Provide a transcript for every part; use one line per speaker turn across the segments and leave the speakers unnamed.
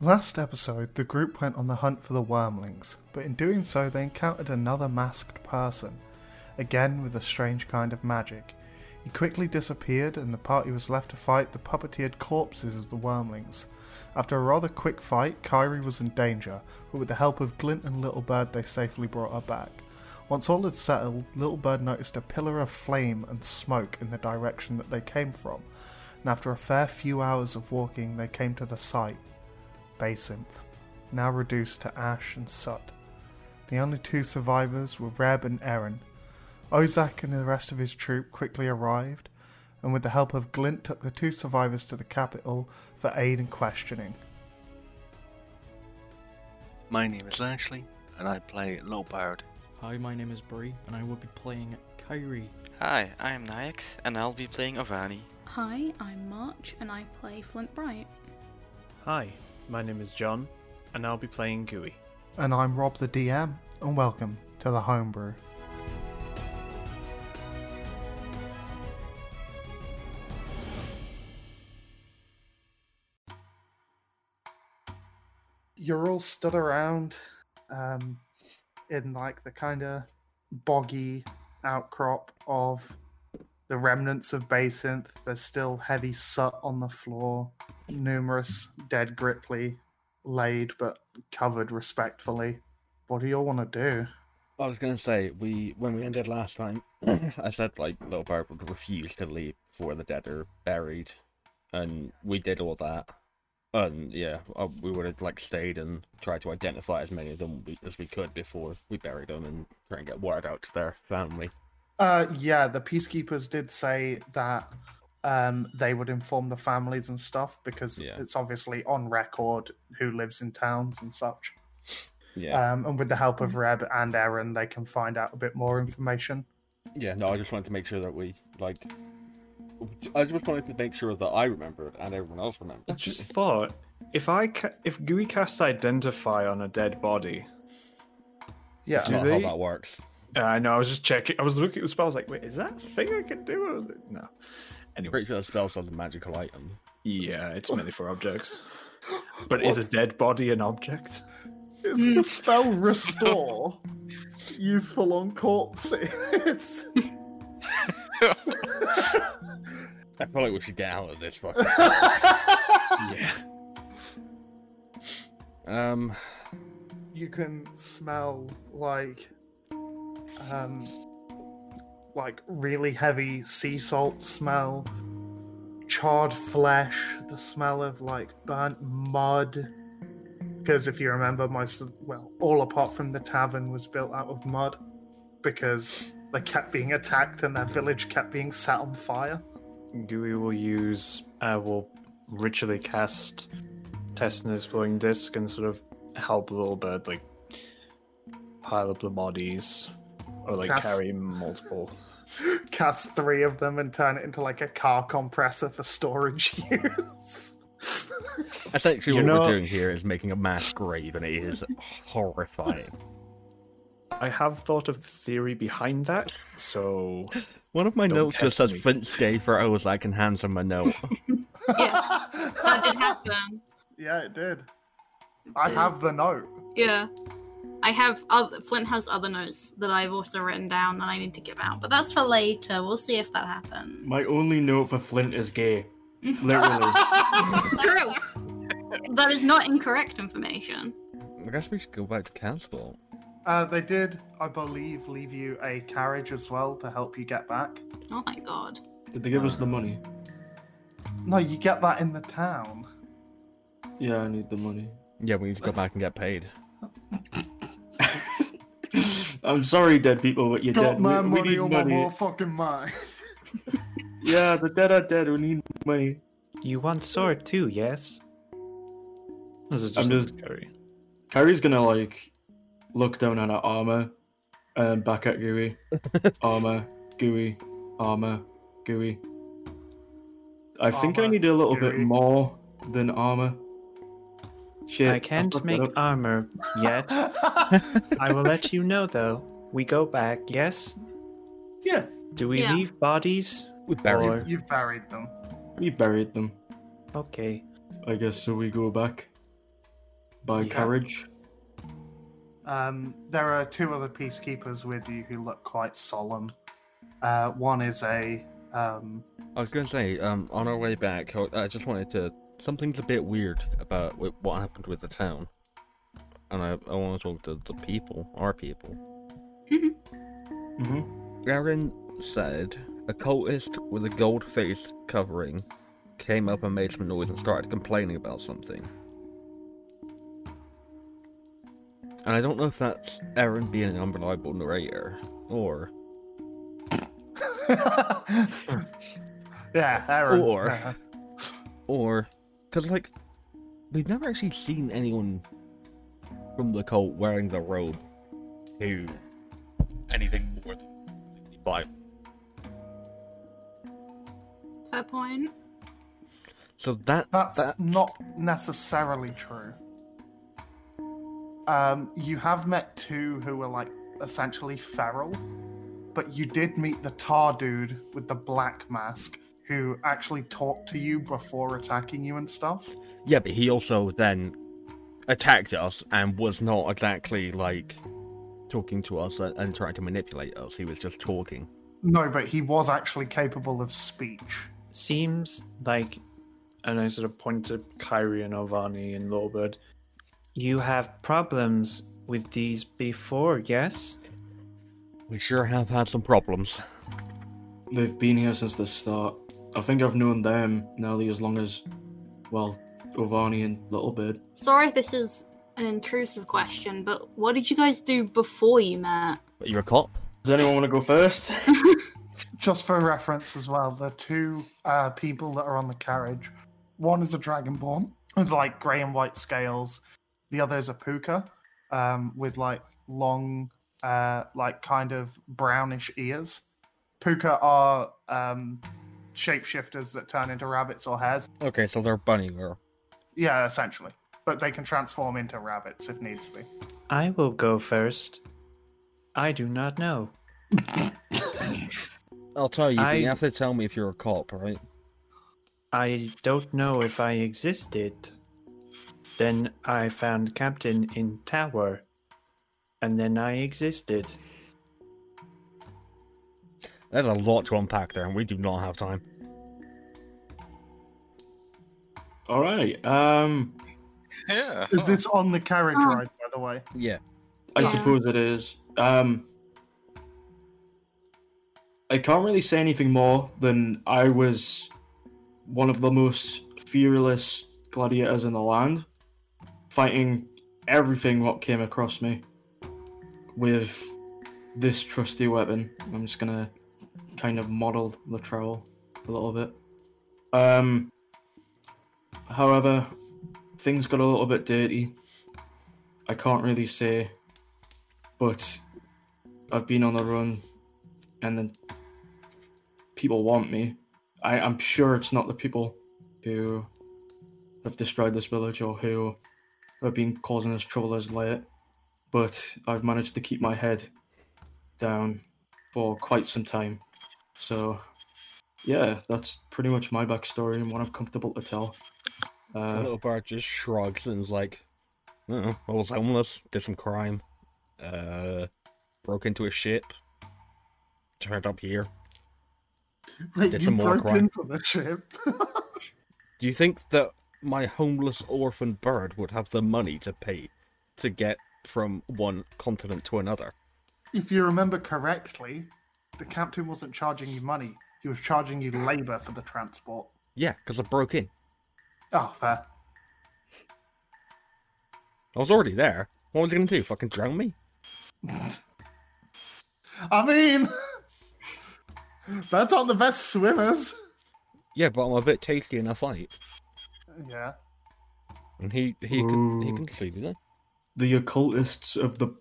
Last episode, the group went on the hunt for the wormlings, but in doing so, they encountered another masked person, again with a strange kind of magic. He quickly disappeared, and the party was left to fight the puppeteered corpses of the wormlings. After a rather quick fight, Kyrie was in danger, but with the help of Glint and Littlebird, they safely brought her back. Once all had settled, Littlebird noticed a pillar of flame and smoke in the direction that they came from, and after a fair few hours of walking, they came to the site basinth, now reduced to ash and soot. The only two survivors were Reb and Eren. Ozak and the rest of his troop quickly arrived, and with the help of Glint took the two survivors to the capital for aid and questioning.
My name is Ashley, and I play Lowbird.
Hi, my name is Bree, and I will be playing Kyrie.
Hi, I am Nyx, and I'll be playing Ovani.
Hi, I'm March and I play Flint Bright.
Hi, my name is John, and I'll be playing GUI.
And I'm Rob the DM, and welcome to the Homebrew. You're all stood around um, in like the kind of boggy outcrop of the remnants of Basinth. There's still heavy soot on the floor, numerous dead Gripply laid but covered respectfully. What do you all want to do?
I was gonna say we when we ended last time, I said like Little Bird would refuse to leave before the dead are buried, and we did all that. And yeah, uh, we would have like stayed and tried to identify as many of them we, as we could before we buried them and try and get word out to their family.
Uh, yeah, the peacekeepers did say that um, they would inform the families and stuff because
Yeah.
it's obviously on record who lives in towns and such.
Yeah,
Um, and with the help of Reb and Aaron, they can find out a bit more information.
yeah. No, I just wanted to make sure that we like. I just wanted to make sure that I remembered and everyone else remembered.
I just thought if I ca- if GUI casts identify on a dead body,
Yeah.
That's
Do
not
they-
how that works.
uh, I know I was just checking. I was looking at the spell. I was like, wait, is that a thing I can do? I was like, no.
I'm
Anyway,
pretty sure the spell's not a magical item.
yeah, it's mainly for objects. But is a dead body an object?
Is the spell restore useful on corpses?
I feel like we should get out of this fucking. yeah. Um.
you can smell like um like really heavy sea salt smell charred flesh the smell of like burnt mud because if you remember most of well all apart from the tavern was built out of mud because they kept being attacked and their village kept being set on fire
GUI will use uh, will ritually cast test and exploring disc and sort of help a little bird like pile up the bodies or like
Cast-
carry multiple.
cast three of them and turn it into like a car compressor for storage use
Essentially,
You
what
know-
we're doing here is making a mass grave, and it is horrifying.
I have thought of the theory behind that, so
One of my
Don't
notes just
test
says
me.
Flint's gay for hours. I can hand him a note.
Yeah. That did happen.
Yeah, it did. I have the note.
Yeah. I have other, Flint has other notes that I've also written down that I need to give out, but that's for later. We'll see if that happens.
My only note for Flint is gay. Literally.
True. that is not incorrect information.
I guess we should go back to council.
Uh, they did, I believe, leave you a carriage as well to help you get back.
Oh my god.
Did they give us the
Um,
money?
No, you get that in the town.
Yeah, I need the money.
Yeah, we need to go back and get paid.
I'm sorry, dead people, but you're
Got
dead.
my
we, we
money
need
on
money.
my motherfucking mind.
Yeah, the dead are dead. We need money.
You want sword too, yes?
this is
I'm
just,
just-
carry.
Kyrie's gonna like look down at her armor and back at Gooey. armor, Gooey, armor, Gooey. I think I
Armor,
need a little bit
Gooey.
more than armor. Shit.
I can't
fucked it
make
up.
armor yet. I will let you know though. We go back, yes?
Yeah,
Do we
Yeah.
leave bodies?
We buried.
Or...
You've buried them.
we buried them.
Okay.
I guess so. We go back. by
Yeah.
carriage.
Um, there are two other peacekeepers with you who look quite solemn. Uh, one is a um,
I was going to say, um, on our way back, I- I just wanted to. Something's a bit weird about wi- what happened with the town. And I, I want to talk to the people, our people.
Mhm.
Mm-hmm. Aaron said a cultist with a gold face covering came up and made some noise and started complaining about something. And I don't know if that's Aaron being an unreliable narrator or.
yeah, Aaron.
Or-
Uh,
or because like we've never actually seen anyone from the cult wearing the robe to anything more than but
Fair point.
so that
That's
that
not necessarily true. Um, you have met two who were like essentially feral, but you did meet the tar dude with the black mask who actually talked to you before attacking you and stuff.
yeah but he also then attacked us and was not exactly like talking to us and, and trying to manipulate us he was just talking
No, but he was actually capable of speech.
Seems like, and I sort of point to Kyrie and Ovani and Lawbird.
You have problems with these before, yes?
we sure have had some problems
They've been here since the start. I think I've known them nearly as long as, well, Ovani and Littlebird.
Sorry if this is an intrusive question, but what did you guys do before you met?
but you're a cop
Does anyone want to go first?
Just for reference as well, the two uh, people that are on the carriage, one is a dragonborn with like grey and white scales. The other is a puka um, with like long, uh, like kind of brownish ears. Puka are um, shapeshifters that turn into rabbits or hares.
okay so they're bunny girl
Yeah, essentially. But they can transform into rabbits if needs be.
I will go first. I do not know.
i'll tell you but you
I-
have to tell me if you're a cop right
I don't know if I existed. Then I found Captain in Tower. And then I existed.
There's a lot to unpack there, and we do not have time.
All right. Um,
Yeah.
Is this on the carriage
Oh.
ride, by the way?
Yeah.
I
Yeah.
suppose it is. Um, I can't really say anything more than I was one of the most fearless gladiators in the land, fighting everything what came across me with this trusty weapon. I'm just gonna kind of model the trowel a little bit. Um, however, things got a little bit dirty. I can't really say but I've been on the run, and then people want me. I, I'm sure it's not the people who have destroyed this village or who have been causing us trouble as late, but I've managed to keep my head down for quite some time. So, yeah, that's pretty much my backstory and what I'm comfortable to tell.
The
Uh,
little bird just shrugs and is like, oh, I was homeless, did some crime, uh, broke into a ship, turned up here.
Wait,
It's
you
a more
broke
crime.
into the ship.
Do you think that my homeless orphan bird would have the money to pay to get from one continent to another?
If you remember correctly, the captain wasn't charging you money. He was charging you labor for the transport.
Yeah, because I broke in.
Oh, fair.
I was already there. What was he going to do? Fucking drown me?
I mean, birds aren't the best swimmers.
Yeah, but I'm a bit tasty in a fight.
Yeah.
And he, he, can, he
Ooh.
can see me there.
the occultists of the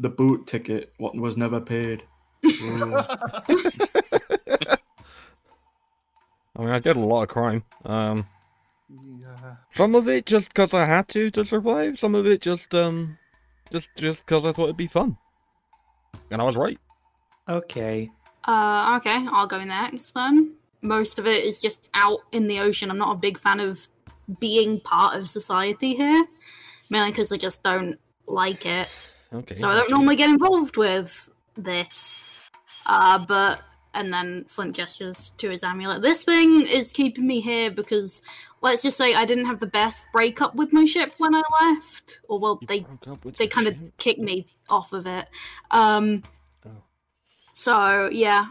the boot ticket, what was never paid. Ooh.
I mean, I did a lot of crime. Um,
Yeah.
Some of it just 'cause I had to to survive. Some of it just um, just just 'cause I thought it'd be fun, and I was right.
Okay.
Uh, okay, I'll go next then. Most of it is just out in the ocean. I'm not a big fan of being part of society here. mainly because I just don't like it.
Okay.
So I don't normally get involved with this. Uh, but and then Flint gestures to his amulet. This thing is keeping me here because let's just say I didn't have the best breakup with my ship when I left. Or well,
You
they
broke up with
they
your
kind of
ship?
kicked me off of it. Um,
Mm-hmm. Oh.
so yeah,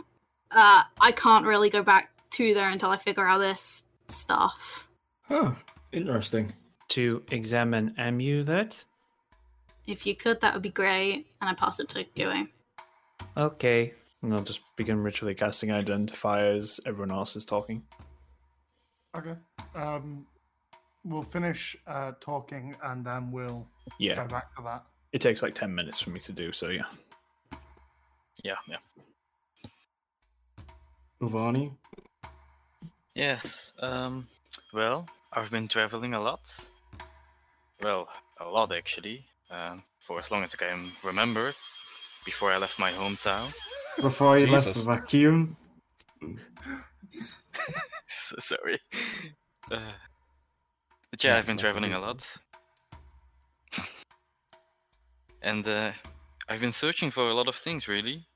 uh, I can't really go back to there until I figure out this stuff.
Huh. Interesting.
To examine amulet?
If you could, that would be great. And I pass it to Gui.
Okay.
And I'll just begin ritually casting identifiers. Everyone else is talking.
Okay. Um, we'll finish uh, talking and then we'll
Yeah,
go back to that.
it takes like 10 minutes for me to do, so yeah. Yeah, yeah.
Uvani?
Yes. Um. Well, I've been traveling a lot. Well, a lot actually. Um, for as long as I can remember, before I left my hometown.
Before you left the
Jesus.
vacuum?
S- Sorry. Uh, but yeah, I've been
That's not
traveling a
illegal.
lot. and uh, I've been searching for a lot of things, really.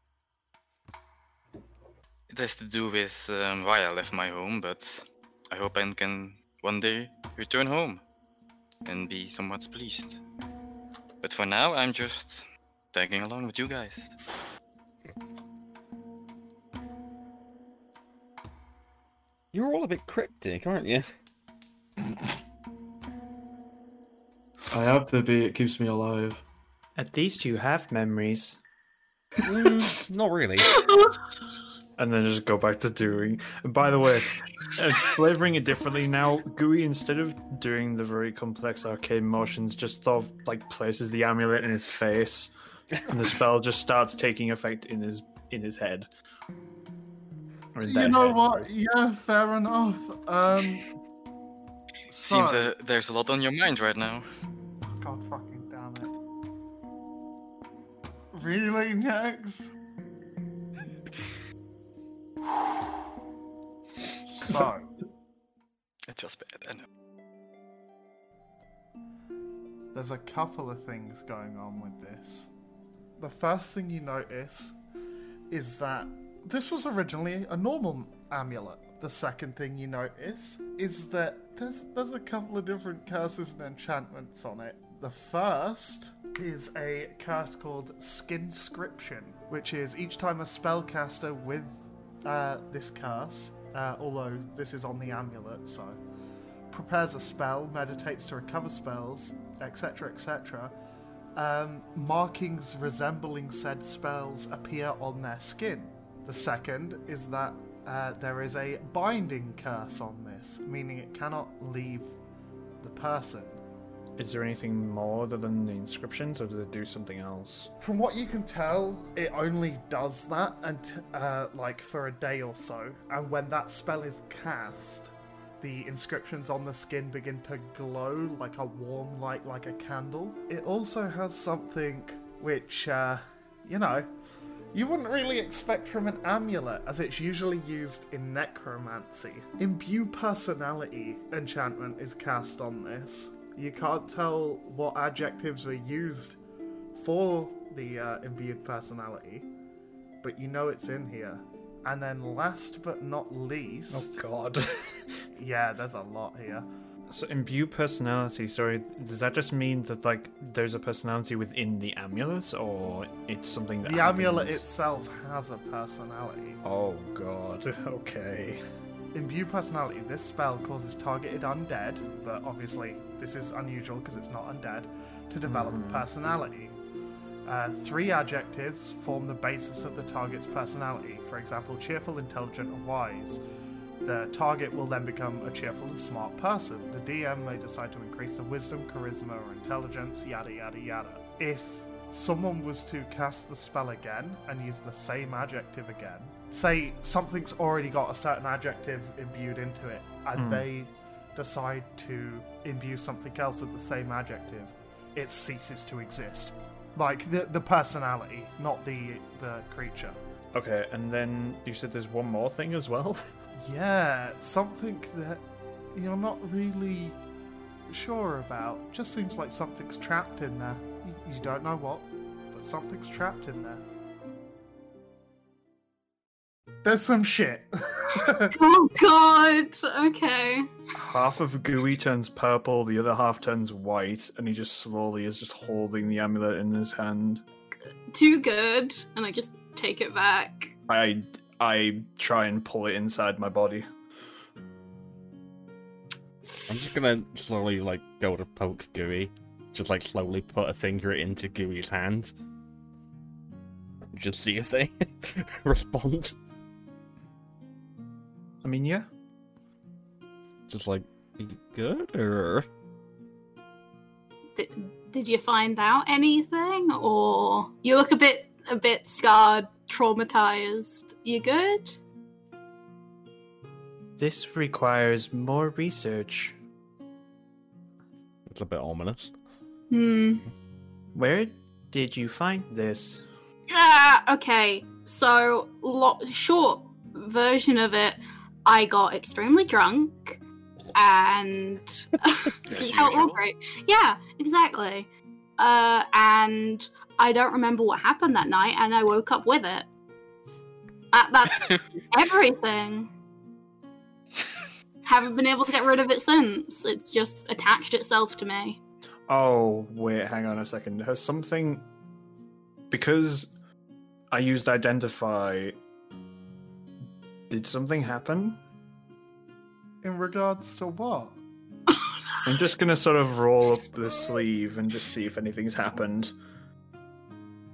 It has to do with um, why I left my home, but I hope I can one day return home and be somewhat pleased. But for now, I'm just tagging along with you guys.
You're all a bit cryptic, aren't you?
I have to be, it keeps me alive.
At least you have memories.
Mm, not really.
And then just go back to doing. And by the way, uh, flavoring it differently now, GUI, instead of doing the very complex arcane motions, just sort of like places the amulet in his face. And the spell just starts taking effect in his in his head. Or in
You
their
know
head,
what?
sorry.
Yeah, fair enough. Um,
Seems
so-
uh, there's a lot on your mind right now.
God fucking damn it. Really, Nex? so,
It was bad, I know.
there's a couple of things going on with this. The first thing you notice is that this was originally a normal amulet. The second thing you notice is that there's there's a couple of different curses and enchantments on it. The first is a curse called Skinscription, which is each time a spellcaster with uh, this curse, uh, although this is on the amulet, so prepares a spell, meditates to recover spells, etc., etc. Um, markings resembling said spells appear on their skin. The second is that uh, there is a binding curse on this, meaning it cannot leave the person.
Is there anything more other than the inscriptions, or does it do something else?
From what you can tell, it only does that and uh, like for a day or so, and when that spell is cast, the inscriptions on the skin begin to glow like a warm light, like a candle. It also has something which, uh, you know, you wouldn't really expect from an amulet, as it's usually used in necromancy. Imbue personality enchantment is cast on this. You can't tell what adjectives were used for the uh, imbued personality, but you know it's in here. And then last but not least,
God.
yeah, there's a lot here.
So imbue personality. Sorry, does that just mean that like there's a personality within the amulet, or it's something that
The amulet
happens?
itself has a personality.
Oh God. Okay.
Imbue personality, this spell causes targeted undead, but obviously this is unusual because it's not undead, to develop a personality. Uh, three adjectives form the basis of the target's personality. For example, cheerful, intelligent, or wise. The target will then become a cheerful and smart person. The DM may decide to increase their wisdom, charisma, or intelligence, yada yada yada. If someone was to cast the spell again and use the same adjective again, say something's already got a certain adjective imbued into it, and they decide to imbue something else with the same adjective, it ceases to exist. Like the the personality, not the the creature.
Okay, and then you said there's one more thing as well.
Yeah, something that you're not really sure about. Just seems like something's trapped in there. You, you don't know what, but something's trapped in there. There's some shit.
Oh god. Okay.
Half of Gooey turns purple, the other half turns white, and he just slowly is just holding the amulet in his hand.
Too good. And I just take it back.
I I try and pull it inside my body.
I'm just gonna slowly like go to poke Gooey, just like slowly put a finger into Gooey's hand, just see if they respond.
I mean, yeah.
Just like, "You good or
Did, did you find out anything? Or you look a bit a bit scarred, traumatized. You good?
This requires more research.
it's a bit ominous.
Hmm.
Where did you find this?
Ah, okay. So, lo- short version of it, I got extremely drunk and this is how it
usual.
operates. Yeah, exactly. Uh, and I don't remember what happened that night, and I woke up with it. That, that's everything. Haven't been able to get rid of it since. It's just attached itself to me.
Oh, wait, hang on a second. Has something. Because I used identify. Did something happen?
in regards to what?
I'm just gonna sort of roll up the sleeve and just see if anything's happened.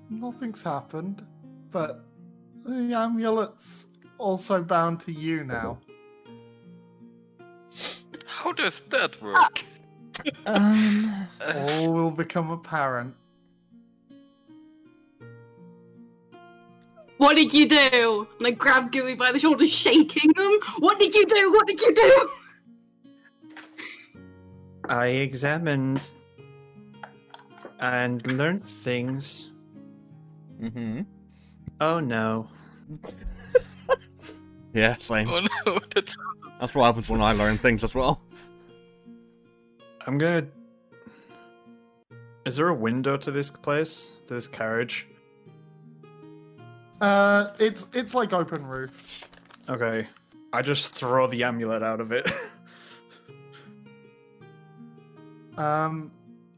Nothing's happened, but the amulet's also bound to you now.
How does that work?
Um,
All will become apparent.
What did you do? And I grab Gooey by the shoulders, shaking them. What did you do? What did you do?
I examined and learned things.
mm-hmm.
Oh no.
yeah, same.
oh no, that's
That's what happens when I learn things as well.
I'm gonna. Is there a window to this place? To this carriage?
Uh, it's it's like open roof.
Okay. I just throw the amulet out of it.
Um,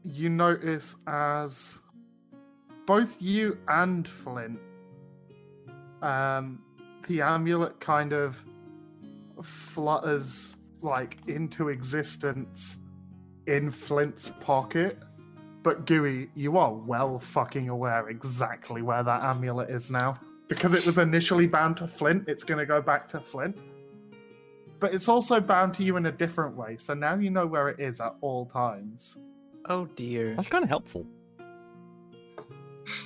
you notice as both you and Flint, um, the amulet kind of flutters like into existence in Flint's pocket. But Gooey, you are well fucking aware exactly where that amulet is now. Because it was initially bound to Flint, it's going to go back to Flint. But it's also bound to you in a different way, so now you know where it is at all times.
Oh dear.
That's kind of helpful.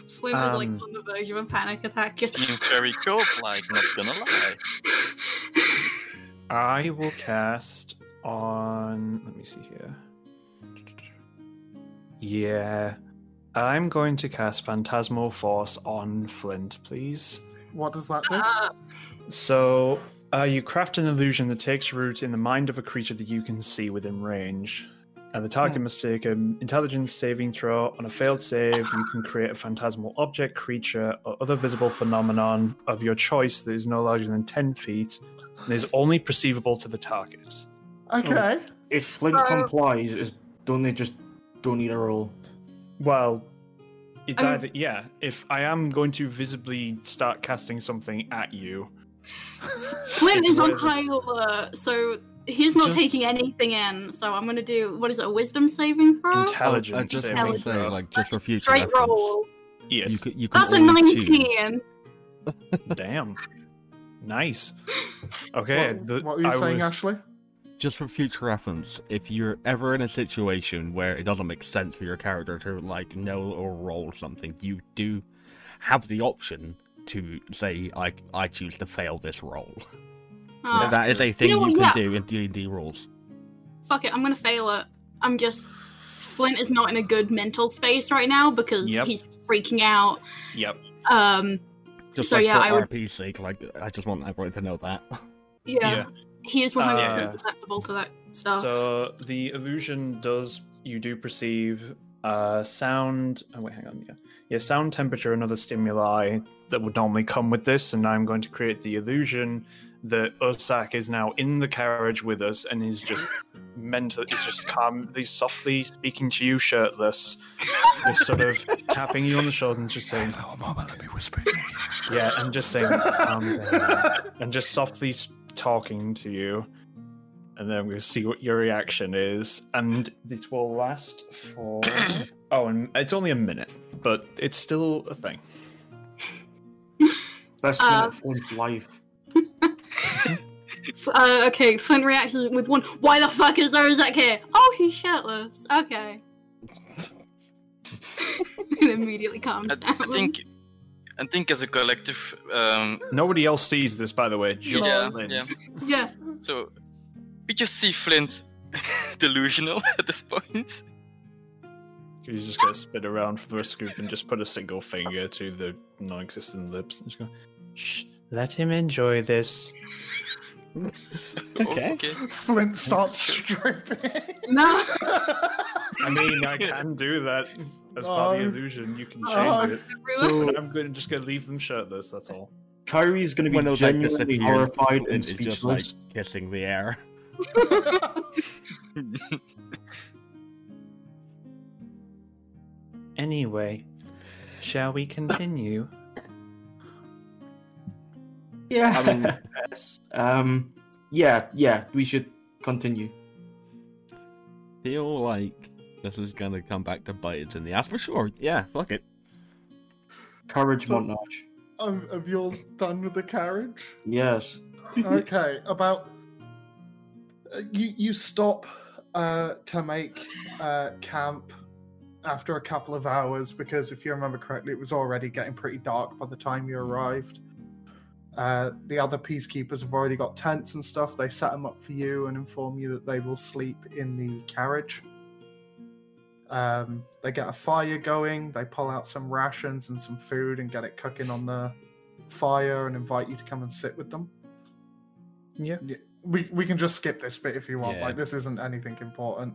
Swim was like
Um,
on the verge of a panic attack. Just
seems very cold like, not gonna lie.
I will cast on. Let me see here. Yeah. I'm going to cast Phantasmal Force on Flint, please.
What does that do?
uh,
So, uh, you craft an illusion that takes root in the mind of a creature that you can see within range. And the target
Hmm.
must take an intelligence saving throw. On a failed save, you can create a phantasmal object, creature, or other visible phenomenon of your choice that is no larger than 10 feet and is only perceivable to the target.
okay.
If Flint
So-
complies, is don't they just don't need a roll?
Well, it's
I mean-
either, yeah, if I am going to visibly start casting something at you,
Flint is on
Whatever.
high alert, so he's not
Just-
taking anything in. So I'm gonna do what is it? A wisdom saving throw?
I
intelligence
just
saving
want to
Intelligence.
say,
throw.
like, just for future
Straight
reference,
roll.
yes.
You could, you can
That's a
always choose-
nineteen.
Damn. Nice. Okay.
what,
the-
what were you
I
saying, uh?
would-
Ashley?
Just for future reference, if you're ever in a situation where it doesn't make sense for your character to like know or roll something, you do have the option to say, "I I choose to fail this roll."
Oh,
that is a thing
You
you,
know
can
what,
do in D and D rules.
Fuck it. I'm gonna fail it. I'm just. Flint is not in a good mental space right now because
Yep.
he's freaking out.
Yep.
Um.
Just
So,
like
yeah,
for
I would-
RP's sake, like I just want everyone to know that.
Yeah. He is 100%
Uh,
susceptible to that stuff.
So the illusion does you do perceive uh, sound. Oh wait, hang on. Yeah, yeah, sound, temperature, and other stimuli that would normally come with this, and I'm going to create the illusion that Osak is now in the carriage with us and is just mental. Is just calmly, softly speaking to you, shirtless, just sort of tapping you on the shoulder and just saying,
Oh, Mama, let me whisper.
"Yeah," and just saying, "Calm down," and just softly s- talking to you and then we'll see what your reaction is. And it will last for oh, and it's only a minute, but it's still a thing.
Best
Uh,
minute of one's life.
F- uh, okay, Flint reacts with one. Why the fuck is Ozak here? Oh, he's shirtless. Okay. it immediately calms
I,
down.
I think, I think as a collective, um,
Nobody else sees this, by the way. Just
yeah,
Lynn.
yeah.
Yeah.
So we just see Flint delusional at this point.
He's just gonna spin around for the scoop and just put a single finger to the non-existent lips and just go. Shh. Let him enjoy this.
Oh,
Okay.
Flint starts stripping.
No.
I mean, I can do that as part of the
Oh.
illusion. You can change
Oh.
it.
Everyone.
But I'm gonna, just gonna leave them shirtless. That's all.
Kyrie's going to
When
be
Ozak
genuinely
disappears,
horrified and
Flint is just like
speechless.
kissing the air.
Anyway, shall we continue?
Yeah.
I mean-
um. Yeah. Yeah. We should continue.
Feel like this is gonna come back to bite us in the ass, but sure, yeah, fuck it.
Courage,
So-
Montage.
um, have you all done with the carriage?
Yes.
okay, about uh, you. You stop uh, to make uh, camp after a couple of hours because, if you remember correctly, it was already getting pretty dark by the time you arrived. Uh, the other peacekeepers have already got tents and stuff. They set them up for you and inform you that they will sleep in the carriage. Um, they get a fire going. They pull out some rations and some food and get it cooking on the fire and invite you to come and sit with them we we can just skip this bit if you want.
Yeah.
Like this isn't anything important.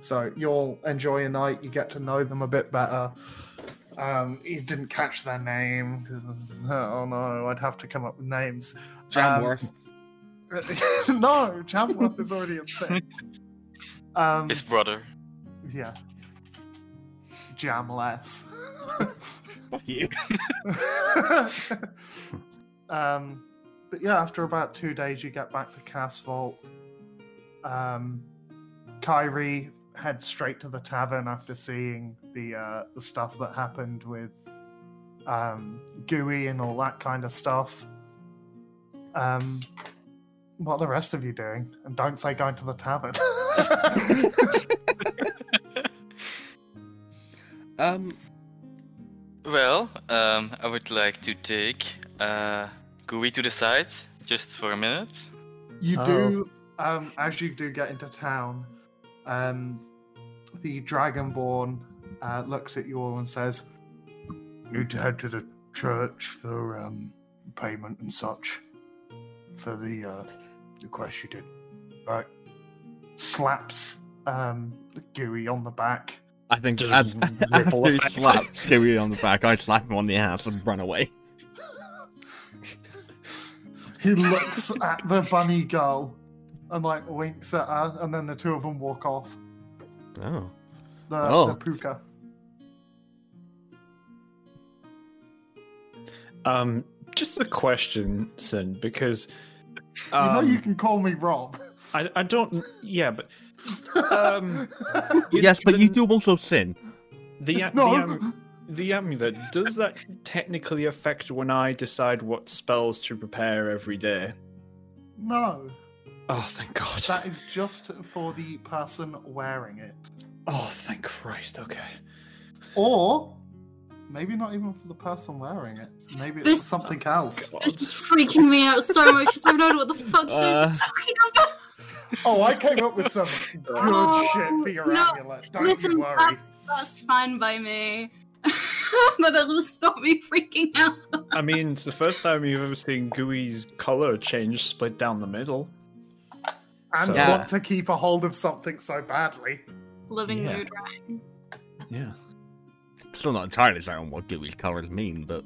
So you'll enjoy your night. You get to know them a bit better. Um, he didn't catch their name. 'cause- Oh no, I'd have to come up with names.
Um, Jamworth.
no, Jamworth is already a thing. Um,
His brother.
yeah, Jamless.
fuck you.
um, but yeah, after about two days, you get back to Cass Vault. Um, Kyrie heads straight to the tavern after seeing the uh, the stuff that happened with um, Gooey and all that kind of stuff. Um, what are the rest of you doing? And don't say going to the tavern.
Um,
Well, um, I would like to take uh, Gooey to the side just for a minute.
You
Oh.
do, um, as you do get into town, um, the Dragonborn uh, looks at you all and says, Need to head to the church for um, payment and such for the, uh, the quest you did. Right. Slaps um, Gooey on the back.
I think
Just
as
ripple
after he
effect.
slaps Dewey on the back, I slap him on the ass and run away.
He looks at the bunny girl and like winks at her, and then the two of them walk off.
Oh,
The,
Oh.
the puka.
Um, just a question, Sin, because
You know
um,
you can call me Rob.
I, I don't. Yeah, but um, you-
yes, but you
the-
do also sin.
The, a-
No.
the, am-
um,
the amulet does that technically affect when I decide what spells to prepare every day?
No,
Oh, thank God!
that is just for the person wearing it.
Oh, thank Christ! Okay.
Or maybe not even for the person wearing it. Maybe it's
This-
something else.
This is freaking me out so much because I don't know what the fuck you
Uh,
guys are talking about.
Oh, I came up with some good
Oh,
shit for your
no,
amulet. Don't
Listen,
you worry.
that's, that's fine by me. that doesn't stop me freaking out.
I mean, it's the first time you've ever seen Gooey's color change split down the middle.
and
So-
Yeah.
want to keep a hold of something so badly.
Living
Yeah.
mood ring.
Yeah.
Still not entirely certain what gooey colours mean, but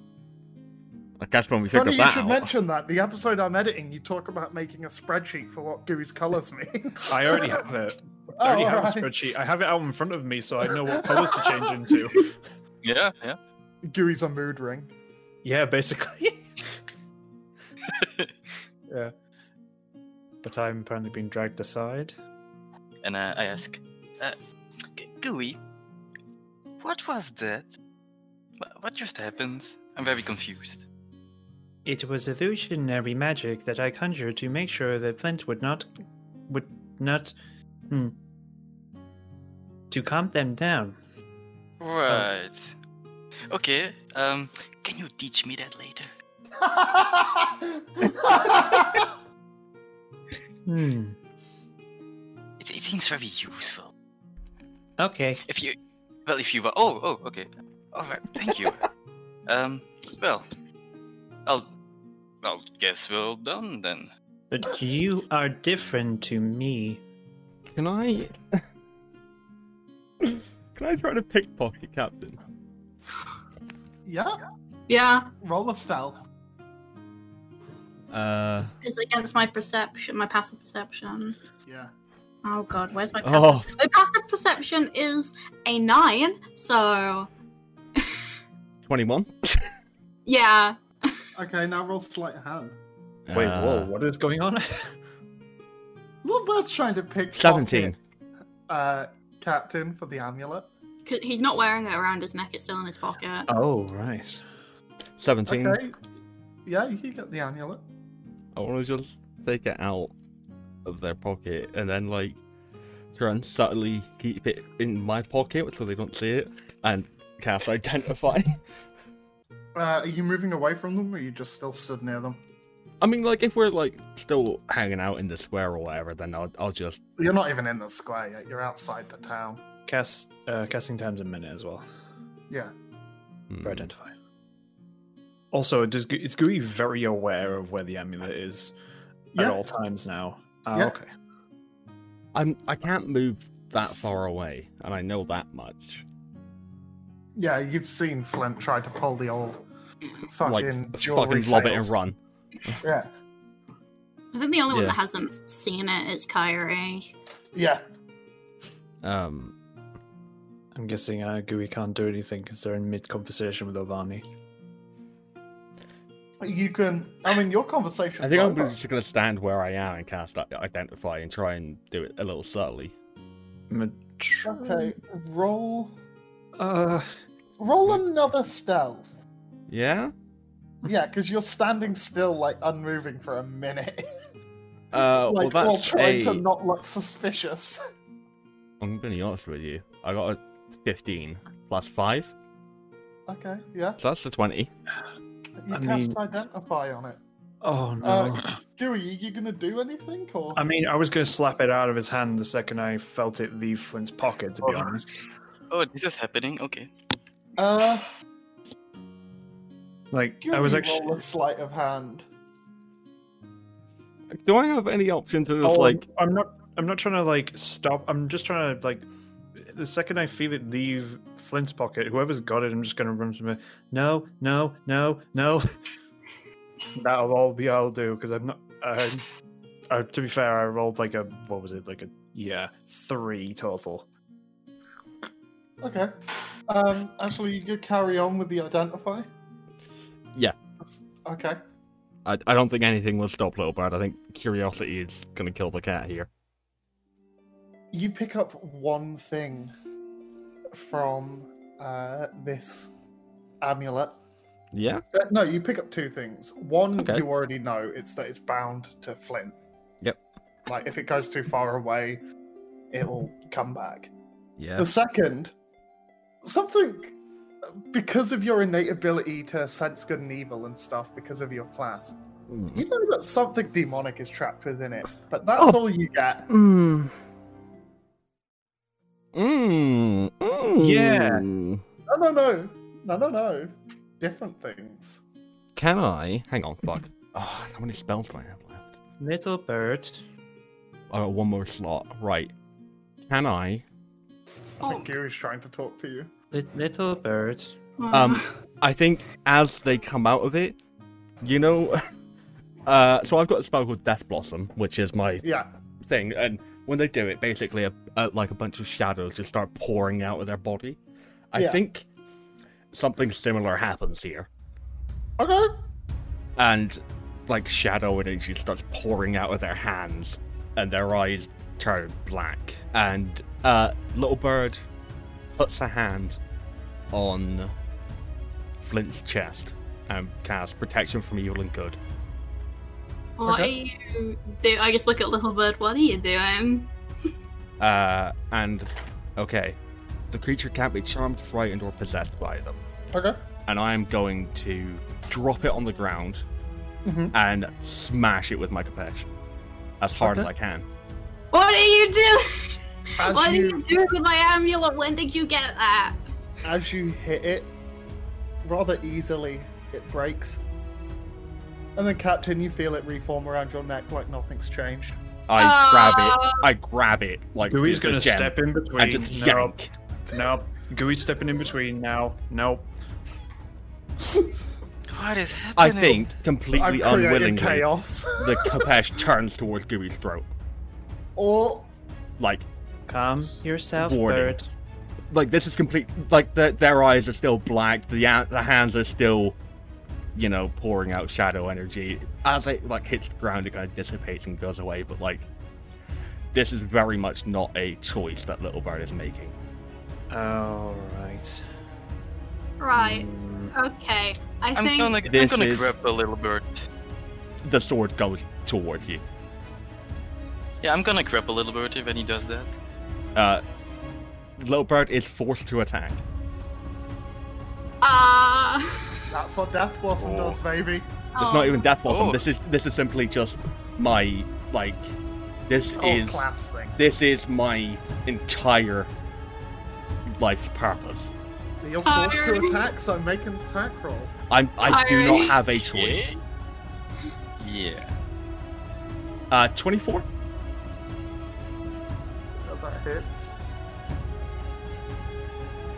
I guess when we figure
Funny you
that
should
out,
mention that. The episode I'm editing, you talk about making a spreadsheet for what gooey's colours mean.
I already have it.
Oh,
I already have
alright.
a spreadsheet. I have it out in front of me, so I know what colors to change into.
Yeah, yeah.
Gooey's a mood ring.
Yeah, basically. yeah. But I'm apparently being dragged aside.
And uh, I ask, uh, G- Gooey, what was that? Wha- What just happened? I'm very confused.
It was illusionary magic that I conjured to make sure that Flint would not. would not. Hmm. To calm them down.
Right. Okay. Um, can you teach me that later?
Hmm.
It, it seems very useful.
Okay.
If you, well, if you were. Oh, oh, okay. All right. Thank you. um, well, I'll, I'll guess we're done then.
But you are different to me.
can I? can I try to pickpocket Captain?
Yeah,
Yeah,
roll a stealth.
Uh
it's against my perception, my passive perception.
Yeah.
Oh god, where's my passive?
oh.
My passive perception is a nine, so
21.
yeah.
Okay, now roll sleight of hand.
Wait, whoa,
Uh,
what is going on?
Little bird's trying to pick
17.
uh, captain for the amulet.
'Cause he's not wearing it around his neck; it's still in his pocket.
oh, right.
Uh, 17.
Okay. Yeah, you get the amulet.
I want to just take it out of their pocket and then, like, try and subtly keep it in my pocket so they don't see it and cast Identify.
Uh, are you moving away from them, or are you just still stood near them?
I mean, like, if we're, like, still hanging out in the square or whatever, then I'll, I'll just.
You're not even in the square yet. You're outside the town.
Cast uh, casting time's a minute as well
Yeah.
Hmm.
for identify. Also, does Gu- is Gui very aware of where the amulet is
Yeah.
at all times now? Ah,
Yeah.
Okay.
I'm, I can't move that far away, and I know that much.
Yeah, you've seen Flint try to pull the old fucking
like,
jewelry
fucking lob it and
sales.
run.
Yeah.
I think the only one
Yeah.
that hasn't seen it is Kyrie.
Yeah.
Um,
I'm guessing uh, Gui can't do anything because they're in mid conversation with Ovani.
You can. I mean, your conversation.
I think I'm just gonna stand where I am and cast i- identify and try and do it a little subtly.
Okay, roll.
Uh,
Roll another stealth.
Yeah.
Yeah, because you're standing still, like unmoving for a minute,
Uh,
Oh,
well,
like while
that's
trying
a.
to not look suspicious.
I'm gonna be honest with you. I got a 15 plus five,
okay, yeah.
so that's a 20.
You
I
cast
mean-
identify on it.
oh no.
Uh, Dewey, are you gonna do anything or?
I mean, I was going to slap it out of his hand the second I felt it leave Flint's pocket, to be honest.
Oh, this is happening. Okay.
Uh,
Like,
Dewey
I was
roll
actually.
a sleight of hand.
Do I have any option to just
Oh,
like?
I'm not. I'm not trying to like stop. I'm just trying to like. The second I feel it leave Flint's pocket, whoever's got it, I'm just going to run to me. No, no, no, no. That'll all be I'll do because I'm not. Uh, uh, to be fair, I rolled like a what was it like a yeah three total.
Okay. Um, actually, you could carry on with the identify.
Yeah.
That's- Okay.
I, I don't think anything will stop Little Bird. I think curiosity is gonna kill the cat here.
you pick up one thing from uh, this amulet.
Yeah.
Uh, no, you pick up two things. One
Okay.
you already know it's that it's bound to Flint.
Yep.
Like if it goes too far away, it'll come back.
Yeah.
The second, something because of your innate ability to sense good and evil and stuff, because of your class, you know that something demonic is trapped within it. But that's
Oh.
all you get.
Mmm. Mmm.
Yeah.
No, no, no, no, no, no. Different things.
Can I? Hang on. Fuck. Oh, how many spells do I have left?
Little bird.
I got one more slot. Right. Can I?
I
Oh.
think Gary's trying to talk to you.
Lit- Little bird.
Oh,
Um, I think as they come out of it, you know. Uh, so I've got a spell called Death Blossom, which is my
Yeah.
thing, and when they do it, basically, a, a, like a bunch of shadows just start pouring out of their body. I
Yeah.
think something similar happens here,
Okay.
and like shadow energy starts pouring out of their hands, and their eyes turn black. And uh, little bird puts a hand on Flint's chest and casts protection from evil and good.
what are you do? I just look at Little Bird. What are you doing?
Uh, and okay, the creature can't be charmed, frightened, or possessed by them.
Okay.
and I'm going to drop it on the ground
Mhm.
and smash it with my capesh as hard as I can.
What are you doing?
As
What are
you,
you doing with my amulet? When did you get that?
as you hit it, rather easily, it breaks. And then, Captain, you feel it reform around your neck like nothing's changed.
I
Ah.
grab it. I grab it like
Gooey's
the- the
gonna
gem
step in between.
and just
No,
yank.
no. Gooey's stepping in between now. No.
What is
I
happening?
think completely
I'm creating
unwillingly,
chaos.
the capesh turns towards Gooey's throat,
or
like.
Calm yourself,
Warning.
bird.
Like this is complete. Like the, their eyes are still black. The a- the hands are still, you know, pouring out shadow energy. As it like hits the ground, it kind of dissipates and goes away. But like, this is very much not a choice that Little Bird is making.
Uh,
All right.
Right. Okay. I
I'm
think.
gonna, I'm
This
gonna
is-
grab the little bird.
The sword goes towards you.
Yeah, I'm gonna grab a little bird if any does that.
Uh, Little Bird is forced to attack.
Ah.
that's what Death Blossom does, baby.
It's not even Death Blossom.
Oh.
This is this is simply just my like. This
Oh,
is
class thing.
this is my entire life's purpose.
You're forced to
Tiring.
attack, so make an attack roll.
I'm, I do
Alright.
not have a choice.
Yeah.
Uh, 24?
If That hits.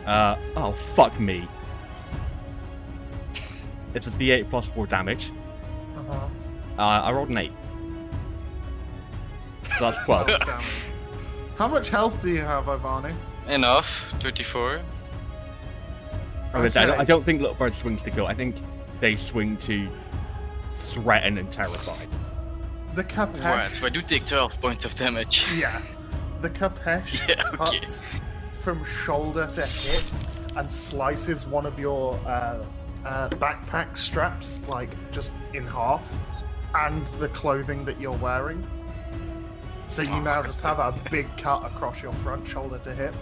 Uh, oh, fuck me. It's a d8 plus 4 damage.
Uh-huh.
Uh, I rolled an 8. So that's 12.
Damn it. How much health do you have, Ivani?
Enough. 34.
I, was- I don't,
Okay.
I don't think Little Bird swings to kill. I think they swing to threaten and terrify.
The Capesh.
Alright, so I do take 12 points of damage.
Yeah. The Capesh
Yeah, okay.
cuts from shoulder to hip and slices one of your uh, uh, backpack straps, like, just in half, and the clothing that you're wearing. So you now just have a big cut across your front shoulder to hip,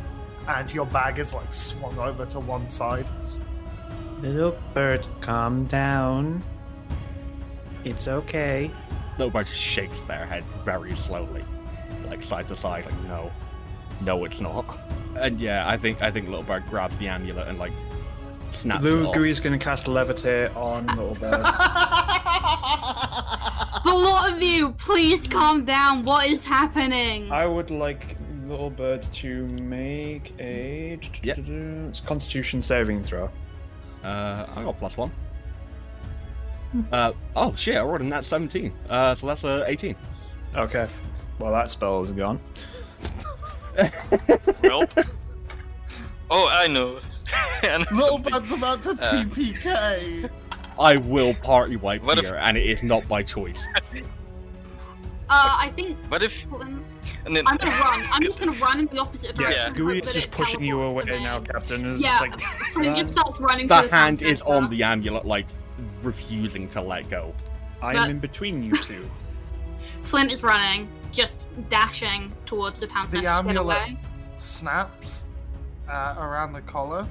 and your bag is, like, swung over to one side.
Little bird, calm down. It's okay.
Little Bird just shakes their head very slowly, like side to side, like no, no, it's not. And yeah, I think I think Little Bird grabs the amulet and like snaps it
Lou
off.
Gooey's gonna cast levitate on little bird.
The oh. lot of you, please calm down. What is happening?
I would like little bird to make a
Yep.
it's Constitution saving throw.
Uh, I got plus one. Uh, oh shit, I rolled in that 17. Uh, so that's uh, 18.
Okay. Well, that spell is gone.
Well. oh, I know. And
Little
something. Uh,
Bud's about to TPK!
I will party wipe
What if-
here, and it is not by choice.
Uh, I think.
What if. And then,
I'm gonna run. I'm just gonna run in the opposite
Yeah,
direction.
Gooey
hope
is
that
just
it
pushing you away
teleports to
now,
me.
Captain. It's
Yeah,
just like,
Flint just starts running.
the
through town
hand is
centre.
on the amulet, like refusing to let go.
I'm
but-
in between you two.
Flint is running, just dashing towards the town
The
centre. to get
amulet.
away.
snaps uh, around the collar.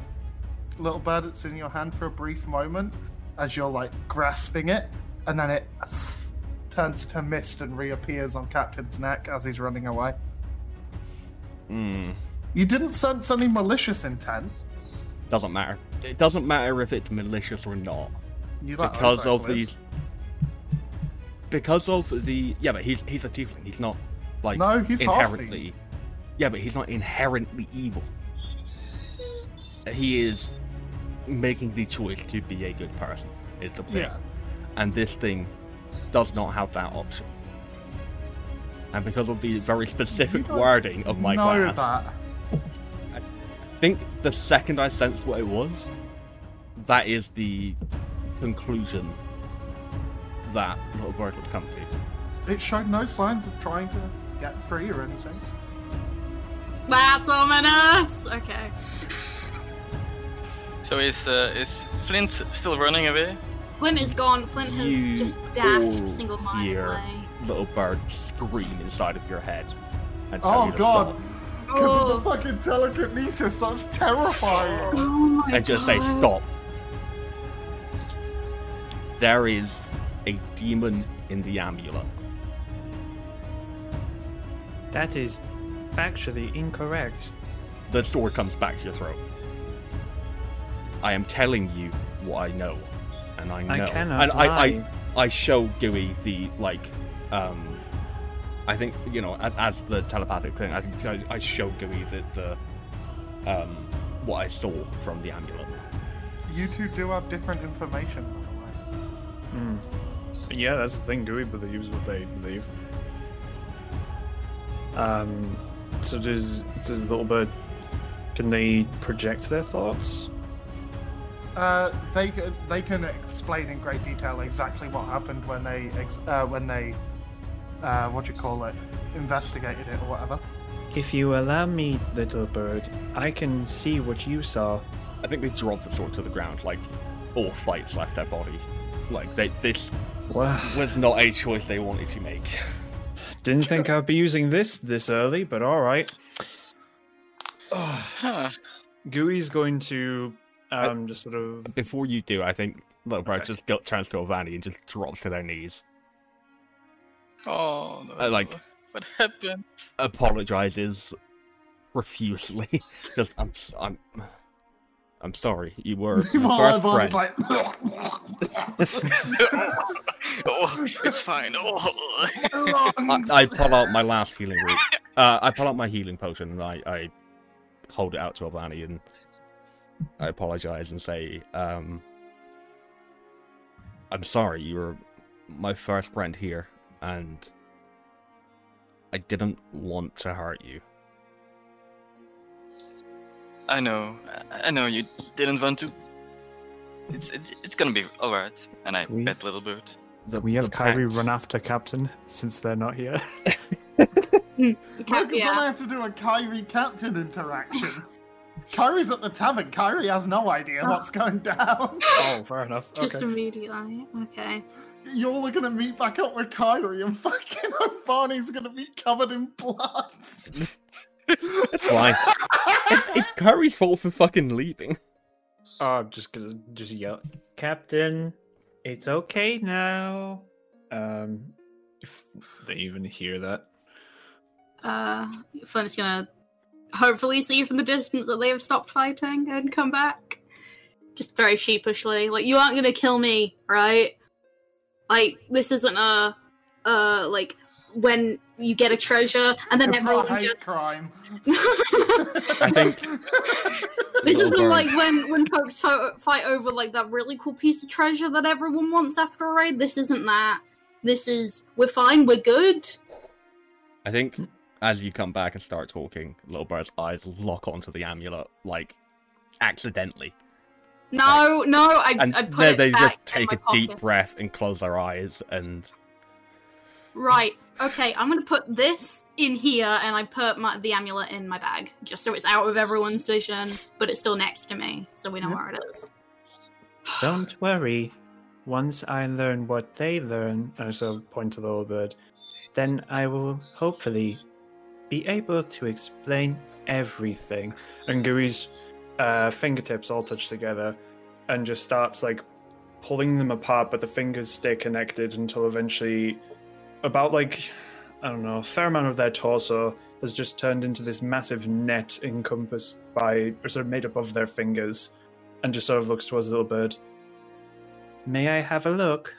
Little bird, it's in your hand for a brief moment as you're like grasping it, and then it turns to mist and reappears on Captain's neck as he's running away.
Mm,
You didn't sense any malicious intent.
doesn't matter. It doesn't matter if it's malicious or not.
You let us
because
know,
of the
Cliff.
because of the yeah but he's he's a tiefling he's not Like
No, he's half
inherently. yeah, but he's not inherently evil. He is making the choice to be a good person. Is the thing,
Yeah.
and this thing does not have that option. And because of the very specific
don't
wording of my
know
class,
that.
I think the second I sensed what it was, that is the conclusion that the word would come to.
It showed no signs of trying to get free or anything.
That's ominous! Okay.
So is uh, is Flint still running away?
Flint is gone. Flint has
You
just
all
dashed single mindedly.
hear little bird scream inside of your head. And tell
Oh
you to
god!
stop.
Because of the
Oh.
fucking telekinesis, that's terrifying!
Oh my
And just say
God.
stop. There is a demon in the amulet.
That is factually incorrect.
The sword comes back to your throat. I am telling you what I know, and I know.
I cannot
and I,
lie.
I, I show Dewey the like, um, I think you know as, as the telepathic thing. I think I, I show Dewey the, the, um, what I saw from the amulet.
You two do have different information, by the way.
Yeah, that's the thing. Do we believe what they believe? Um, so does does little bird? Can they project their thoughts?
Uh, they c- they can explain in great detail exactly what happened when they ex- uh, when they uh, what do you call it investigated it or whatever.
If you allow me, little bird, I can see what you saw.
I think they drop the sword to the ground. Like all fights left their body. Like they, this was not a choice they wanted to make.
Didn't think I'd be using this this early, but all right.
Huh.
Gooey's going to um just sort of
Before you do, I think little Brad just got, turns to Ovani and just drops to their knees,
Oh no.
I like-
What happened?
apologizes profusely. just I'm s- I'm I'm sorry. You were my
While
first
everyone's
friend.
like,
oh, it's fine. Oh.
lungs.
I, I pull out my last healing root. Uh, I pull out my healing potion and I, I hold it out to Ovani and I apologize and say, um, I'm sorry, you were my first friend here and I didn't want to hurt you.
I know. I- I know you didn't want to. It's it's it's gonna be all right. And I
We-
bet little bird.
we have Kyrie
pact.
run after Captain since they're not here.
Because then I
Yeah.
have to do a Kyrie captain interaction. Kyrie's at the tavern. Kyrie has no idea what's going down.
oh, fair enough.
Just immediately. Okay.
You're all gonna meet back up with Kyrie, and fucking Barney's gonna be covered in blood.
It's fine. it's, it's Curry's fault for fucking leaving.
Oh, I'm just gonna just yell.
Captain, it's okay now.
Um, if they even hear that.
Uh, Flint's gonna hopefully see from the distance that they have stopped fighting and come back. Just very sheepishly. Like, you aren't gonna kill me, right? Like, this isn't a, uh, like, when you get a treasure and then
It's
everyone
not hate
just.
crime.
I think
This
Little
isn't
bird.
like when when folks fo- fight over like that really cool piece of treasure that everyone wants after a raid. This isn't that. This is we're fine, we're good.
I think as you come back and start talking, Little Bird's eyes lock onto the amulet, like accidentally.
No, no, I
And
I'd put
then
it
they
back
just
in
take
my
a deep
pocket.
breath and close their eyes and
Right. Okay, I'm gonna put this in here, and I put my, the amulet in my bag, just so it's out of everyone's vision, but it's still next to me, so we know where it is.
Don't worry. Once I learn what they learn, and so point to the little bird, then I will hopefully be able to explain everything. And Gui's uh, fingertips all touch together and just starts like pulling them apart, but the fingers stay connected until eventually, about like, I don't know, a fair amount of their torso has just turned into this massive net encompassed by, or sort of made up of their fingers and just sort of looks towards the little bird. May I have a look?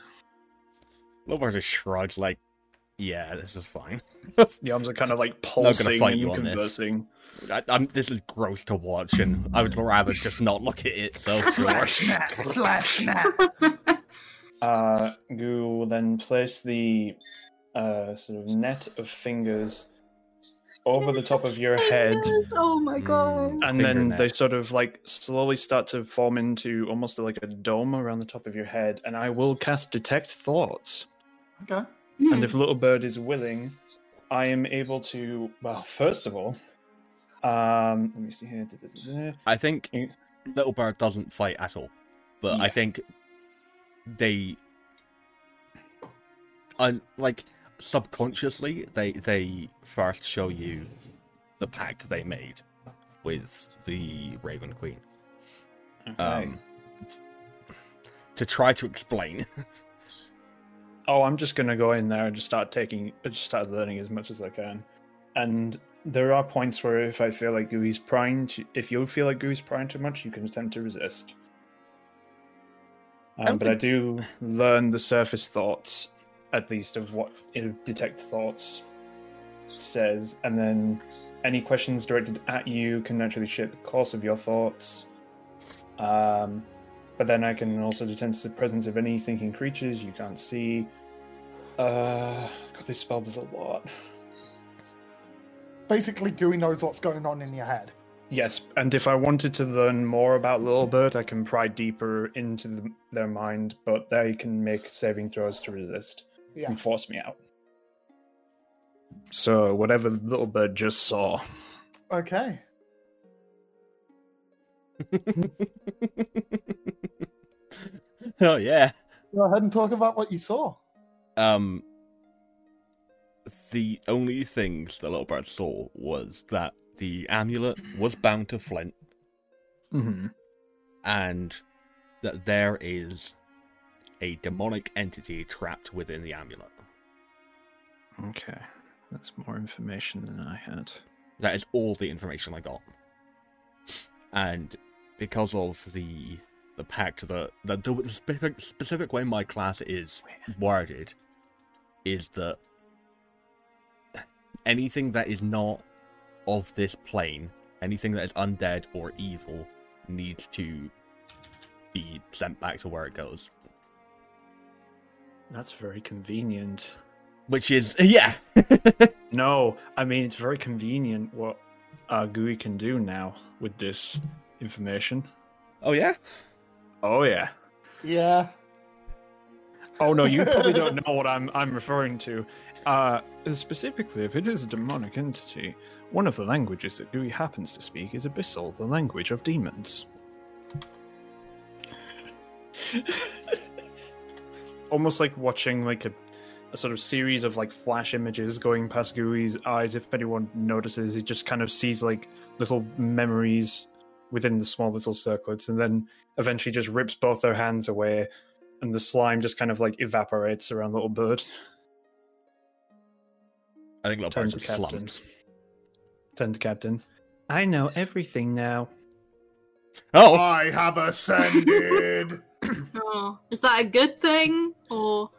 Little Bird just shrugs like yeah, this is fine.
The arms are kind of like
gonna
pulsing
fight
and
you on this.
conversing.
I, I'm, this is gross to watch, and I would rather just not look at it. So sure.
Uh, Gu will then place the uh, sort of net of fingers over the top of your head,
Fingers, Oh my god.
Mm.
and then
Fingernet.
they sort of like slowly start to form into almost like a dome around the top of your head. And I will cast Detect Thoughts.
Okay.
And if Little Bird is willing, I am able to. Well, first of all, um, let me see here. Da-da-da-da.
I think
Mm.
Little Bird doesn't fight at all, but I think they, un, like subconsciously, they they first show you the pact they made with the Raven Queen. Um, t- to try to explain.
oh, I'm just gonna go in there and just start taking, I just start learning as much as I can. And there are points where if I feel like Gooey's prying, to, if you feel like Gooey's prying too much, you can attempt to resist. Um,
don't
but I
think-
do learn the surface thoughts, at least of what it detect thoughts says, and then any questions directed at you can naturally shape the course of your thoughts. Um, but then I can also detect the presence of any thinking creatures you can't see. Uh, God, this spell does a lot.
Basically, Gooey knows what's going on in your head.
Yes, and if I wanted to learn more about Little Bird, I can pry deeper into the, their mind, but they can make saving throws to resist
Yeah.
and force me out. So, whatever Little Bird just saw.
Okay.
oh yeah.
Go ahead and talk about what you saw.
Um, the only things the little bird saw was that the amulet was bound to Flint,
Mm-hmm.
and that there is a demonic entity trapped within the amulet.
Okay, that's more information than I had.
That is all the information I got. And because of the the pact that the, the specific specific way my class is worded is that anything that is not of this plane, anything that is undead or evil, needs to be sent back to where it goes.
That's very convenient.
Which is yeah.
No, I mean it's very convenient what uh, GUI can do now with this information.
oh yeah.
Oh yeah.
Yeah.
Oh no, you probably don't know what I'm I'm referring to.
Uh, specifically, if it is a demonic entity, one of the languages that Gui happens to speak is Abyssal, the language of demons. Almost like watching like a, a sort of series of like flash images going past Gui's eyes. If anyone notices, he just kind of sees like little memories within the small little circlets, and then eventually just rips both their hands away, and the slime just kind of like evaporates around little bird.
I think little
Turn
bird
to
just
captain.
slumps.
Turned to Captain. I know everything now.
Oh.
I have ascended.
Oh, is that a good thing? Or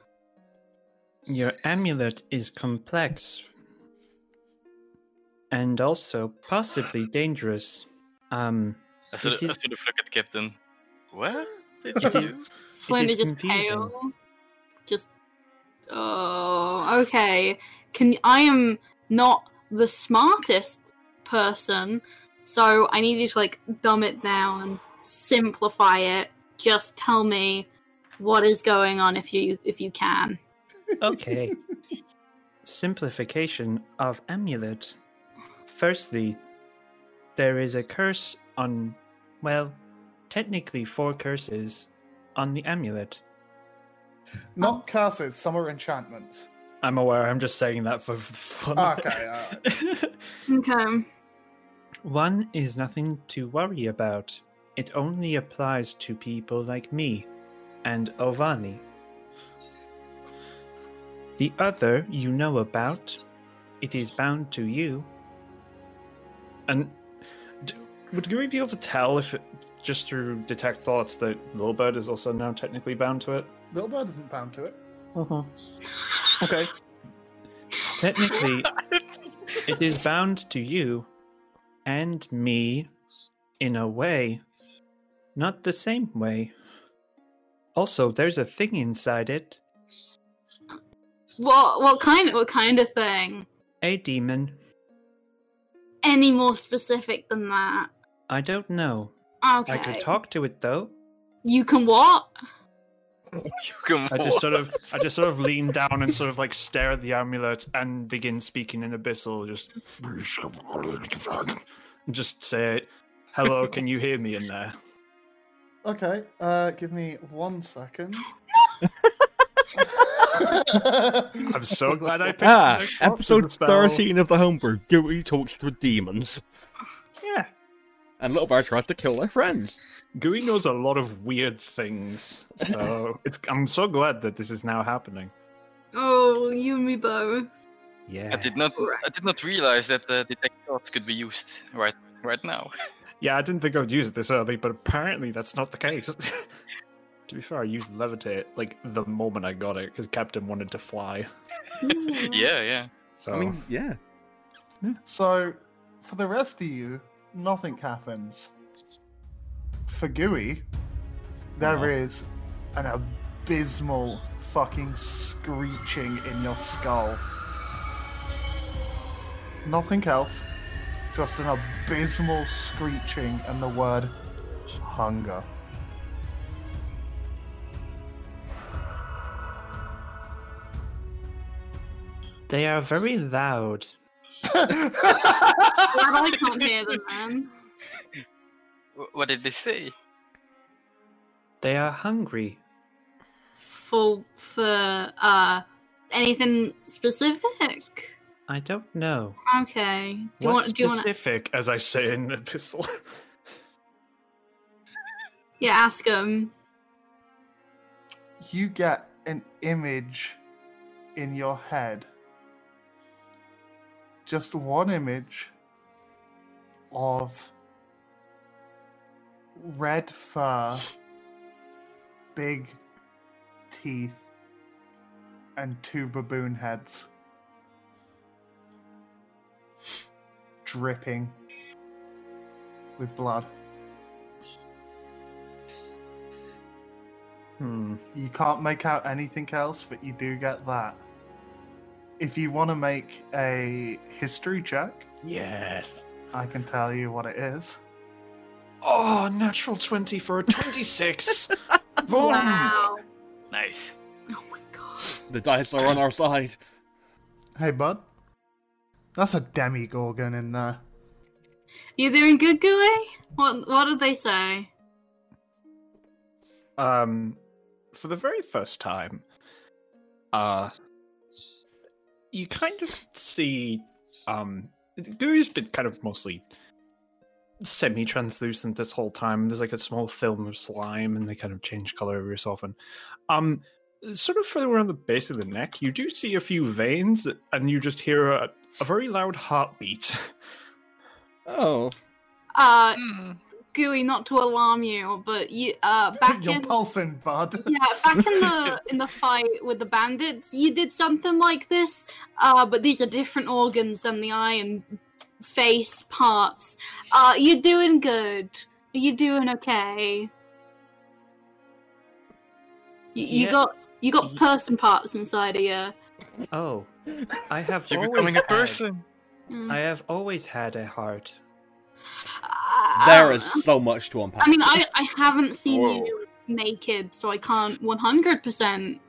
Your amulet is complex
And also possibly dangerous. Um
I should, I
is-
should have looked at Captain. What did you do?
Flynn
is
is just
confusing.
pale. Just oh, okay. Can I am not the smartest person, so I need you to like dumb it down, simplify it. Just tell me what is going on if you if you can.
Okay. Simplification of amulet. Firstly, there is a curse on, well, technically four curses on the amulet.
Not curses, summer enchantments.
I'm aware, I'm just saying that for fun.
Okay, alright.
Okay.
One is nothing to worry about. It only applies to people like me and Ovani. The other you know about. It is bound to you.
And d- would Guri be able to tell if it, just through detect thoughts that Little Bird is also now technically bound to it?
Little bird isn't bound to it.
Okay.
Technically, it is bound to you and me in a way, not the same way. Also, there's a thing inside it
What what kind what kind of thing?
a demon.
Any more specific than that?
I don't know.
Okay.
I could talk to it though.
You can what?
Come
I
on.
just sort of, I just sort of lean down and sort of like stare at the amulet and begin speaking in abyssal. Just, and just say, "Hello, can you hear me in there?"
Okay, uh, give me one second.
I'm so glad I picked.
Ah,
the Xbox as a
episode
spell.
13 of the homebrew. Gooey talks to demons.
Yeah,
And Little Bear tries to kill their friends.
Gooey knows a lot of weird things, so it's. I'm so glad that this is now happening.
Oh, you and me both.
I
Yeah.
did not. I did not realize that the detect thoughts could be used right right now.
Yeah, I didn't think I would use it this early, but apparently that's not the case. to be fair, I used levitate like the moment I got it because Captain wanted to fly.
Yeah, yeah.
So
I mean, yeah.
so, for the rest of you, nothing happens. For Gooey, there is an abysmal fucking screeching in your skull. Nothing else, just an abysmal screeching and the word hunger.
They are very loud.
Glad I can't hear them then.
Wh- What did they say?
They are hungry.
For for uh anything specific?
I don't know.
Okay. Do you
What
want do you want to
specific, as I say in Epistle?
Yeah, ask them.
you get an image in your head. Just one image of red fur, big teeth, and two baboon heads dripping with blood.
hmm.
You can't make out anything else, but you do get that. If you want to make a history check,
Yes.
I can tell you what it is.
Oh, natural twenty for a twenty-six.
Wow.
Nice.
Oh my god.
The dice are on our side.
Hey, bud. That's a demigorgon in there.
You doing good, Gooey? What what did they say?
um, for the very first time, uh, you kind of see, um, Guru's been kind of mostly semi-translucent this whole time. There's like a small film of slime, and they kind of change color every so often. Um, sort of further around the base of the neck, you do see a few veins, and you just hear a, a very loud heartbeat.
Oh.
Uh Gooey, not to alarm you, but you uh back
You're
in
pulsing, bud.
Yeah, back in the in the fight with the bandits, you did something like this, uh, but these are different organs than the eye and face parts. Uh, you're doing good. You're doing okay. You, you
Yeah.
got you got person parts inside of you.
Oh, I have
You're
always
becoming a
had-
person.
Mm.
I have always had a heart.
Uh,
There is so much to unpack.
I mean, I I haven't seen
Whoa.
you naked, so I can't 100%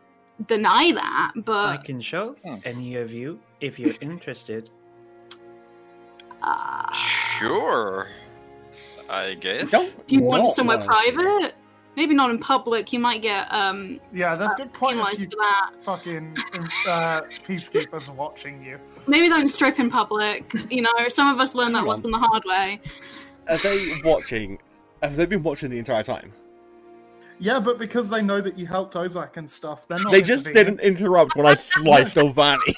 deny that.
I
But
can show any of you if you're interested.
uh,
Sure. I guess.
Don't
Do you want
not
somewhere
wanna see it.
private? Maybe not in public. You might get um
Yeah, that's good point. If
penalized
you
for that.
fucking uh, peacekeepers watching you.
Maybe don't strip in public. You know, some of us learn that
Hang
lesson
on.
the hard way.
Are they watching? Have they been watching the entire time?
Yeah, but because they know that you helped Ozak and stuff, they're not.
They just
intervening.
didn't interrupt when I sliced Ovani.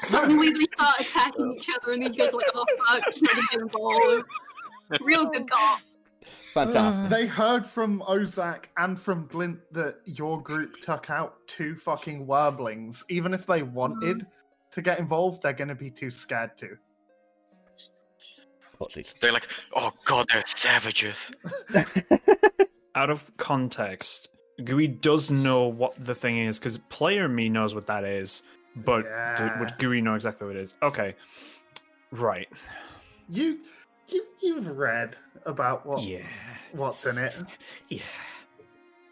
Suddenly they start attacking each other, and he goes like, "Oh fuck, just never get involved." Real good cop.
Mm.
Fantastic.
They heard from Ozak and from
Mm.
Glint that your group took out two fucking werblings. Even if they wanted, to get involved, they're going to be too scared to.
What's it?
They're like, oh god, they're savages.
out of context, Gui does know what the thing is because player me knows what that is, but d-
Yeah.
would Gui know exactly what it is? Okay, right.
You, you, you've read about what what's in it.
yeah.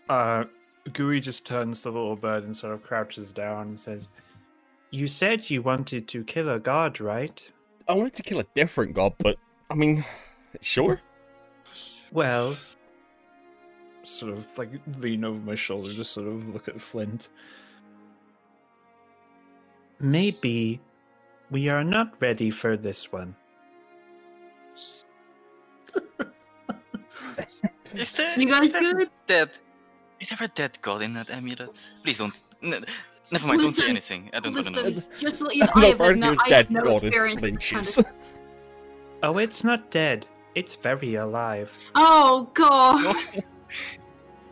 Uh, Gui just turns to the little bird and sort of crouches down and says,
You said you wanted to kill a god, right?
I wanted to kill a different god, but I mean, sure.
Well,
sort of like lean over my shoulder, just sort of look at Flint.
maybe we are not ready for this one.
Is there?
You guys
is there
good?
Dead. Is there a dead god in that amulet? Please don't. n- never mind. Don't say anything.
Listen,
I don't, I don't know.
Listen, just to let you know,
I'm
I
not
have like, no,
arguing with
I have
dead
no
god, it's
experience. with this kind of-
lynches.
Oh, it's not dead. It's very alive.
Oh god!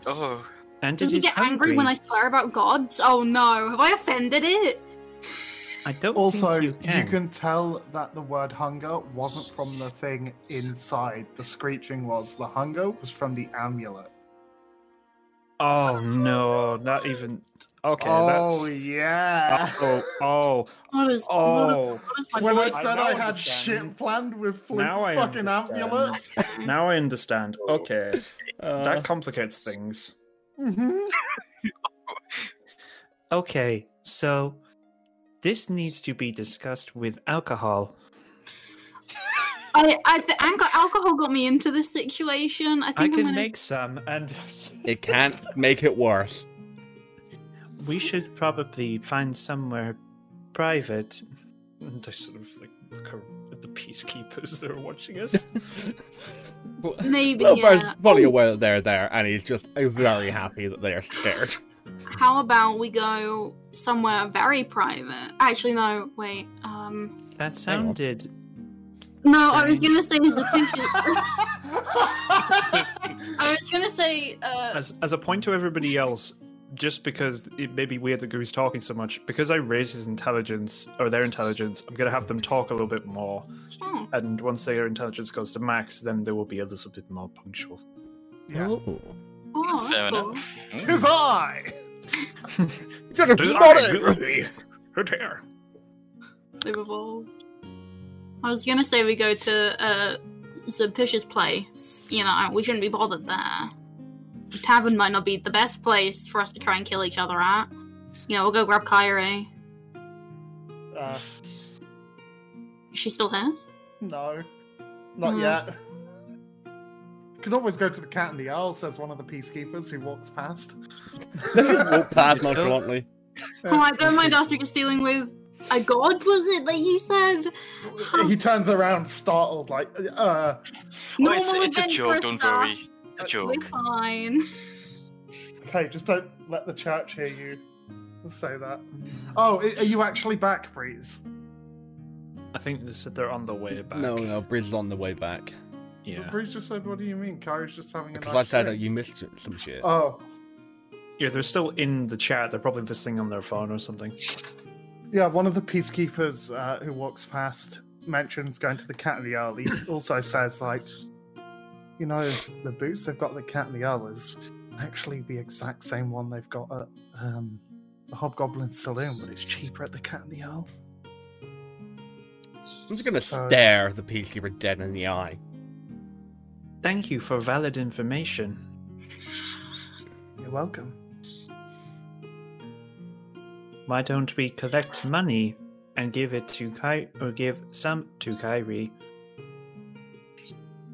Oh,
And
Does
it
he
is
get
hungry.
angry when I swear about gods? Oh no! Have I offended it?
I don't
Also,
think
you can.
can.
tell that the word hunger wasn't from the thing inside. The screeching was. The hunger was from the amulet.
Oh no, not even. Okay,
oh,
that's.
yeah.
Oh, oh,
What is? What
oh.
is my
when I
voice?
said
now
I, had
understand.
shit planned with Flint's
I
fucking
understand.
amulet.
Now I understand. Okay,
Uh,
that complicates things.
Mhm.
Okay, so this needs to be discussed with alcohol.
I, I th- alco- alcohol got me into this situation. I think
I
am
can
gonna...
make some, and
it can't make it worse.
we should probably find somewhere private.
And I sort of like look ar- at the peacekeepers that are watching us.
Maybe, uh,
Little bird's
yeah.
fully
Oh.
aware that they're there, and he's just very happy that they are scared.
How about we go somewhere very private? Actually, no. Wait. Um.
That
Hang on.
sounded.
No, I was gonna say his attention. I was gonna say. Uh,
as as a point to everybody else, just because it may be weird that Guru's talking so much, because I raise his intelligence or their intelligence, I'm gonna have them talk a little bit more.
oh,
And once their intelligence goes to max, then they will be a little bit more punctual.
Yeah.
Oh.
oh,
fair
that's
enough.
cool.
Tis I.
Good hair.
They've evolved. I was gonna say we go to uh, Subtish's place. You know, we shouldn't be bothered there. The tavern might not be the best place for us to try and kill each other at. You know, we'll go grab Kyrie.
Uh,
Is she still here?
no, not
Hmm.
yet. Can always go to the cat in the owl, says one of the peacekeepers who walks past.
This is walk past nonchalantly.
Uh,
Oh, I don't mind asking us dealing with a god, was it that you said?
He turns around, startled, like, uh,
Oh, it's,
Normal
it's a
event
joke.
for Uh,
Don't
staff.
worry. It's a joke.
We're fine.
okay, just don't let the church hear you say that. Oh, i- are you actually back, Breeze?
I think they said they're on the way back.
No, no, Briz is on the way back.
Yeah.
Breeze just said, What do you mean? Kyrie's just having a
Because
nice
I said that
drink."
you missed some shit.
Oh,
Yeah, they're still in the chat. They're probably listening on their phone or something.
yeah, one of the peacekeepers uh, who walks past mentions going to the cat in the owl. He also says, like, you know, the boots they've got at the cat in the owl is actually the exact same one they've got at um, the Hobgoblin Saloon, but it's cheaper at the cat in the owl.
I'm just gonna
Sorry.
stare the peacekeeper dead in the eye.
Thank you for valid information.
You're welcome.
Why don't we collect money and give it to Kai or give some to Kyrie?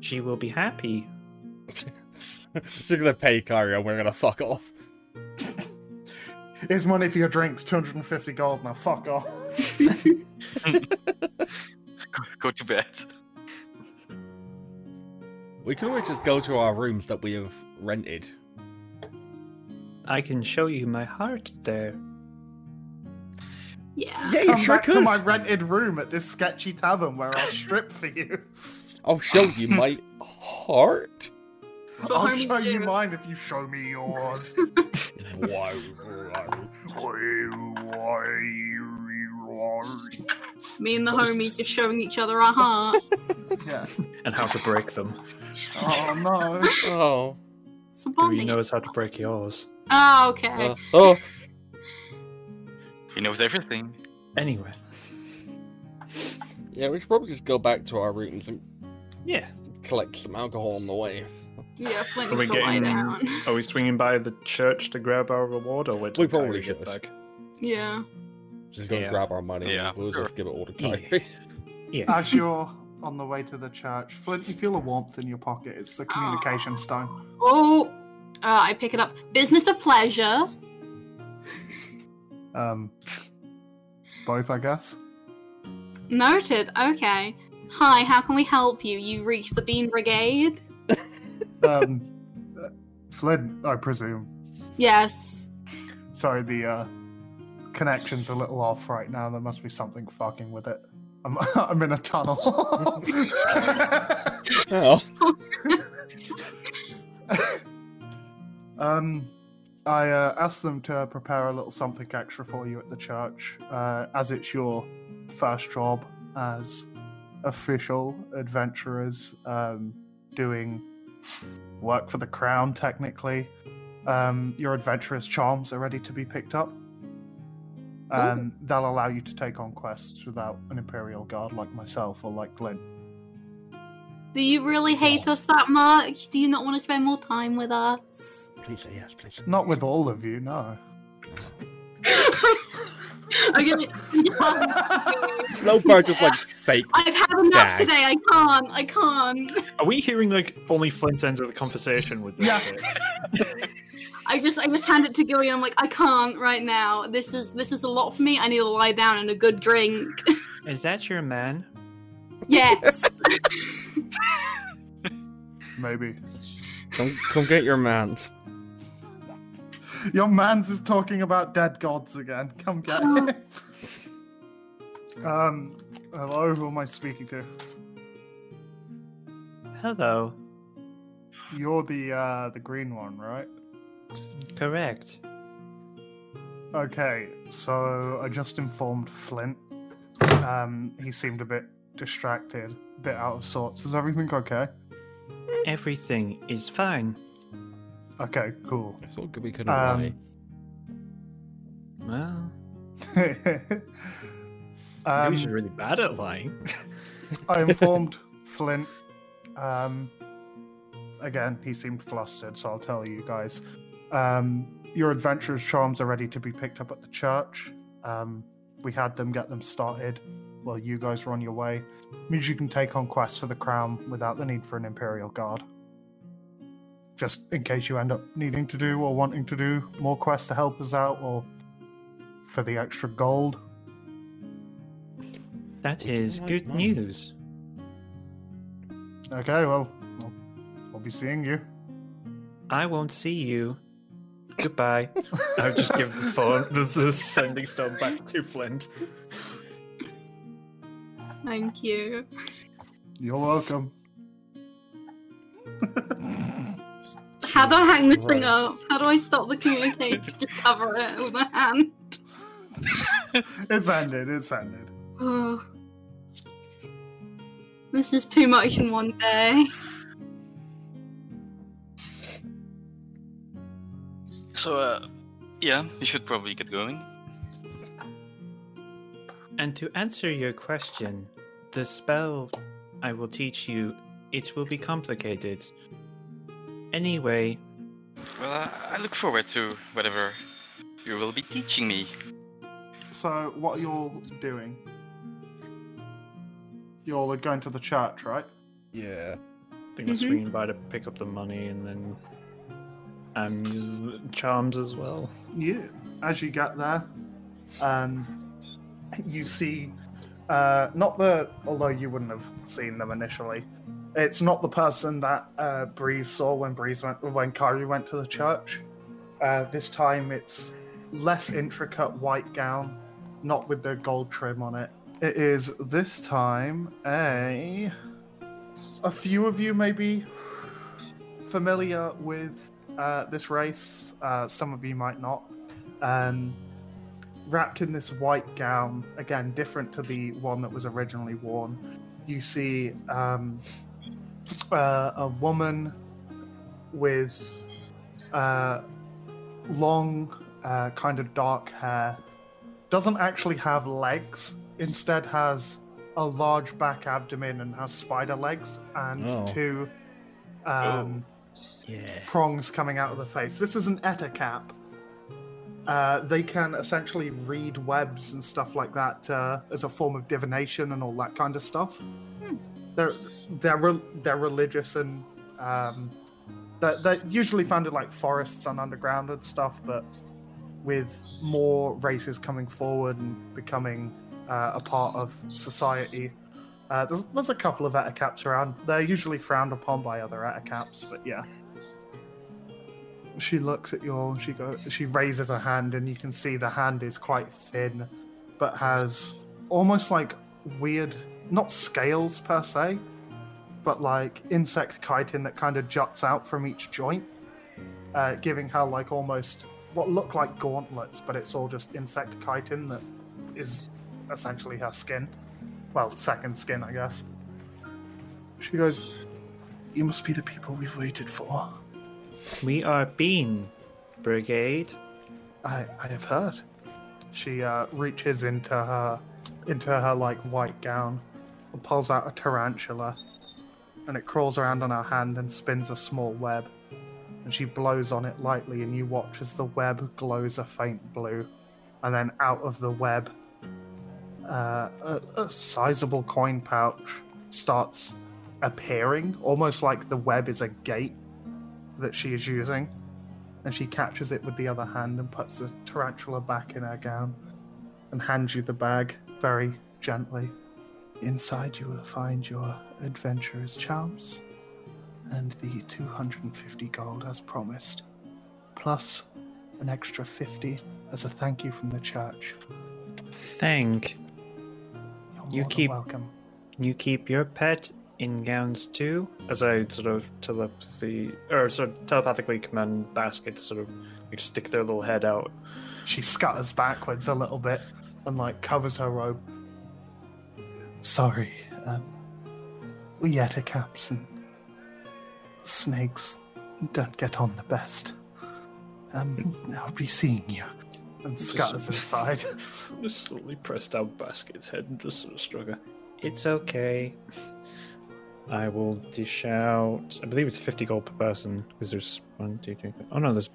She will be happy.
She's gonna pay Kyrie and we're gonna fuck off.
Here's money for your drinks, 250 gold. Now fuck off.
Go, go to bed.
We can always just go to our rooms that we have rented.
I can show you my heart there.
Yeah.
Yeah, you
Come
sure
back to
could.
my rented room at this sketchy tavern where I'll strip for you.
I'll show you my heart.
So
I'll
home
show you
do.
mine if you show me yours.
Oh. Why- why-
Why- why-
Me and the homies just showing each other our hearts.
Yeah.
and how to break them.
Oh no.
Oh.
It's a
Who
bonding.
knows how to break yours?
Ah, okay.
Uh, oh.
He knows everything.
Anyway,
Yeah, we should probably just go back to our room and
yeah.
collect some alcohol on the way.
yeah, Flint
Are we
needs to lie
getting-
down.
Are we swinging by the church to grab our reward, or wait
We
till Kyrie
probably
get
should.
back?
Yeah.
Just go
Yeah.
and grab our money.
Yeah,
We'll
sure.
just give it all to
Yeah.
Kyrie.
Yeah.
As you're on the way to the church, Flint, you feel a warmth in your pocket. It's the communication stone.
Oh, uh, I pick it up. Business or pleasure?
Um, both, I guess.
Noted. Okay. Hi, how can we help you? You've reached the Bean Brigade?
Um, uh, Flint, I presume.
Yes.
Sorry, the uh, connection's a little off right now. There must be something fucking with it. I'm, I'm in a tunnel.
Oh.
Um, I uh, asked them to prepare a little something extra for you at the church, uh, as it's your first job as official adventurers, um, doing work for the crown. Technically, um, your adventurers' charms are ready to be picked up. Um, they'll allow you to take on quests without an imperial guard like myself or like Glenn.
Do you really hate
Oh.
us that much? Do you not want to spend more time with us?
Please say yes, please.
Not with all of you, no.
I'm gonna-
Lowbar just like fake.
I've had enough
Gag.
today. I can't. I can't.
Are we hearing like only Flint ends of the conversation with this?
Yeah.
shit?
I just, I just hand it to Gillian. I'm like, I can't right now. This is, this is a lot for me. I need to lie down and a good drink.
Is that your man?
yes.
Maybe.
Come, come get your man.
Your man's is talking about dead gods again. Come get it. um, hello, who am I speaking to?
Hello.
You're the uh, the green one, right?
Correct.
Okay, so I just informed Flint. Um, he seemed a bit distracted, a bit out of sorts. Is everything okay?
Everything is fine.
Okay, cool.
It's all good we couldn't
Um,
lie.
Well,
Maybe she's
um,
really bad at lying.
I informed Flint. Um, again, he seemed flustered, so I'll tell you guys. Um, your adventurer's charms are ready to be picked up at the church. Um, we had them get them started while you guys were on your way. means you can take on quests for the crown without the need for an imperial guard. Just in case you end up needing to do or wanting to do more quests to help us out or for the extra gold.
that
We do
is
like
good
money.
news.
Okay, well, I'll, I'll be seeing you.
I won't see you. Goodbye.
I would just give the phone this is sending stone back to Flint.
Thank you.
You're welcome.
How do I hang this thing
Christ.
up? How do I stop the communication? Just cover it with a hand.
It's ended. It's ended.
Oh. This is too much in one day.
So, uh, yeah, you should probably get going.
And to answer your question, the spell I will teach you, it will be complicated. Anyway,
Well, I, I look forward to whatever you will be teaching me.
So, what are you all doing? You all are going to the church, right?
Yeah.
I think we're
Mhm.
swinging by to pick up the money and then um, charms as well.
Yeah. As you get there, um, you see, uh, not the, although you wouldn't have seen them initially, it's not the person that uh, Breeze saw when Breeze went, when Kari went to the church. Uh, this time it's less intricate white gown, not with the gold trim on it. It is this time a. A few of you may be familiar with uh, this race. Uh, some of you might not. Um, wrapped in this white gown, again different to the one that was originally worn. You see um, uh, a woman with uh, long, uh, kind of dark hair. Doesn't actually have legs. Instead, has a large back abdomen and has spider legs and
Oh.
two um,
Yeah.
prongs coming out of the face. This is an Eta cap. Uh, they can essentially read webs and stuff like that uh, as a form of divination and all that kind of stuff. They're they're re- they're religious and um, they're, they're usually found in like forests and underground and stuff, but with more races coming forward and becoming uh, a part of society. Uh, there's, there's a couple of Eta caps around. They're usually frowned upon by other Eta caps, but yeah she looks at you all and she go she raises her hand and you can see the hand is quite thin but has almost like weird not scales per se but like insect chitin that kind of juts out from each joint uh, giving her like almost what look like gauntlets but it's all just insect chitin that is essentially her skin well second skin i guess she goes you must be the people we've waited for
We are Bean Brigade.
I, I have heard. She uh, reaches into her into her like white gown and pulls out a tarantula and it crawls around on her hand and spins a small web. And she blows on it lightly and you watch as the web glows a faint blue. And then out of the web uh, a, a sizable coin pouch starts appearing, almost like the web is a gate that she is using and she catches it with the other hand and puts the tarantula back in her gown and hands you the bag very gently. Inside, you will find your adventurer's charms and the 250 gold as promised, plus an extra 50 as a thank you from the church.
Thank.
You're more
You
than
keep-
welcome.
You keep your pet in gowns too? As I sort of telepathy or sort of telepathically command Basket to sort of like, stick their little head out.
She scutters backwards a little bit and like covers her robe. Sorry, um, we yetta caps and snakes don't get on the best. Um, I'll be seeing you. And scutters inside.
Just slowly press down Basket's head and just sort of struggle.
It's okay. I will dish out. I believe it's 50 gold per person because there's one, two, three. four- Oh no, there's.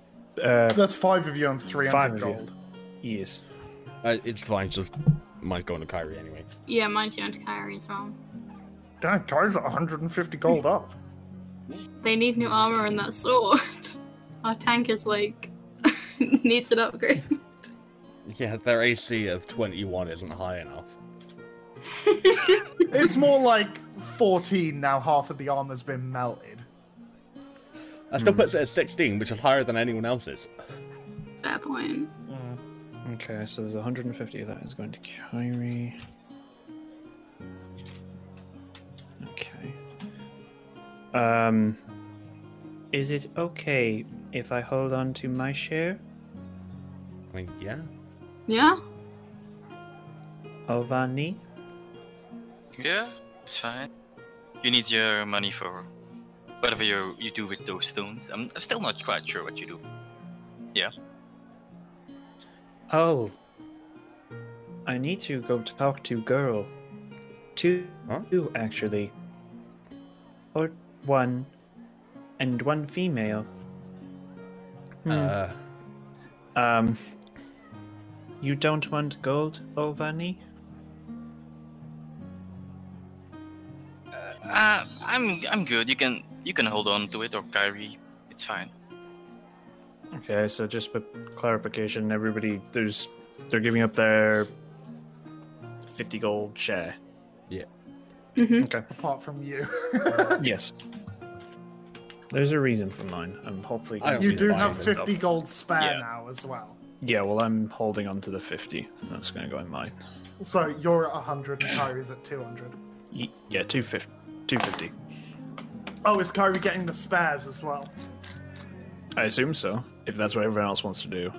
Uh,
That's five of you on 300
Five of you.
gold.
yes.
Uh, it's fine. Just mine's going to Kyrie anyway.
Yeah, mine's going to Kyrie as well.
Damn, guys, 150 gold up.
They need new armor and that sword. Our tank is like needs an upgrade.
Yeah, their AC of 21 isn't high enough.
It's more like 14 now, half of the armor's been melted.
That still puts it at 16, which is higher than anyone else's.
Fair point.
Okay, so there's 150 of that is going to Kyrie. Okay. Um, is it okay if I hold on to my share
I mean, yeah.
Yeah.
of Ani?
Yeah, it's fine. You need your money for whatever you you do with those stones. I'm, I'm still not quite sure what you do.
Oh, I need to go talk to girl. Two,
Huh?
two actually, or one, and one female. Hmm.
Uh,
Um, you don't want gold, Ovani?
Uh, I'm I'm good. You can you can hold on to it or Kyrie. It's fine.
Okay, so just for clarification, everybody, there's they're giving up their fifty gold share.
hmm
Okay.
Apart from you.
yes. There's a reason for mine. I'm hopefully.
I
you
He's
do
buying
have
them
50 gold spare
Yeah.
now as well.
Yeah, well, I'm holding on to the fifty. That's gonna go in mine.
So you're at 100 and Kyrie's at 200.
Y- yeah, 250. 250.
Oh, is Kyrie getting the spares as well?
I assume so, if that's what everyone else wants to do.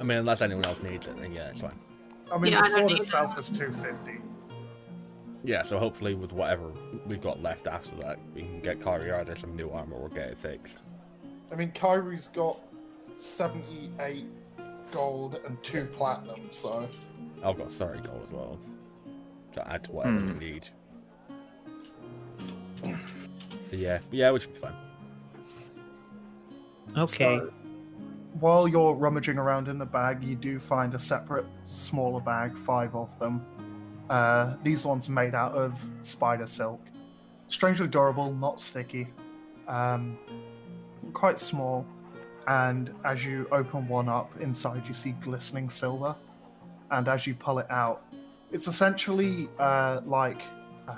I mean, unless anyone else needs it, then yeah, it's fine.
I mean,
Yeah, I
the
don't
sword itself
either.
is 250.
Yeah, so hopefully with whatever we've got left after that, we can get Kyrie either some new armor or get it fixed.
I mean, Kyrie's got 78 gold and two platinum, so.
I've got 30 gold as well to add to whatever
Hmm.
we need. So yeah, yeah, which should be fine.
Okay.
So, while you're rummaging around in the bag, you do find a separate, smaller bag, five of them. Uh, these ones made out of spider silk. Strangely durable, not sticky, um, quite small. And as you open one up, inside you see glistening silver. And as you pull it out, it's essentially uh, like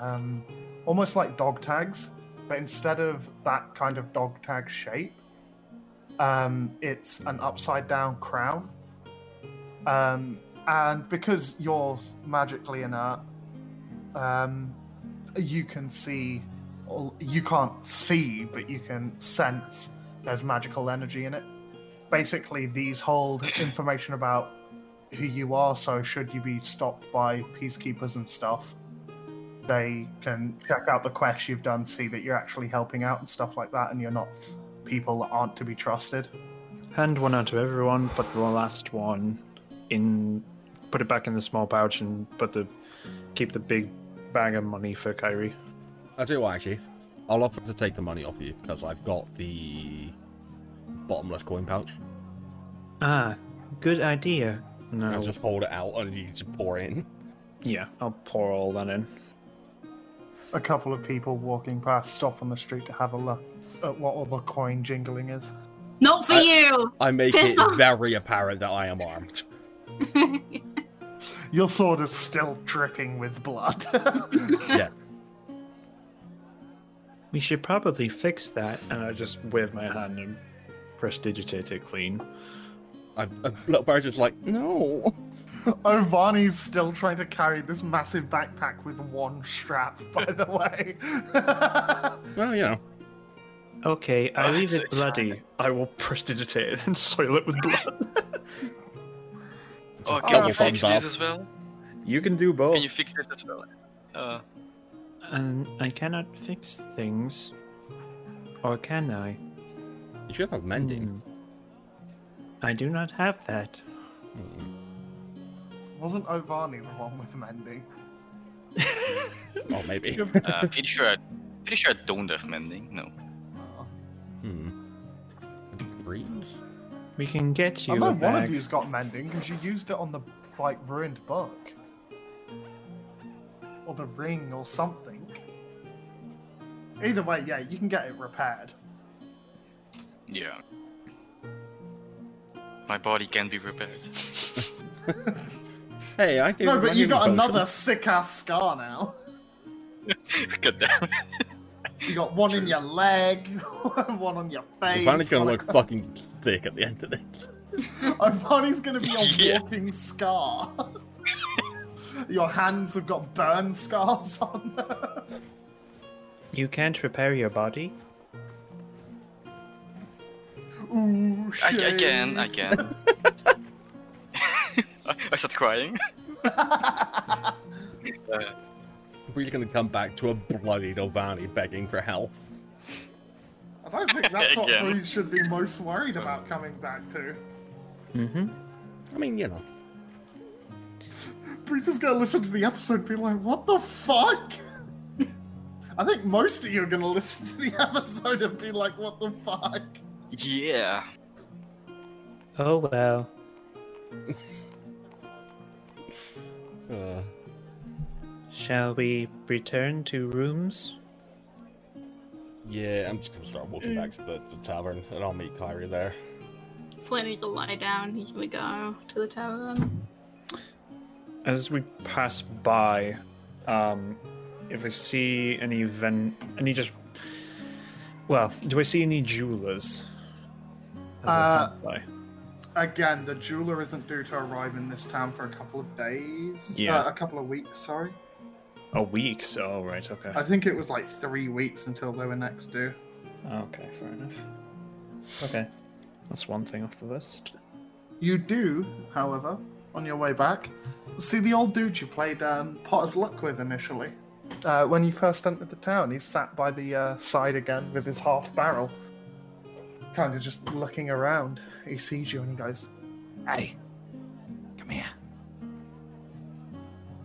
um, almost like dog tags, but instead of that kind of dog tag shape, um, it's an upside down crown. Um, and because you're magically inert, um, you can see, or you can't see, but you can sense there's magical energy in it. Basically, these hold information about who you are, so should you be stopped by peacekeepers and stuff, they can check out the quests you've done, see that you're actually helping out and stuff like that, and you're not people that aren't to be trusted.
Hand one out to everyone, but the last one in. Put it back in the small pouch and put the. Keep the big bag of money for Kyrie.
I'll tell you what, actually. I'll offer to take the money off you because I've got the bottomless coin pouch.
Ah, good idea. No.
Oh.
I'll just hold it out and you just pour in.
Yeah, I'll pour all that in.
A couple of people walking past stop on the street to have a look at what all the coin jingling is.
Not for
I-
you!
I make
Piss
it
off.
very apparent that I am armed.
Your sword is still dripping with blood.
yeah.
We should probably fix that. And I just wave my hand and prestidigitate it clean.
I, I, little Barry's just like, no.
Ovani's Oh, still trying to carry this massive backpack with one strap, by the way.
Well, you know.
Okay, I
Ah,
Oh,
leave
that's
it
so exciting.
bloody. I will prestidigitate it and soil it with blood.
it's
Oh,
a
can
double
you fix
thumbs up.
this as well?
you can do both.
Can you fix this as well? Uh,
And I cannot fix things. Or can I?
You should have mending.
Hmm. I do not have that.
Wasn't Ovani the one with mending? Hmm.
Oh, maybe.
uh, pretty sure. I, pretty sure I don't have mending. No.
hmm. Breeze?
We can get you
I
a
know one
bag.
of you's got mending because you used it on the like ruined book, or the ring, or something. Either way, yeah, you can get it repaired.
Yeah. My body can be repaired.
Hey, I gave
no,
him my
but you
healing
got
potion.
another sick ass scar now.
God damn.
You got one in your leg, one on your face.
Vanna's gonna
one
look fucking thick at the end of this.
Ivani's gonna be a
Yeah.
walking scar. your hands have got burn scars on them.
You can't repair your body.
Ooh,
I,
shit.
I can. I can. I start crying. Uh,
Bree's gonna come back to a bloody Ovani begging for help.
I don't think that's what
Again.
Breeze should be most worried about coming back to.
Mm-hmm.
I mean, you know.
Breeze is gonna listen to the episode and be like, what the fuck? I think most of you are gonna listen to the episode and be like, what the fuck?
yeah.
Oh well.
Uh,
Shall we return to rooms?
yeah, I'm just gonna start walking
Mm.
back to the, the tavern and I'll meet Kyrie there.
Flynn needs to lie down. He's gonna go to the tavern.
As we pass by, um, if I see any ven, any just, well, do I see any jewelers? as I
Uh,
pass by?
Again, the jeweler isn't due to arrive in this town for a couple of days.
Yeah.
Uh, a couple of weeks, sorry.
A week. So, oh, right. Okay.
I think it was like three weeks until they were next due.
Okay. Fair enough. Okay. That's one thing off the list.
You do, however, on your way back, see the old dude you played um, Potter's Luck with initially. Uh, when you first entered the town, he's sat by the uh, side again with his half barrel, kind of just looking around. He sees you and he goes, Hey,
Come here.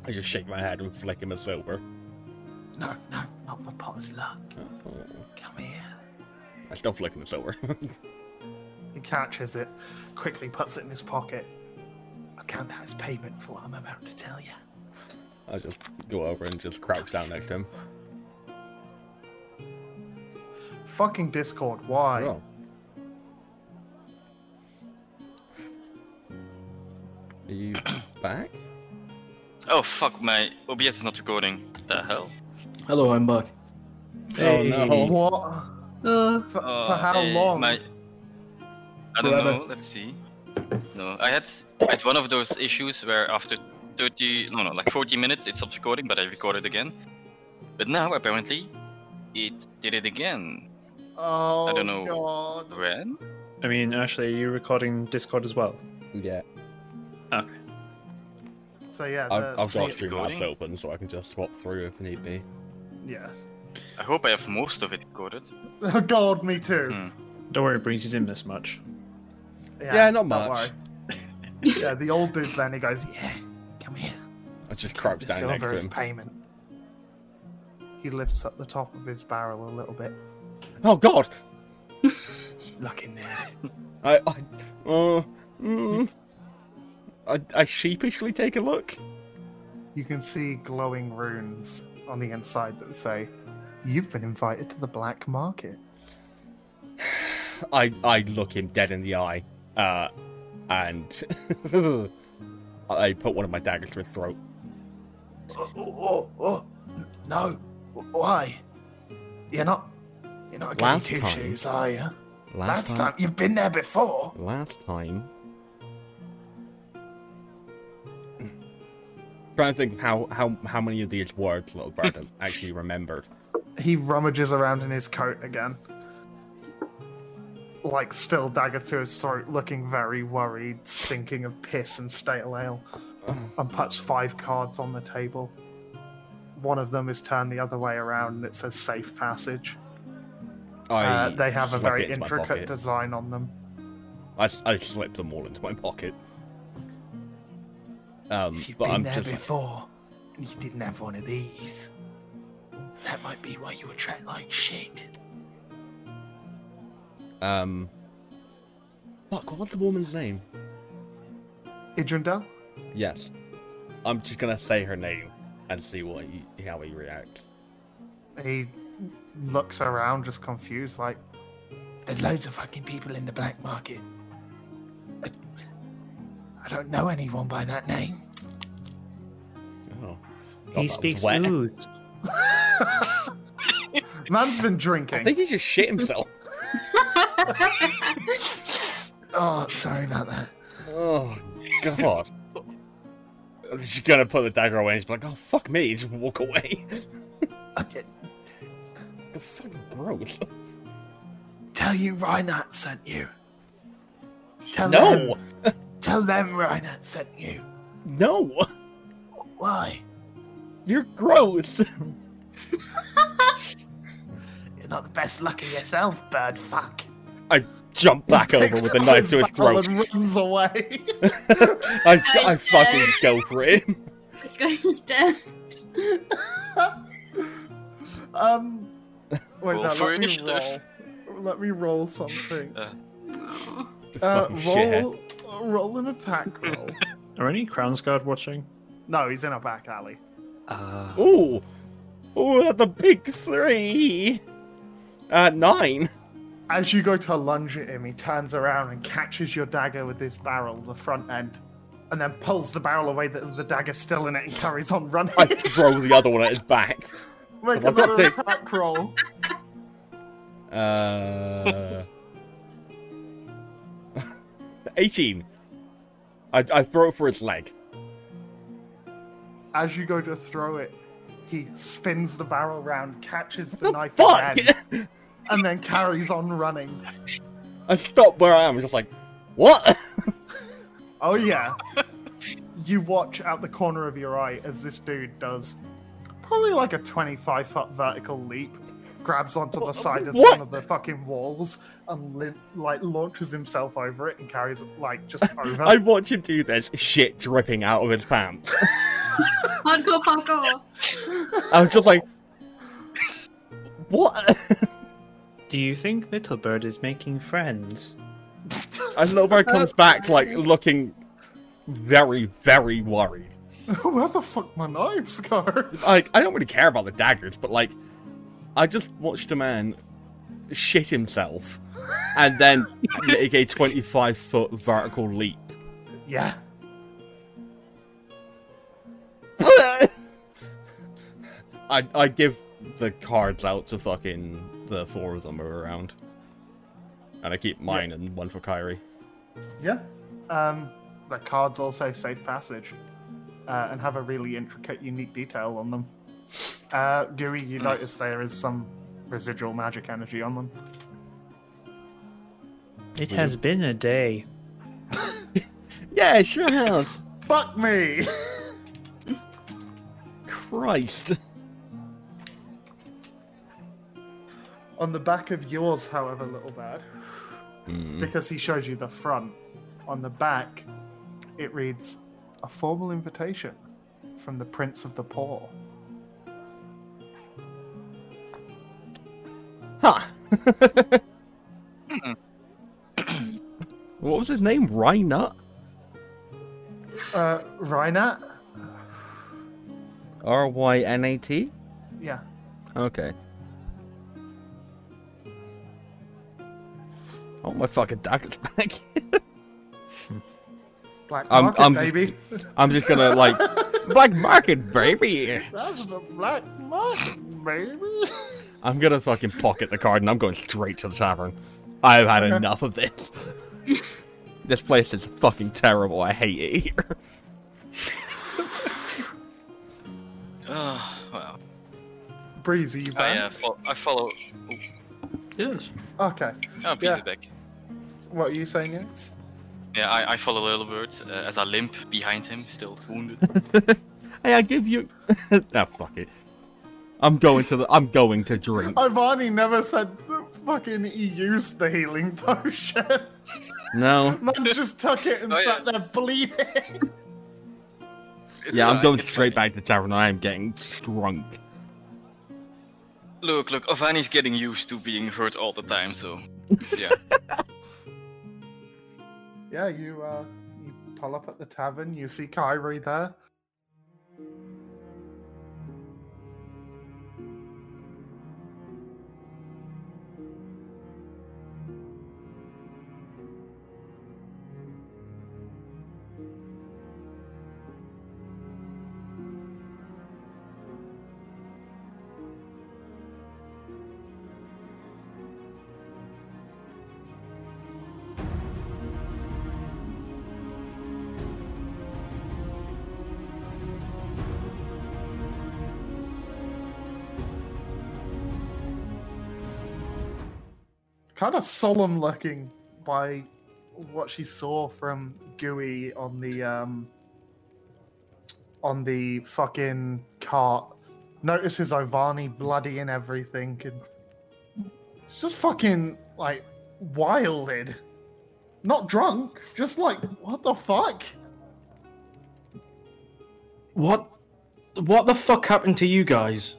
I just shake my head and flick him a silver.
no, no, not for Potter's Luck. Come here.
I still flick him a silver.
He catches it, quickly puts it in his pocket. I count that as payment for what I'm about to tell you.
I just go over and just crouch down next to him.
Fucking Discord, why?
Oh. Are you back?
Oh fuck, my OBS is not recording. The hell?
Hello, I'm back.
Oh no.
What?
Uh,
For,
Oh,
for how
eh,
long?
My... I don't
Forever.
know. Let's see. No, I had I had one of those issues where after 30, no, no, like 40 minutes, it stopped recording, but I recorded again. But now apparently, it did it again.
Oh,
I don't know.
God.
When?
I mean, Ashley, are you recording Discord as well?
Yeah,
So yeah, the,
I've, I've got
the
Streamlabs
recording?
open, so I can just swap through if need be.
yeah.
I hope I have most of it recorded.
Oh God, me too.
Hmm.
Don't worry, Breeze, you didn't miss much.
Yeah, not
don't
much.
worry. yeah, the old dude's there and he goes, "Yeah, come here.
I just crouch
The
down next
silver
to
is
him.
payment." He lifts up the top of his barrel a little bit.
Oh God!
Look in there.
I, I, uh, mm, I, I sheepishly take a look.
You can see glowing runes on the inside that say, "You've been invited to the black market."
I, I look him dead in the eye, uh, and I put one of my daggers to his throat.
Oh, oh, oh, oh, no. Why? You're not. You're not getting
Last
two
time-
shoes, are you? Last time you've been there before.
Last time. Trying to think of how, how how many of these words Little Bird has actually remembered.
He rummages around in his coat again. Like, still dagger through his throat, looking very worried, stinking of piss and stale ale, and puts five cards on the table. One of them is turned the other way around and it says safe passage.
I
Uh, they have a
slip
very
it into my
intricate
pocket.
design on them.
I, s- I slip them all into my pocket. Um,
If you've
but
been
I'm
there
just like,
before and you didn't have one of these, that might be why you were treated like shit.
um, fuck. What's the woman's name?
Idrindel?
Yes, I'm just gonna say her name and see what he, how he reacts.
He looks around, just confused, like, There's loads of fucking people in the black market. I, I don't know anyone by that name.
Oh, God, that
he
was
speaks
wet.
ooze.
Man's been
I
drinking.
think he just shit himself.
Oh, sorry about that.
Oh god. I'm just gonna put the dagger away and just be like, oh fuck me, and just walk away.
I did
Fucking gross.
tell you Reinhardt sent you. Tell
No!
Them, tell them Reinhardt sent you.
No!
Why?
You're gross!
You're not the best looking yourself, bird fuck.
I jump back over with a knife to his throat.
And runs away.
I, I fucking go for it.
this guy is dead.
um, wait,
Roll
no,
for
let me roll.
initiative.
Let me roll something.
Uh,
Oh.
Uh,
fucking shithead.
roll, uh, roll an attack roll.
Are any Crown's Guard watching?
no, he's in a back alley.
Ah.
Ooh! Ooh, that's a big three! Uh, nine.
As you go to lunge at him, he turns around and catches your dagger with his barrel, the front end, and then pulls the barrel away. The, the dagger's still in it and carries on running.
I throw the other one at his back.
Make
I've got
another
to.
attack roll.
Uh. 18. I, I throw it for its leg.
As you go to throw it, he spins the barrel round, catches the,
The
knife
fuck?
again, and then carries on running.
I stop where I am, just like, what?
Oh yeah. you watch out the corner of your eye as this dude does probably like a 25 foot vertical leap, grabs onto the side of one of the fucking walls and lim- like launches himself over it and carries it like just over.
I watch him do this, shit dripping out of his pants.
Hardcore parkour.
I was just like, what?
Do you think Littlebird is making friends?
And little bird comes back like looking very, very worried.
Where the fuck my knives go?
Like I don't really care about the daggers, but like I just watched a man shit himself and then make a twenty-five foot vertical leap.
yeah.
I I give the cards out to fucking the four of them who are around, and I keep mine and one for Kyrie.
Yeah. Um, the cards also safe passage uh, and have a really intricate, unique detail on them. Uh, Guri,
Hmm.
you notice there is some residual magic energy on them.
It has been a day.
Yeah, sure has.
Fuck me!
Christ.
on the back of yours, however, little bird,
Hmm.
because he showed you the front, on the back, it reads a formal invitation from the Prince of the Poor.
Huh. what was his name? Rhinut?
Uh, Reinat?
R Y N A T?
Yeah.
Okay. I want Oh, my fucking daggers back.
Black
I'm-
market,
I'm just-
baby.
I'm just gonna, like, black market, baby!
That's the black market, baby.
I'm gonna fucking pocket the card and I'm going straight to the tavern. I've had enough of this. this place is fucking terrible. I hate it here.
Oh, well.
Breezy, you
I,
back?
uh, fo- I follow.
Yes.
Okay.
Oh, Peter's
Yeah.
back.
What are you saying, Yates?
Yeah, I, I follow Lillibird uh, as I limp behind him, still wounded.
Hey, I give you. ah, fuck it. I'm going to the. I'm going to drink.
Ivani never said that fucking he used the healing potion.
No.
Man just took it and
Oh,
sat there bleeding.
It's
Yeah, I'm
fine,
going
it's
straight
fine.
back to the tavern. I am getting drunk.
Look, look, Ovani's getting used to being hurt all the time, so. Yeah.
yeah, you uh, you pull up at the tavern. You see Kyrie there. kind of solemn looking by what she saw from Gooey on the um on the fucking cart. Notices Ovani bloody and everything and she's just fucking like wilded. Not drunk, just like what the fuck?
What? What the fuck happened to you guys?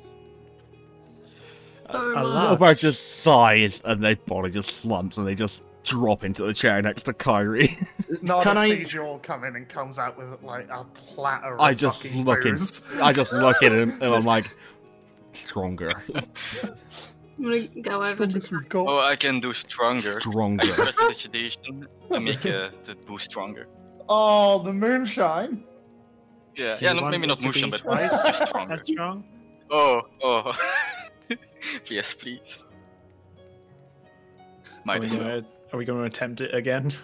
So
a
uh,
lot.
Omar just sighs and their body just slumps and they just drop into the chair next to Kyrie.
Nada
Can I-
sees you all come in and comes out with like a platter of
I just
fucking
look in.
booze.
I just look at him and I'm like, stronger,
I'm gonna go over to.
Strongest we've got.
Oh, I can do stronger. I
stronger.
press the digitation to make uh, the boost stronger.
Oh, the moonshine.
Yeah,
Do
yeah,
you
no,
want
maybe
it
not
to be
motion, but
twice
just stronger.
As strong?
Oh, oh. yes, please.
Are
Might
we,
as well.
gonna, are we gonna attempt it again?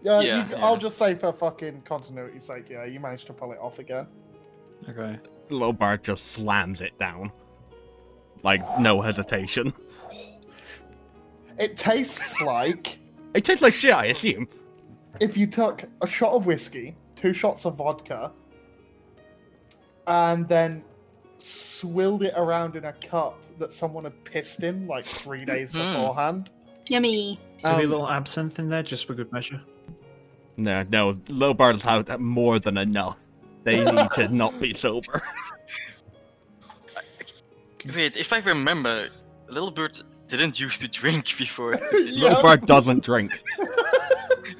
Yeah,
Yeah,
Uh, you, I'll
yeah.
just say for fucking continuity's sake, yeah, you managed to pull it off again.
Okay.
Little Bart just slams it down. Like, no hesitation.
It tastes like
It tastes like shit, I assume.
if you took a shot of whiskey, two shots of vodka, and then swilled it around in a cup that someone had pissed in like three days
Hmm.
beforehand.
Yummy.
Maybe a
Um,
little absinthe in there just for good measure.
No, no, low bar's out more than enough. They need to not be sober.
Wait, if I remember, Little Bird didn't used to drink before.
Low bar doesn't drink.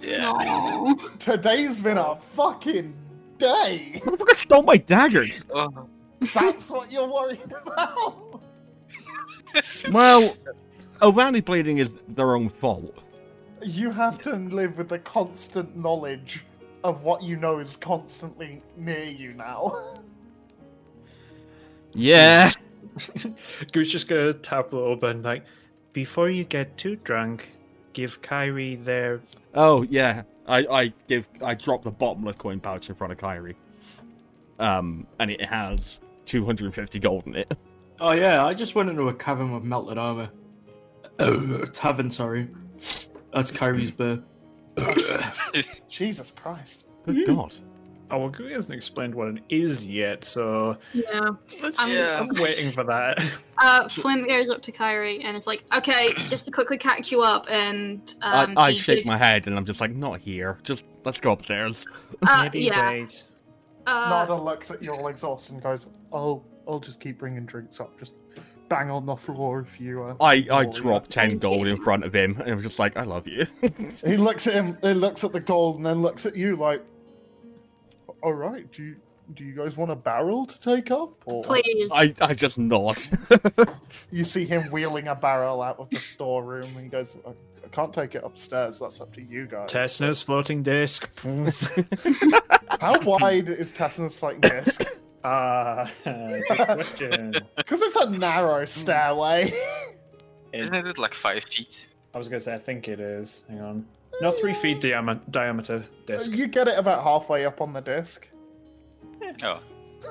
yeah.
Aww.
Today's been a fucking day.
Motherfucker stole my daggers.
Oh,
That's what you're worried about.
Well, Ovani bleeding is their own fault.
You have to live with the constant knowledge of what you know is constantly near you now.
Yeah.
Goose just gonna tap little bit and like, before you get too drunk, give Kyrie their
Oh yeah. I, I give I drop the bottomless coin pouch in front of Kyrie. Um, and it has 250 gold in it.
Oh yeah, I just went into a cavern with melted armor. Tavern, sorry. That's Kyrie's beer.
Jesus Christ.
Good
Hmm.
God.
Oh, well, Google hasn't explained what it is yet, so
Yeah.
let's,
I'm-
Yeah.
um,
I'm waiting for that.
Uh, Flint goes up to Kyrie and is like, "Okay, just to quickly catch you up." And um,
I, I
he
shake
gives-
my head and I'm just like, not here. Just let's go upstairs.
Uh,
Maybe
yeah.
wait.
Uh,
Nada looks at you all exhausted and goes, "Oh, I'll just keep bringing drinks up. Just bang on the floor if you." Uh,
I, I
Oh, yeah.
drop 10 gold in front of him and I'm just like, I love you.
He looks at him. He looks at the gold and then looks at you like, "All right, do you do you guys want a barrel to take up?" Or
please.
I, I just nod.
you see him wheeling a barrel out of the storeroom and he goes, I, "I can't take it upstairs. That's up to you guys."
Tesno's floating disc.
How wide is Tessina's flight disc?
Ah, good question.
Because it's a narrow stairway.
It-
isn't it like five feet?
I was gonna say, I think it is. Hang on. No, three feet diam- diameter disc.
you get it about halfway up on the disc.
Oh,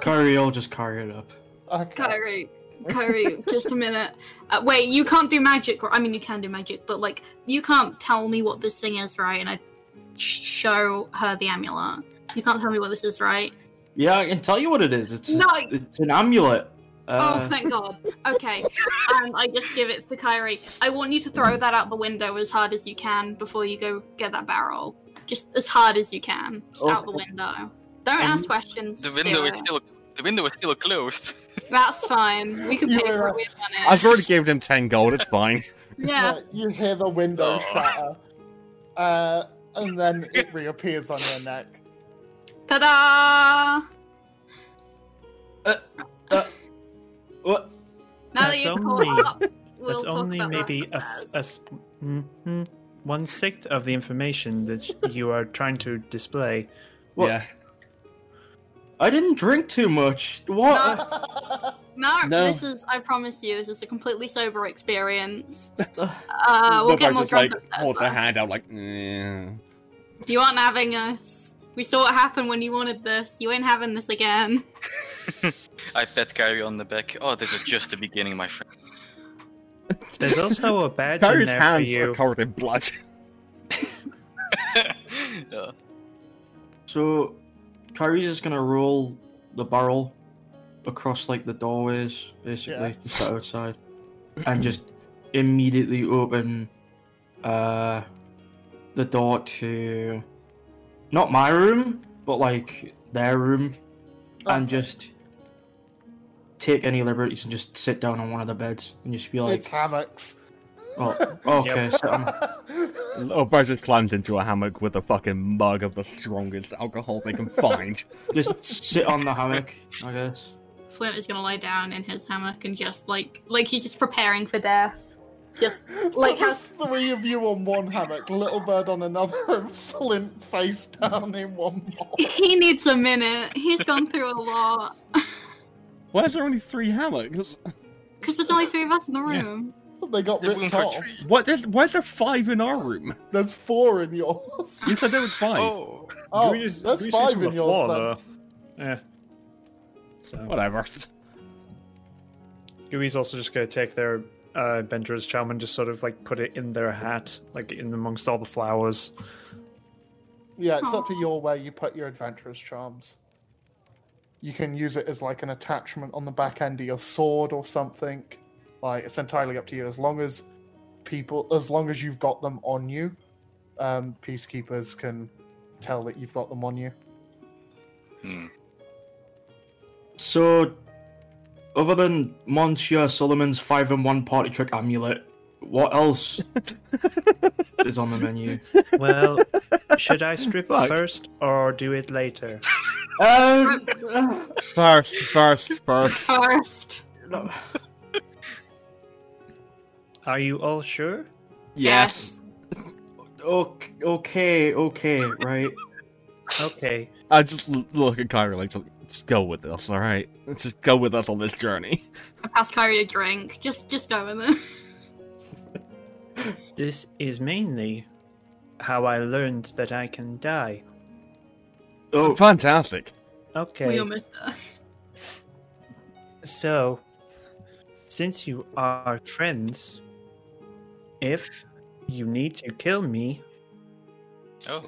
Kyrie, I'll just carry it up.
Okay.
Kyrie, Kyrie, just a minute. Uh, wait, you can't do magic. Or, I mean, you can do magic, but like, you can't tell me what this thing is, right? And I sh- show her the amulet. You can't tell me what this is, right?
Yeah, I can tell you what it is. It's
No.
it's an amulet.
oh,
Uh,
thank God. Okay, and I just give it to Kyrie. I want you to throw that out the window as hard as you can before you go get that barrel. Just as hard as you can, just out the window. Don't ask questions.
the
just do
window
it.
is still the window is still closed.
That's fine. We can
You
pay for
were-
it. We've done it.
I've already given him 10 gold. It's fine.
Yeah.
Right, You hear the window
Oh.
shatter, uh, and then it reappears on your neck.
Ta-da!
what?
Now that
That's
you've
only-
caught up, we'll
That's
talk
only
about that
maybe a,
as-
one sixth of the information that you are trying to display.
What?
Yeah.
I didn't drink too much. What?
No,
No.
this is. I promise you, this is a completely sober experience. Uh, we'll
Look, I
get more
just,
drunk.
like,
upstairs
holds
though.
her hand out like, "Eh."
You aren't having us. We saw what happened when you wanted this. You ain't having this again.
I pat Kyrie on the back. Oh, this is just the beginning, my friend.
There's also a badge in
Kyrie's
there for
hands
you.
are covered in blood.
Yeah.
so, Kyrie's just gonna roll the barrel across like the doorways, basically,
Yeah.
just outside, and just immediately open uh, the door to not my room, but like their room, and just take any liberties and just sit down on one of the beds and just be like,
it's hammocks.
oh, okay, so I'm-
Little Bro just climbs into a hammock with a fucking mug of the strongest alcohol they can find.
just sit on the hammock, I guess.
Flint is gonna lie down in his hammock and just like, like he's just preparing for death. Just like
so there's
has
three of you on one hammock, little bird on another, and Flint face down in one. More.
he needs a minute. He's gone through a lot
Why is there only three hammocks?
because there's only three of us in the room.
They got
The room
ripped
for
off.
three.
What? There's, why is there five in our room?
There's four in yours.
You said there was five.
Oh,
Oh,
Gooch is-
there's
Gooch is
five
on
in
the
yours.
floor,
then.
though. Yeah. So
Whatever.
Gooey's also just gonna take their uh, Bendra's charm and just sort of like put it in their hat, like in amongst all the flowers.
Yeah, it's up to your where you put your adventurer's charms. You can use it as like an attachment on the back end of your sword or something. Like it's entirely up to you. As long as people, as long as you've got them on you, um, peacekeepers can tell that you've got them on you.
Hmm.
So, other than Monsieur Solomon's five in one party trick amulet, what else is on the menu?
Well, should I strip first or do it later?
Um,
First, first, first.
First.
Um,
Are you all sure?
Yes.
okay, okay, okay, right.
Okay.
I just l- look at Kyrie like, just go with us, all right? Let's just go with us on this journey.
I pass Kyrie a drink. Just just go in there.
This is mainly how I learned that I can die.
Oh,
Fantastic.
We
Okay.
almost there.
So, since you are friends, if you need to kill me,
Oh,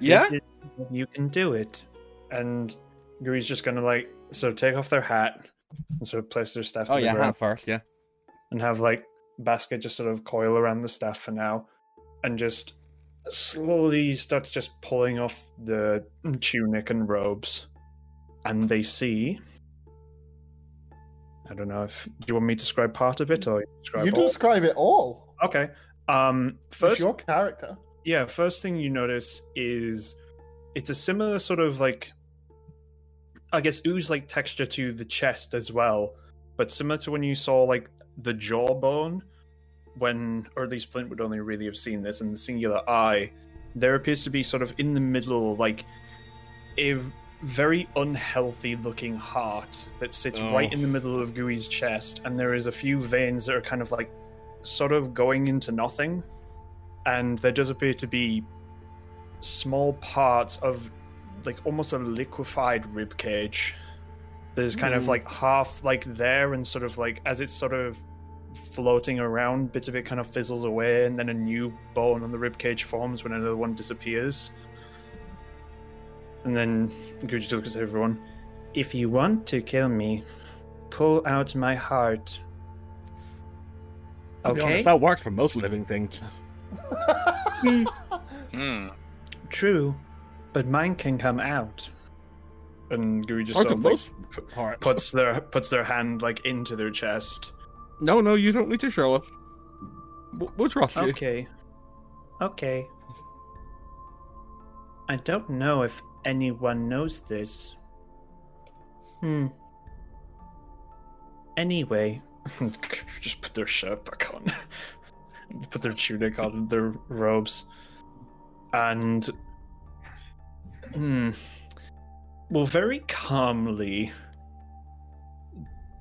Yeah?
This is- You can do it.
And Guri's just gonna like sort of take off their hat and sort of place their staff to
Oh,
the
yeah,
ground
hat first, yeah.
and have like basket just sort of coil around the staff for now and just slowly starts just pulling off the tunic and robes. And they see I don't know if do you want me to describe part of it or you describe
You
all?
describe it all.
Okay. Um
First,
first
your character.
yeah, first thing you notice is it's a similar sort of like I guess ooze like texture to the chest as well, but similar to when you saw like the jawbone when or at least Flint would only really have seen this in the singular eye, there appears to be sort of in the middle like a very unhealthy looking heart that sits
Oh.
right in the middle of Gooey's chest, and there is a few veins that are kind of like sort of going into nothing. And there does appear to be small parts of like almost a liquefied rib cage that is kind of
Hmm.
like half like there and sort of like as it's sort of floating around, bits of it kind of fizzles away, and then a new bone on the rib cage forms when another one disappears. And then Gucci looks at everyone.
If you want to kill me, pull out my heart.
To be honest,
Okay.
that works for most living things.
Hmm.
hmm.
True, but mine can come out.
And Guri just
Or
sort
for
of like,
most parts.
puts their puts their hand like into their chest.
No, no, you don't need to show up. We'll, we'll trust you.
Okay. Okay. I don't know if anyone knows this. Hmm. Anyway,
just put their shirt back on, put their tunic on, their robes, and hmm, will very calmly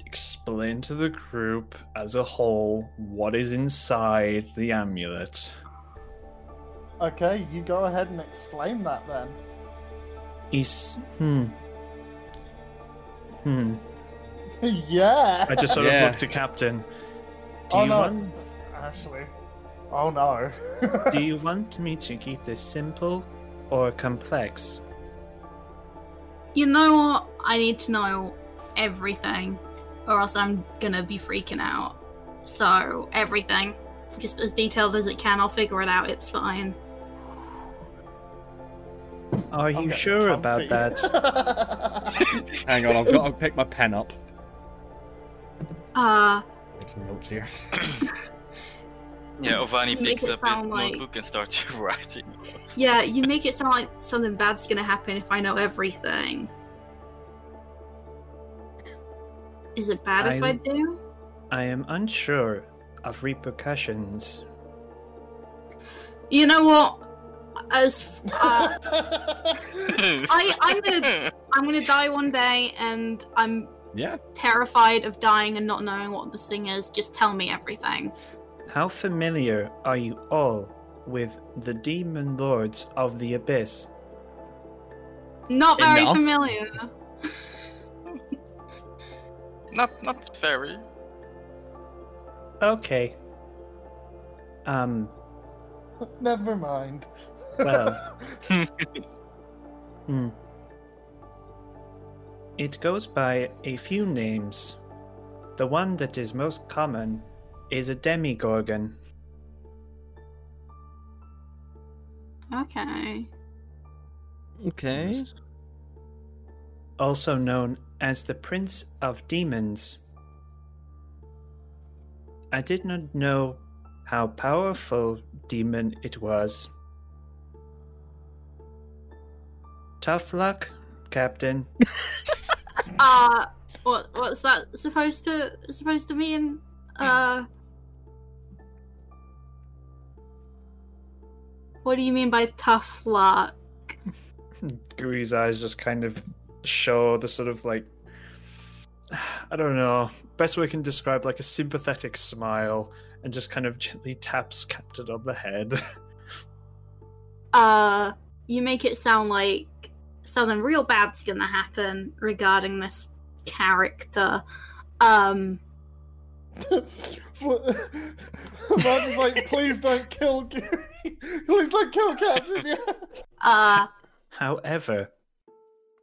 explain to the group as a whole what is inside the amulet.
Okay, you go ahead and explain that then.
is hmm. Hmm.
yeah.
I just sort
Yeah.
of look to Captain.
Do
oh
you
no,
want
Ashley. Oh no.
do you want me to keep this simple or complex?
You know what? I need to know everything, or else I'm gonna be freaking out. So everything, just as detailed as it can. I'll figure it out. It's fine.
Are you sure about that?
that?
Hang on, I've got to pick my pen up.
Uh,
Make some notes here.
Yeah, Ovani
Make
picks
it
up his
sound like-
notebook and starts writing. notes.
yeah, you make it sound like something bad's gonna happen if I know everything. Is it bad if I
I'm-
do?
I am unsure of repercussions.
You know what? As uh, I, I'm gonna, I'm gonna die one day, and I'm
Yeah.
terrified of dying and not knowing what this thing is. Just tell me everything.
How familiar are you all with the demon lords of the abyss?
Not very
Enough.
familiar.
Not, not very.
Okay. Um
Never mind.
Well. Hmm. It goes by a few names. The one that is most common is a demigorgon.
Okay.
Okay.
also known as the Prince of Demons. I did not know how powerful demon it was. Tough luck, Captain.
Uh what what's that supposed to supposed to mean? Uh What do you mean by tough luck?
Gooey's eyes just kind of show the sort of like I don't know. Best way I can describe like a sympathetic smile and just kind of gently taps Captain on the head.
Uh you make it sound like something real bad's gonna happen regarding this character. Um
Rod's like, please don't kill Gary. Please don't kill Captain. Yeah.
uh
However,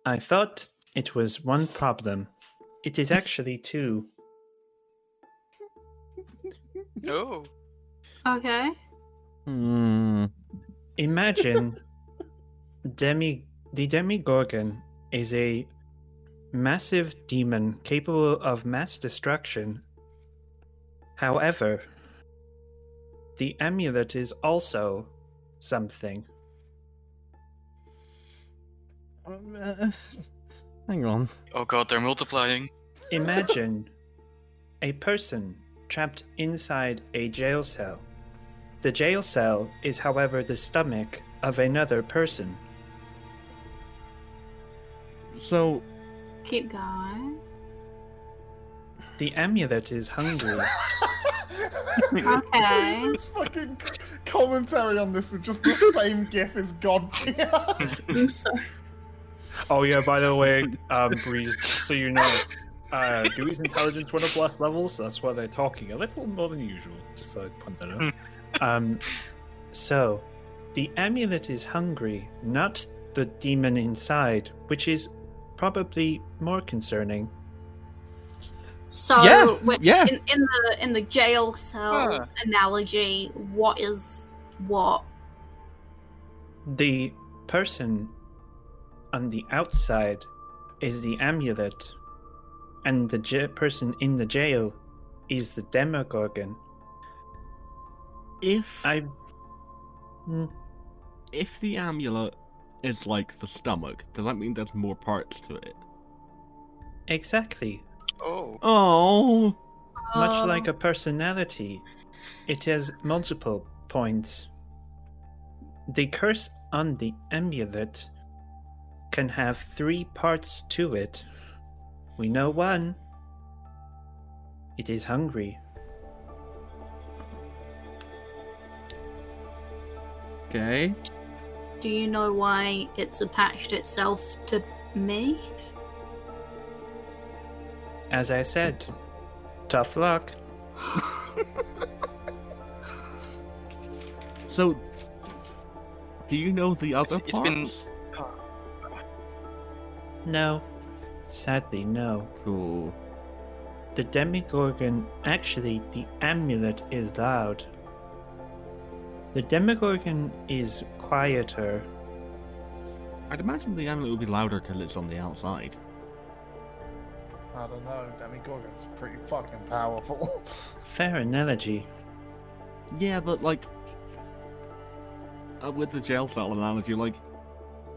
I thought it was one problem. It is actually two.
Oh.
okay.
Hmm.
Imagine Demi the Demigorgon is a massive demon capable of mass destruction. However, the amulet is also something.
Um, uh, hang on.
Oh god, they're multiplying.
Imagine a person trapped inside a jail cell. The jail cell is, however, the stomach of another person.
So
Keep going.
The amulet is hungry.
Okay.
This fucking c- commentary on this with just the same gif as God tier.
I'm sorry.
oh, yeah, by the way, um, Breeze, just so you know, uh, Dewey's intelligence went up last level, so that's why they're talking a little more than usual. Just so I point that out. um, so, the amulet is hungry, not the demon inside, which is probably more concerning.
So
Yeah,
wi-
yeah.
In, in the in the jail cell
Huh.
analogy, what is what?
The person on the outside is the amulet, and the j- person in the jail is the demogorgon.
if
I. Hmm.
if the amulet is like the stomach, does that mean there's more parts to it?
Exactly.
Oh.
Oh.
Much
Um,
like a personality, it has multiple points. The curse on the amulet can have three parts to it. We know one. It is hungry.
Okay.
Do you know why it's attached itself to me?
As I said, tough luck.
So, do you know the other
It's- it's been-
parts?
No. Sadly, no.
Cool.
The Demigorgon, actually, the amulet is loud. The Demigorgon is quieter.
I'd imagine the amulet would be louder because it's on the outside.
I don't know, Demigorgon's pretty fucking powerful.
Fair analogy.
Yeah, but like, uh, with the jail cell analogy, like,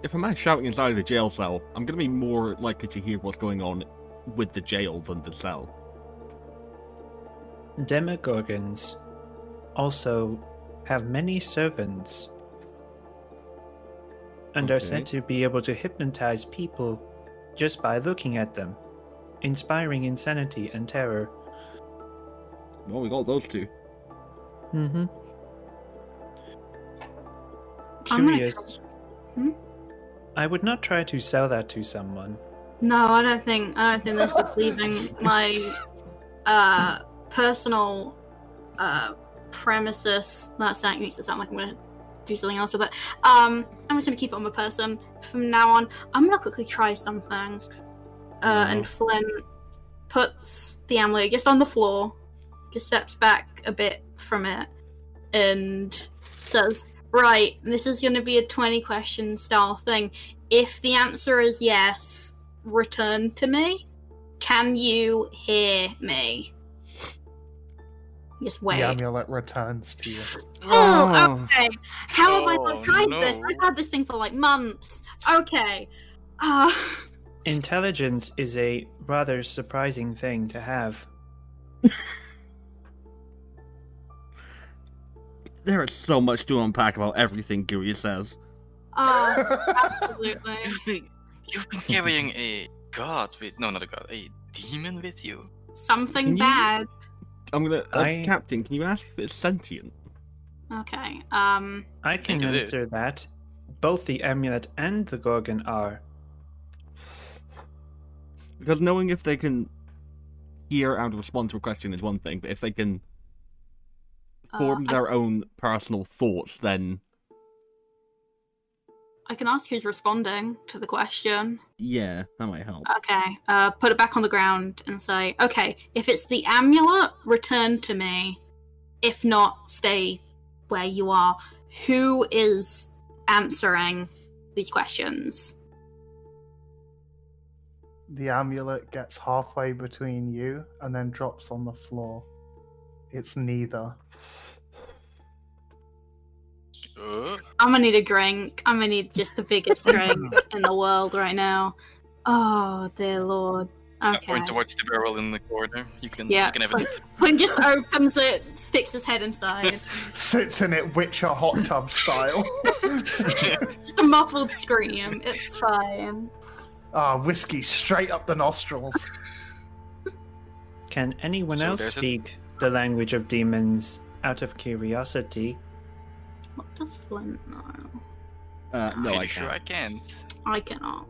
if a man's shouting inside a jail cell, I'm gonna be more likely to hear what's going on with the jail than the cell.
Demogorgons also have many servants and are said
Okay.
to be able to hypnotize people just by looking at them, inspiring insanity and terror.
Well, we got those two.
Mm-hmm.
I'm gonna
Curious.
Hmm?
I would not try to sell that to someone.
No, I don't think I don't think this is leaving my uh personal uh premises. That sound- makes it sound like I'm gonna do something else with it. Um, I'm just gonna keep it on my person from now on. I'm gonna quickly try something. Uh,
Mm-hmm.
And Flynn puts the amulet just on the floor, just steps back a bit from it, and says, "Right, this is gonna be a twenty question style thing. If the answer is yes, return to me. Can you hear me?" Just wait.
The amulet returns to you.
Oh, okay. How have I
Oh,
not tried this?
no.
I've had this thing for like months. Okay. Uh,
Intelligence is a rather surprising thing to have.
There is so much to unpack about everything Gooey says.
uh, absolutely.
You've been, you've been carrying a god with no, not a god, a demon with you.
Something
Can you-
bad.
I'm gonna, uh,
I-
Captain. Can you ask if it's sentient?
Okay. Um.
I can
Think it is.
answer that. Both the amulet and the gorgon are.
Because knowing if they can hear and respond to a question is one thing, but if they can
uh,
form
I,
their own personal thoughts, then
I can ask who's responding to the question.
yeah, that might help.
Okay. Uh, put it back on the ground and say, okay, if it's the amulet, return to me. If not, stay where you are. Who is answering these questions?
The amulet gets halfway between you and then drops on the floor. It's neither.
Uh,
I'm gonna need a drink. I'm gonna need just the biggest drink in the world right now. Oh dear lord.
I
Okay.
Point towards the barrel in the corner. You can,
Yeah,
you can have
Flynn,
it.
Flynn just opens it, sticks his head inside.
Sits in it Witcher hot tub style.
just a muffled scream. It's fine.
Ah, whiskey straight up the nostrils.
Can anyone
So
else
there's a-
speak the language of demons out of curiosity?
What does Flint know?
Uh, no, I
Pretty sure I
can't.
can't.
I cannot.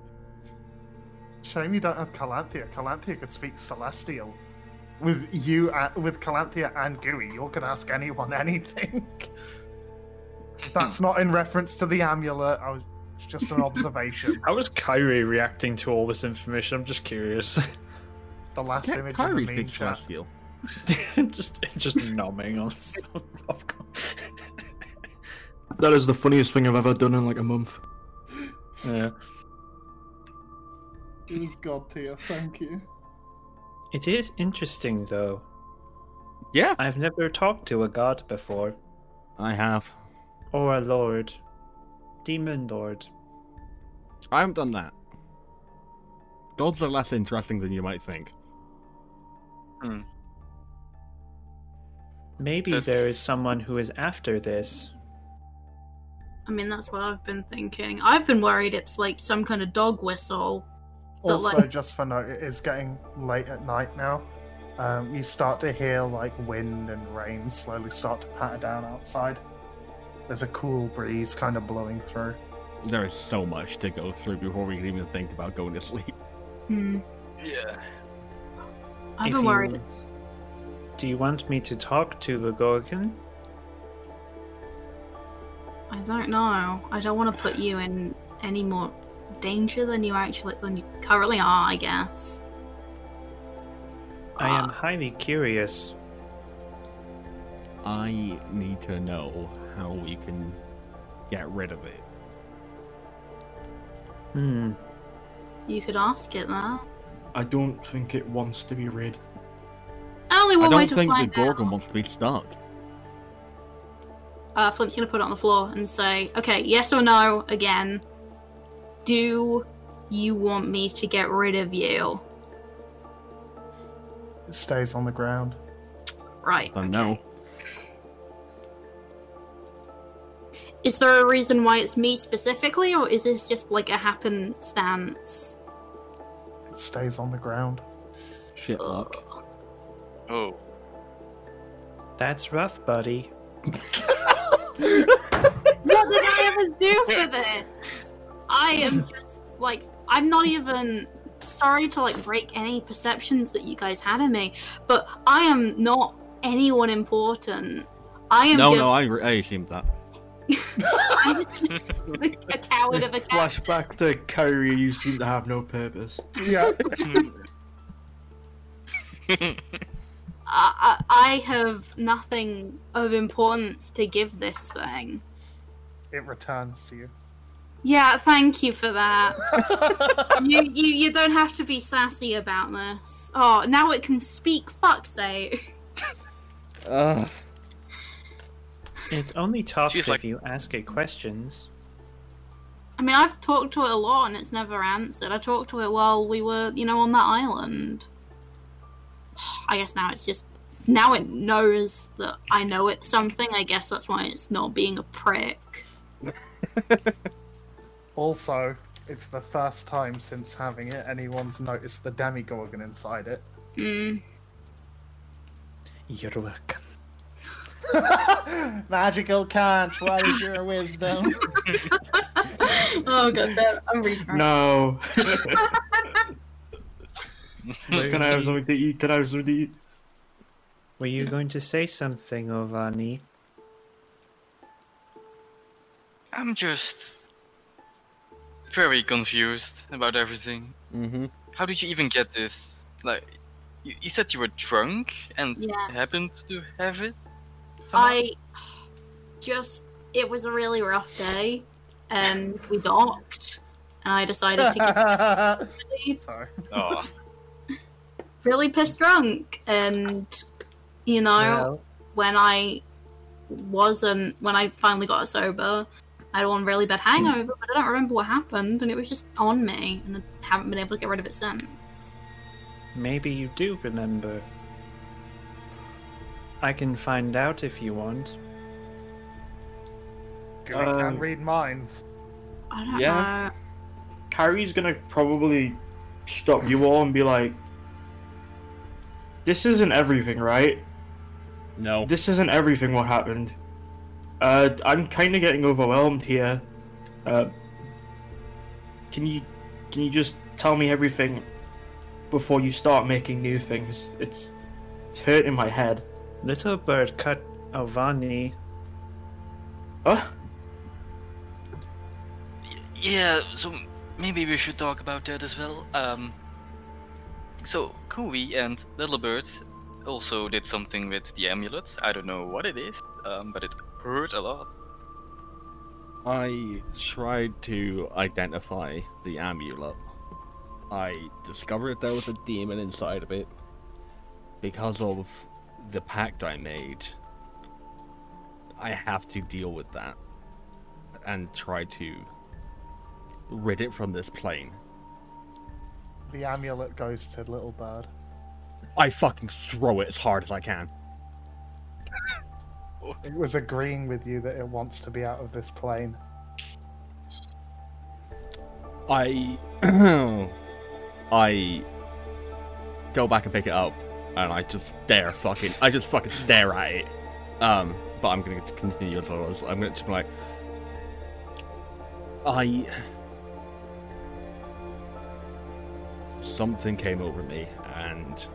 Shame you don't have Calanthea. Calanthea could speak Celestial. With you, uh, with Calanthea and Gooey, you could ask anyone anything. That's not in reference to the amulet. I was it's just an observation.
How is Kyrie reacting to all this information? I'm just curious.
The last
Yeah,
image
Kyrie's
of the meme
big
chat.
celestial.
just just numbing on.
That is the funniest thing I've ever done in like a month.
yeah.
It is God tier. Thank you.
It is interesting, though.
Yeah,
I've never talked to a god before,
I have.
or a Oh, lord, demon lord.
I haven't done that. Gods are less interesting than you might think.
Maybe
That's-
there is someone who is after this.
I mean, that's what I've been thinking. I've been worried it's like some kind of dog whistle. But,
Also,
like-
just for note, it is getting late at night now. Um, you start to hear like wind and rain slowly start to patter down outside. There's a cool breeze kind of blowing through.
There is so much to go through before we even think about going to sleep.
Hmm.
Yeah.
I've
If
been
you-
worried. It's...
Do you want me to talk to the gorgon?
I don't know. I don't want to put you in any more danger than you actually than you currently are. I guess.
I am
Ah.
highly curious.
I need to know how we can get rid of it.
Hmm.
You could ask it that.
I don't think it wants to be read.
Only
I
one way
don't
to
think the
find out.
Gorgon wants to be stuck.
Uh, Flint's gonna put it on the floor and say, "Okay, yes or no again. Do you want me to get rid of you?"
It stays on the ground.
Right.
So no.
Is there a reason why it's me specifically, or is this just like a happenstance?
It stays on the ground.
Shit luck.
Oh.
That's rough, buddy.
What did I ever do for this? I am just like I'm not even sorry to like break any perceptions that you guys had of me, but I am not anyone important. I am
No,
just
no, I, re- I assumed that.
I'm just a coward of a cat.
Flashback to Kyrie, you seem to have no purpose.
Yeah.
I, I, I have nothing of importance to give this thing.
it returns to you.
Yeah, thank you for that. you, you you don't have to be sassy about this. Oh, now it can speak. Fuck's sake.
Ugh.
It only talks
She's like-
if you ask it questions.
I mean, I've talked to it a lot and it's never answered. I talked to it while we were, you know, on that island. I guess now it's just now it knows that I know it's something. I guess that's why it's not being a prick.
Also, it's the first time since having it anyone's noticed the demigorgon inside it.
Mm.
You're welcome.
Magical conch, what is your wisdom?
Oh god, that- I'm really trying.
No. Can I have something to eat? Can I have something to eat?
Were you going to say something, Ovani?
I'm just very confused about everything.
Mm-hmm.
How did you even get this? Like, you, you said you were drunk and
Yes.
happened to have it. somehow?
I just it was a really rough day, and we docked, and I decided to get paid.
Sorry.
Aw.
really pissed drunk and you know
Well,
when i wasn't when i finally got sober i had one really bad hangover but i don't remember what happened and it was just on me and i haven't been able to get rid of it since
maybe you do remember. I can find out if you want.
Gooey can
Um,
read minds.
i don't
Yeah.
Kyrie's gonna probably stop you all and be like, "This isn't everything, right?
No.
This isn't everything. What happened? Uh, I'm kind of getting overwhelmed here. Uh, can you can you just tell me everything before you start making new things? It's it's hurting my head.
Little bird cut Ovani.
Huh?
yeah. So maybe we should talk about that as well. Um. So Kui and Little Birds also did something with the amulet. I don't know what it is, um, but it hurt a lot.
I tried to identify the amulet. I discovered there was a demon inside of it because of the pact I made. I have to deal with that and try to rid it from this plane.
The amulet goes to Little Bird.
I fucking throw it as hard as I can.
It was agreeing with you that it wants to be out of this plane.
I I go back and pick it up and I just stare fucking I just fucking stare at it. Um but I'm gonna continue as well as I'm gonna just be like I something came over me and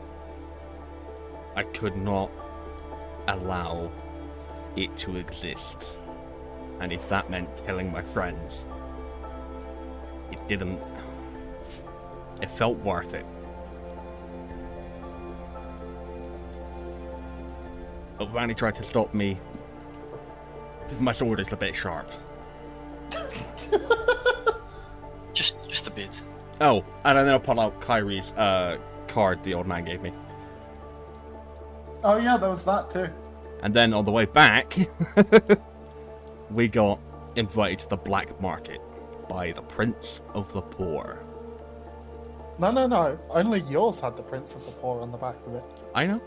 I could not allow it to exist. And if that meant killing my friends, it didn't. It felt worth it. Vanny tried to stop me. My sword is a bit sharp.
Just, just a bit.
Oh, and then I pull out Kyrie's uh, card the old man gave me.
Oh yeah, there was that too.
And then on the way back, we got invited to the black market by the Prince of the Poor.
No, no, no. Only yours had the Prince of the Poor on the back of it.
I know.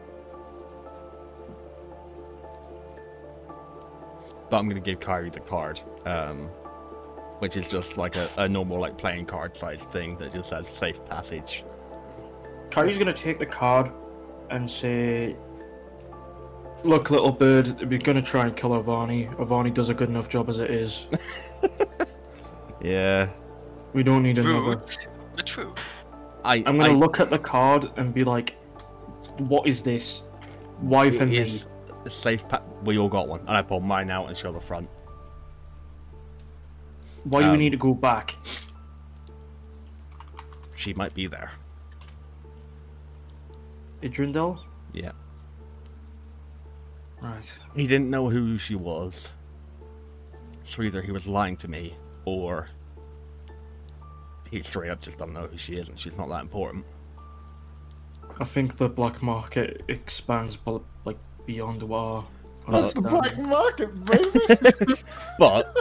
But I'm gonna give Kyrie the card, um, which is just like a, a normal like playing card size thing that just says safe passage.
Kyrie's gonna take the card and say, "Look, little bird, we're gonna try and kill Avani. Avani does a good enough job as it is.
Yeah.
We don't need
True,
another."
but true.
I
I'm gonna
I-
look at the card and be like, "What is this? Why
it
for me?"
is a safe pa- we all got one, and I pull mine out and show the front.
Why do we
Um,
need to go back?
She might be there.
Idrindel?
Yeah.
Right.
He didn't know who she was. So either he was lying to me, or he straight up just don't know who she is and she's not that important.
I think the black market expands bu- like beyond what our understanding-
market, baby.
But,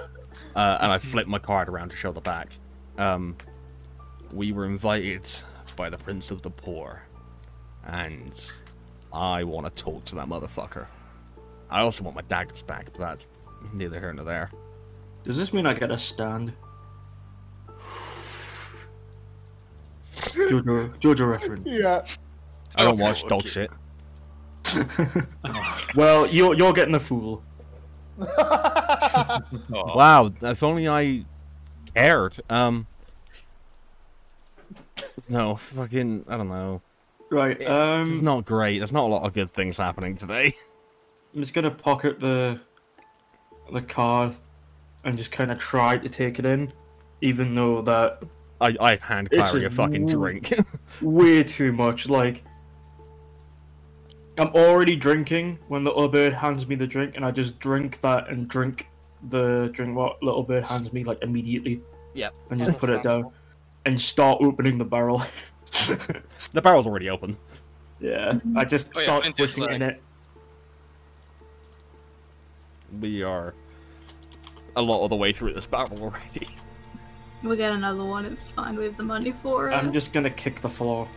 uh, and I flipped my card around to show the back. Um, we were invited by the Prince of the Poor, and I want to talk to that motherfucker. I also want my daggers back, but that's neither here nor there.
Does this mean I get a stand? Jojo, Jojo reference.
yeah.
I don't
Okay,
watch dog
okay.
shit.
Well, you're you're getting a fool.
Oh.
Wow, if only I cared. Um, no, fucking, I don't know.
Right.
It's
Um,
not great. There's not a lot of good things happening today.
I'm just gonna pocket the the card and just kind of try to take it in, even though that
I, I hand
It's
Clary a
just
fucking
woo-
drink.
way too much. Like, I'm already drinking when the little bird hands me the drink, and I just drink that and drink the drink what little bird hands me like immediately.
Yep.
And just put it down and start opening the barrel.
the barrel's already open.
yeah, I just
Oh yeah,
start
and just
pushing in
like-
it.
We are a lot of the way through this barrel already.
We'll get another one. It's fine. We have the money for it.
I'm just gonna kick the floor.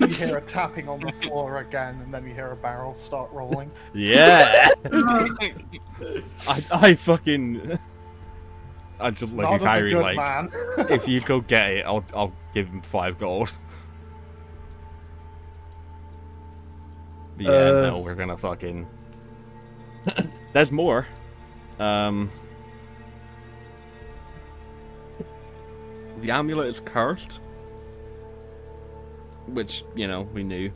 You hear a tapping on the floor again, and then you hear a barrel start rolling.
Yeah,
Wait,
I, I fucking. I just look
Not
at
Oh, that's a
Kyrie
good
like,
man.
if you go get it, I'll I'll give him five gold. But yeah,
Uh,
no, we're gonna fucking. There's more. Um. The amulet is cursed, which you know we knew.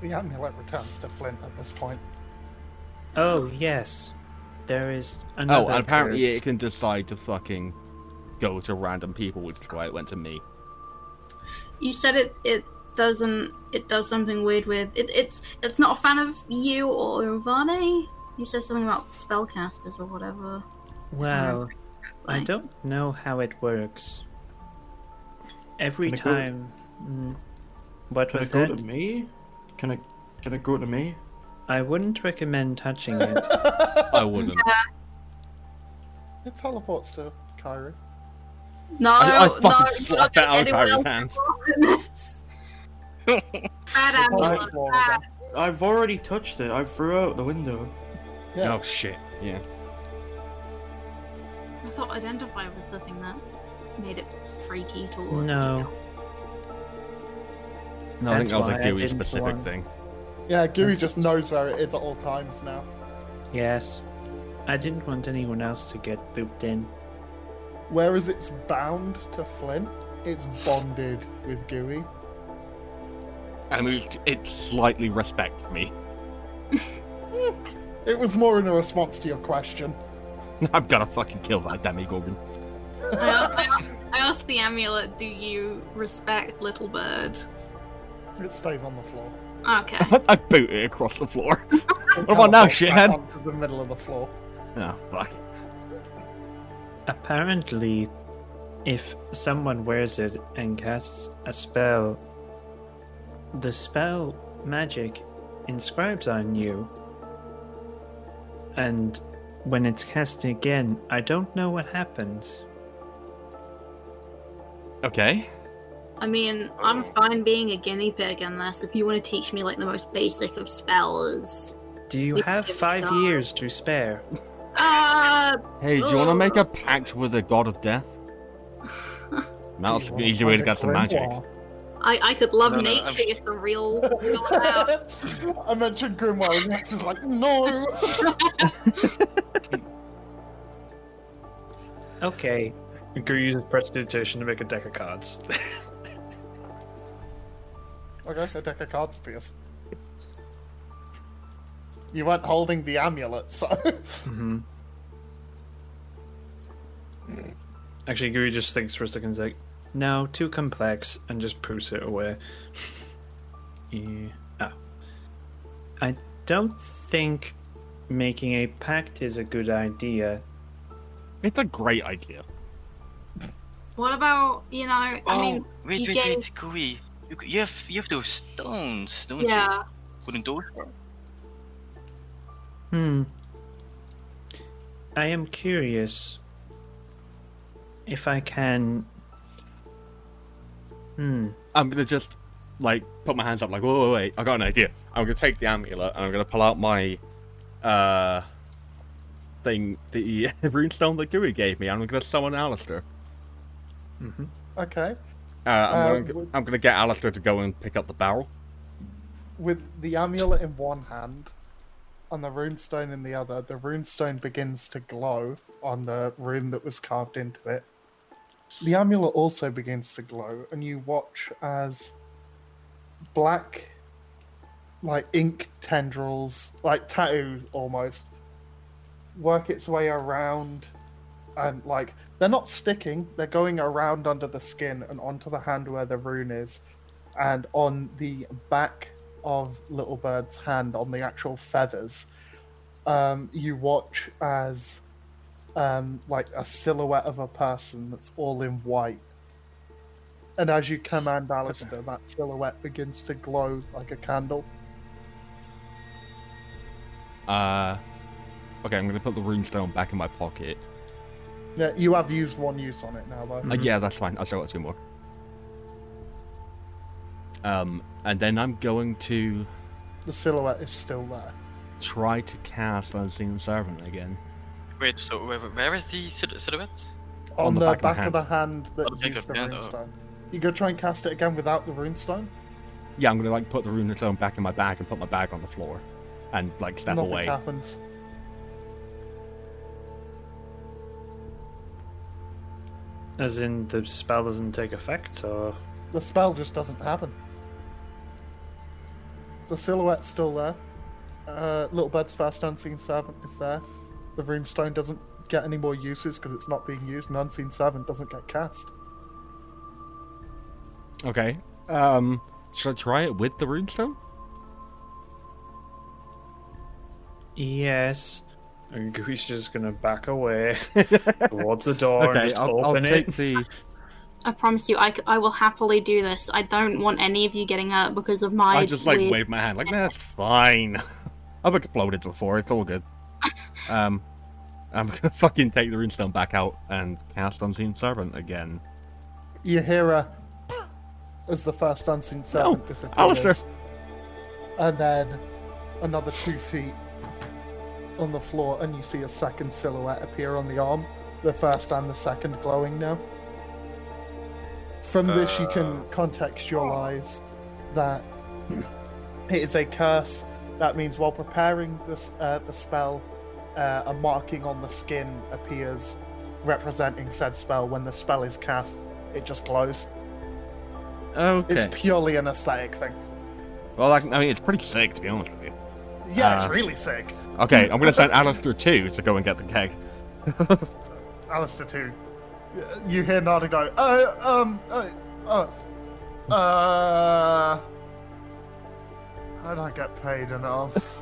The amulet returns to Flint at this point.
Oh yes, there is another.
Oh, and apparently
curse.
it can decide to fucking go to random people, which is why it went to me.
you said it. It doesn't. It does something weird with it. It's. It's not a fan of you or Ivane. You said something about spellcasters or whatever.
Well, I
Like-
don't know how it works. Every
Can I go-
time. Mm, what
Can it
was
go to
that?
me? Can it can it go to me?
I wouldn't recommend touching it.
I wouldn't.
It teleports to Kyrie.
No,
I, I fucking
no, you're not
slapped it
getting
out of
anyone
Kyrie's
else
hands.
involved in this. Bad
On
amulet.
the floor
Bad.
again.
I've already touched it. I threw out the window.
Yeah.
Oh shit! Yeah.
I thought identify was the thing that made it freaky towards.
No.
You.
No, I think
That's
that was
why
a
I
GUI
didn't
specific
want-
thing.
Yeah, Gooey just knows where it is at all times now.
yes. I didn't want anyone else to get looped in.
Whereas it's bound to Flint, it's bonded with Gooey.
I mean, it, it slightly respects me.
It was more in a response to your question.
I'm gonna fucking kill that demigorgon.
I, I, I asked the amulet, do you respect Little Bird?
It stays on the floor.
Okay.
I boot it across the floor.
It
about now,
teleports back
shithead?
Onto the middle of the floor.
oh fuck!
Apparently, if someone wears it and casts a spell, the spell magic inscribes on you. And when it's cast again, I don't know what happens.
Okay.
I mean, I'm fine being a guinea pig in this. If you want to teach me like the most basic of spells,
Do you
We
have
can
five
die.
years to spare?
uh,
Hey, do you want to make a pact with the god of death? That's an
wanna
easy way to
find a
get some
grimoire?
magic.
I I could love
No, no,
nature
I'm-
if the real got out.
I mentioned Grimoire, and Max is like, no.
Okay.
Go use prestidigitation to make a deck of cards.
okay, a deck of cards appears. You weren't holding the amulet, so.
Mm-hmm. Actually, Guru just thinks for a second, he's like, no, too complex, and just poofs it away. yeah. Oh. I don't think making a pact is a good idea.
It's a great idea.
What about you know? I mean,
wait,
you
Oh, wait,
gave-
wait, Kui. You, you have you have those stones,
Oh.
don't you?
yeah.
Wooden those work?
Hmm.
I am curious if I can. Hmm.
I'm gonna just like put my hands up, like, whoa, wait, wait, I got an idea. I'm gonna take the amulet and I'm gonna pull out my uh thing, the runestone that Guri gave me. and I'm gonna summon Alistair.
okay.
Uh, I'm,
Uh,
gonna,
would-
I'm gonna get Alistair to go and pick up the barrel.
With the amulet in one hand and the runestone in the other, the runestone begins to glow on the rune that was carved into it. The amulet also begins to glow, and you watch as black, like ink tendrils, like tattoo almost, work its way around. And like they're not sticking, they're going around under the skin and onto the hand where the rune is, and on the back of Little Bird's hand, on the actual feathers, um, you watch as um, like a silhouette of a person that's all in white. And as you command Alistair, that silhouette begins to glow like a candle.
Uh, okay, I'm gonna put the runestone back in my pocket.
Yeah, you have used one use on it now, though.
Uh, yeah, that's fine. I'll show it two more. Um, and then I'm going to
The silhouette is still there.
try to cast Unseen Servant again.
Wait, so where, where is the sil- silhouette?
On, the, back, of the hand that
Oh, the back
used
of
the
the hand, oh.
runestone. You go try and cast it again without the runestone?
Yeah, I'm gonna like put the runestone back in my bag and put my bag on the floor, and like step
Nothing
away.
happens.
As in, the spell doesn't take effect, or.
The spell just doesn't happen. The silhouette's still there. Uh, Little Bird's first unseen servant is there. The runestone doesn't get any more uses because it's not being used, and unseen servant doesn't get cast.
Okay. Um, should I try it with the runestone?
Yes. And Gui's just gonna back away towards the door and
okay,
just
I'll, I'll
open
take
it.
the.
I promise you, I, c- I will happily do this. I don't want any of you getting hurt because of my.
I just like
weird-
wave my hand, like that's fine. I've exploded before. It's all good. Um, I'm gonna fucking take the runestone back out and cast Unseen Servant again.
You hear a as the first unseen servant disappears.
Alistair.
And then another two feet on the floor, and you see a second silhouette appear on the arm. The first and the second glowing now. From this, you can contextualize that it is a curse. That means while preparing this uh, the spell, uh, a marking on the skin appears representing said spell. When the spell is cast, it just glows.
Okay.
It's purely an aesthetic thing.
Well, I, I mean, it's pretty sick to be honest with you.
Yeah, it's
Uh.
really sick.
Okay, I'm gonna send Alistair too to go and get the keg.
Alistair too. Y- You hear Nada go, uh, um, uh, uh, uh, I don't get paid enough.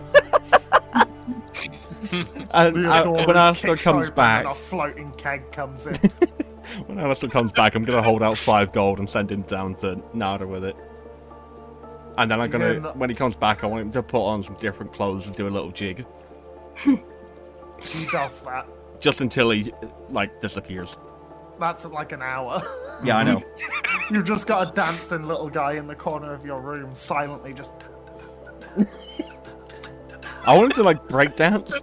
And
The
uh,
door
when
is
Alistair
kicked
comes
open and
back,
a floating keg comes in.
when Alistair comes back, I'm gonna hold out five gold and send him down to Nada with it. And then I'm gonna,
Yeah, no-
when he comes back, I want him to put on some different clothes and do a little jig,
he does that.
just until he like disappears.
That's like an hour.
Yeah, I know.
You've just got a dancing little guy in the corner of your room, silently just.
I want him to like break dance.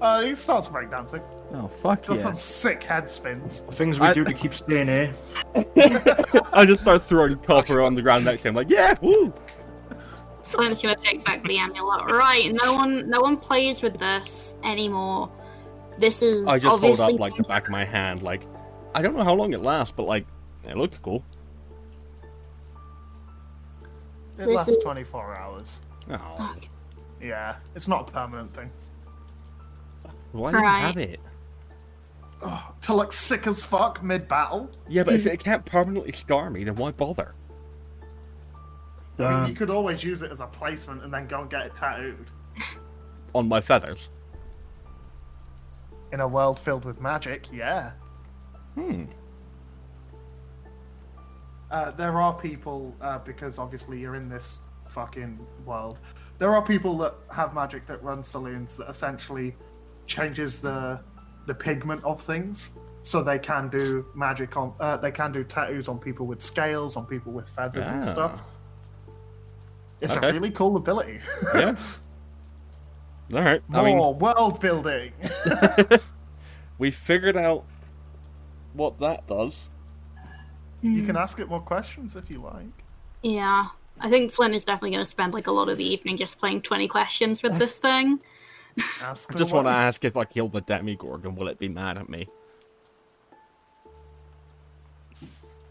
Uh, he starts breakdancing.
Oh fuck
Does
yeah!
some sick head spins.
The things we
I-
do to keep staying here.
I just start throwing copper on the ground next to him, like yeah, woo.
Flim's gonna take back the amulet. Right, no one no one plays with this anymore. This is
I just hold
obviously
up like the back of my hand, like I don't know how long it lasts, but like it looks cool.
It
This
lasts
is-
24 hours.
Oh.
Fuck.
Yeah, it's not a permanent thing.
Why do you
Right.
have it?
Oh, to look sick as fuck mid battle.
Yeah, but if
Hmm.
it can't permanently scar me, then why bother?
I mean, you
Damn.
could always use it as a placement and then go and get it tattooed.
On my feathers.
In a world filled with magic, yeah.
Hmm.
Uh, there are people, uh, because obviously you're in this fucking world, there are people that have magic that run saloons that essentially changes the the pigment of things. So they can do magic on, uh, they can do tattoos on people with scales, on people with feathers and
Ah.
stuff. It's
Okay.
a really cool ability.
Yeah. All right.
More
I mean,
world building.
we figured out what that does.
you can ask it more questions if you like.
Yeah. I think Flynn is definitely going to spend like a lot of the evening just playing 20 questions with this thing.
Ask
I just
her
want to
what-
ask if I kill the demigorgon, will it be mad at me?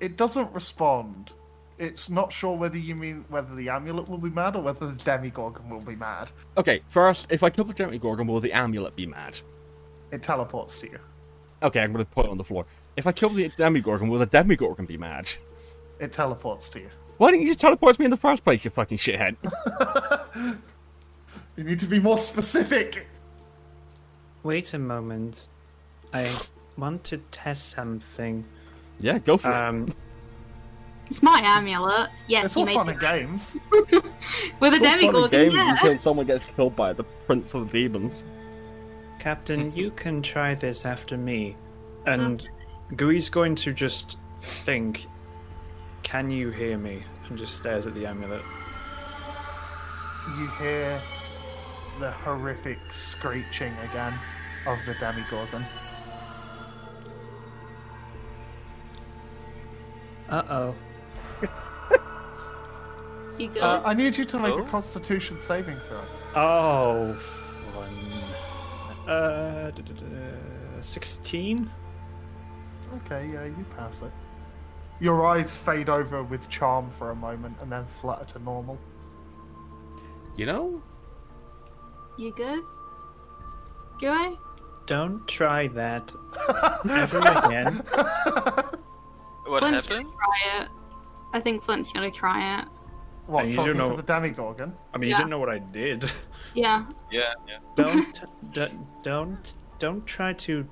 It doesn't respond. It's not sure whether you mean whether the amulet will be mad or whether the demigorgon will be mad.
Okay, first, if I kill the demigorgon, will the amulet be mad?
It teleports to you.
Okay, I'm going to put it on the floor. If I kill the demigorgon, will the demigorgon be mad?
It teleports to you.
Why didn't you just teleport me in the first place, you fucking shithead?
You need to be more specific.
Wait a moment. I want to test something.
yeah, go for it.
Um,
It's my amulet. Yes,
It's
you
all
made
fun
it
and games.
with a
What fun and
demigorgon.
games
Yeah.
until someone gets killed by the prince of the demons.
Captain, you can try this after me. And Gooey's going to just think, can you hear me? And just stares at the amulet.
You hear the horrific screeching again of the demigorgon.
Uh oh.
You go.
Uh, I need you to make
Oh?
a Constitution saving throw.
Oh, fun. Uh, 16?
Okay, yeah, you pass it. Your eyes fade over with charm for a moment and then flutter to normal.
You know?
You good? Do I?
Don't try that ever again.
What
Flint's
happened?
gonna try it. I think Flint's gonna try it.
What,
And you
talking
don't know-
to the demigorgon?
I mean, you
Yeah.
didn't know what I did.
Yeah.
Yeah, yeah.
Don't, d- don't, don't try to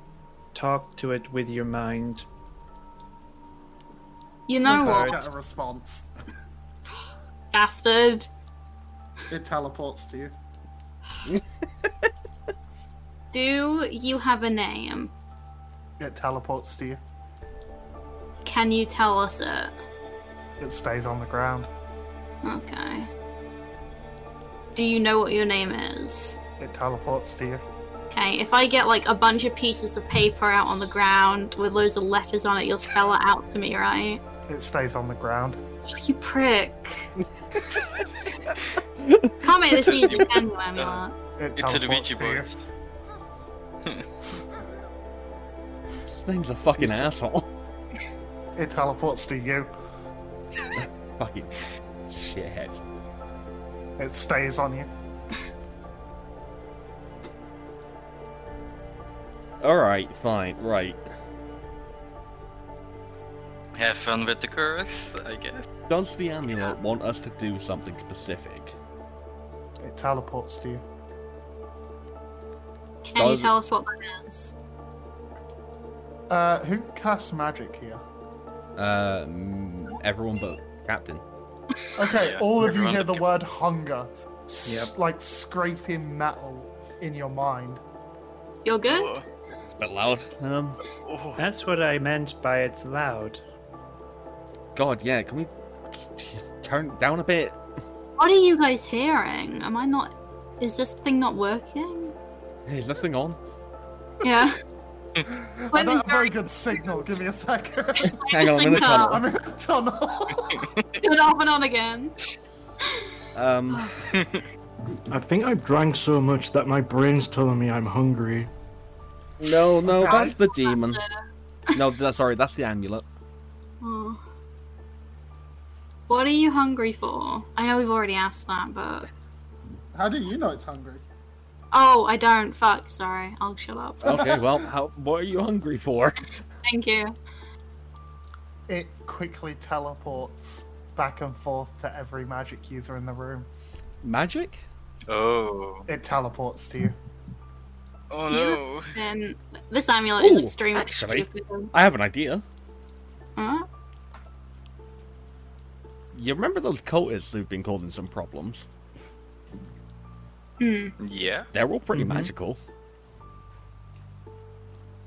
talk to it with your mind.
You know
Don't
what,
get a response.
bastard?
It teleports to you.
Do you have a name?
It teleports to you.
Can you tell us it?
It stays on the ground.
Okay. Do you know what your name is?
It teleports to you.
Okay, if I get like a bunch of pieces of paper out on the ground with loads of letters on it, you'll spell it out to me, right?
It stays on the ground.
Oh, You prick. Can't make this easy, can you, Emma?
It
It's a
teleports
Luigi
to you.
board.
This thing's a fucking asshole.
It teleports to you.
Fucking shithead.
It stays on you.
Alright, fine, right.
Have fun with the curse, I guess.
Does the amulet want us to do something specific?
It teleports to you.
Can you
Does-
tell us what that is?
Uh, who casts magic here?
Um, everyone but Captain.
Okay,
Yeah,
all of you
everyone
hear
but
the
Captain.
word hunger, s- like scraping metal in your mind.
You're good?
Oh,
bit loud. Um,
oh.
That's what I meant by it's loud.
God, yeah, can we just turn it down a bit?
What are you guys hearing? Am I not. Is this thing not working?
Hey, is this thing on?
Yeah.
I
Flint
don't have
is
a very
very
good signal. Give me a second.
Hang on, I'm in
Sinker.
the tunnel.
I'm in a tunnel.
good off and on again.
Um,
I think I drank so much that my brain's telling me I'm hungry.
no, no,
Okay.
that's the demon. No, that's sorry, that's the amulet.
Oh. What are you hungry for? I know we've already asked that, but
How do you know it's hungry?
Oh, I don't. Fuck. Sorry. I'll shut up.
Okay, well, how, what are you hungry for?
Thank you.
It quickly teleports back and forth to every magic user in the room.
Magic?
Oh.
It teleports to you.
Oh no.
And this amulet
Ooh,
is extremely.
actually.
expensive.
I have an idea.
Huh?
You remember those cultists who've been causing some problems?
Yeah.
They're all pretty magical.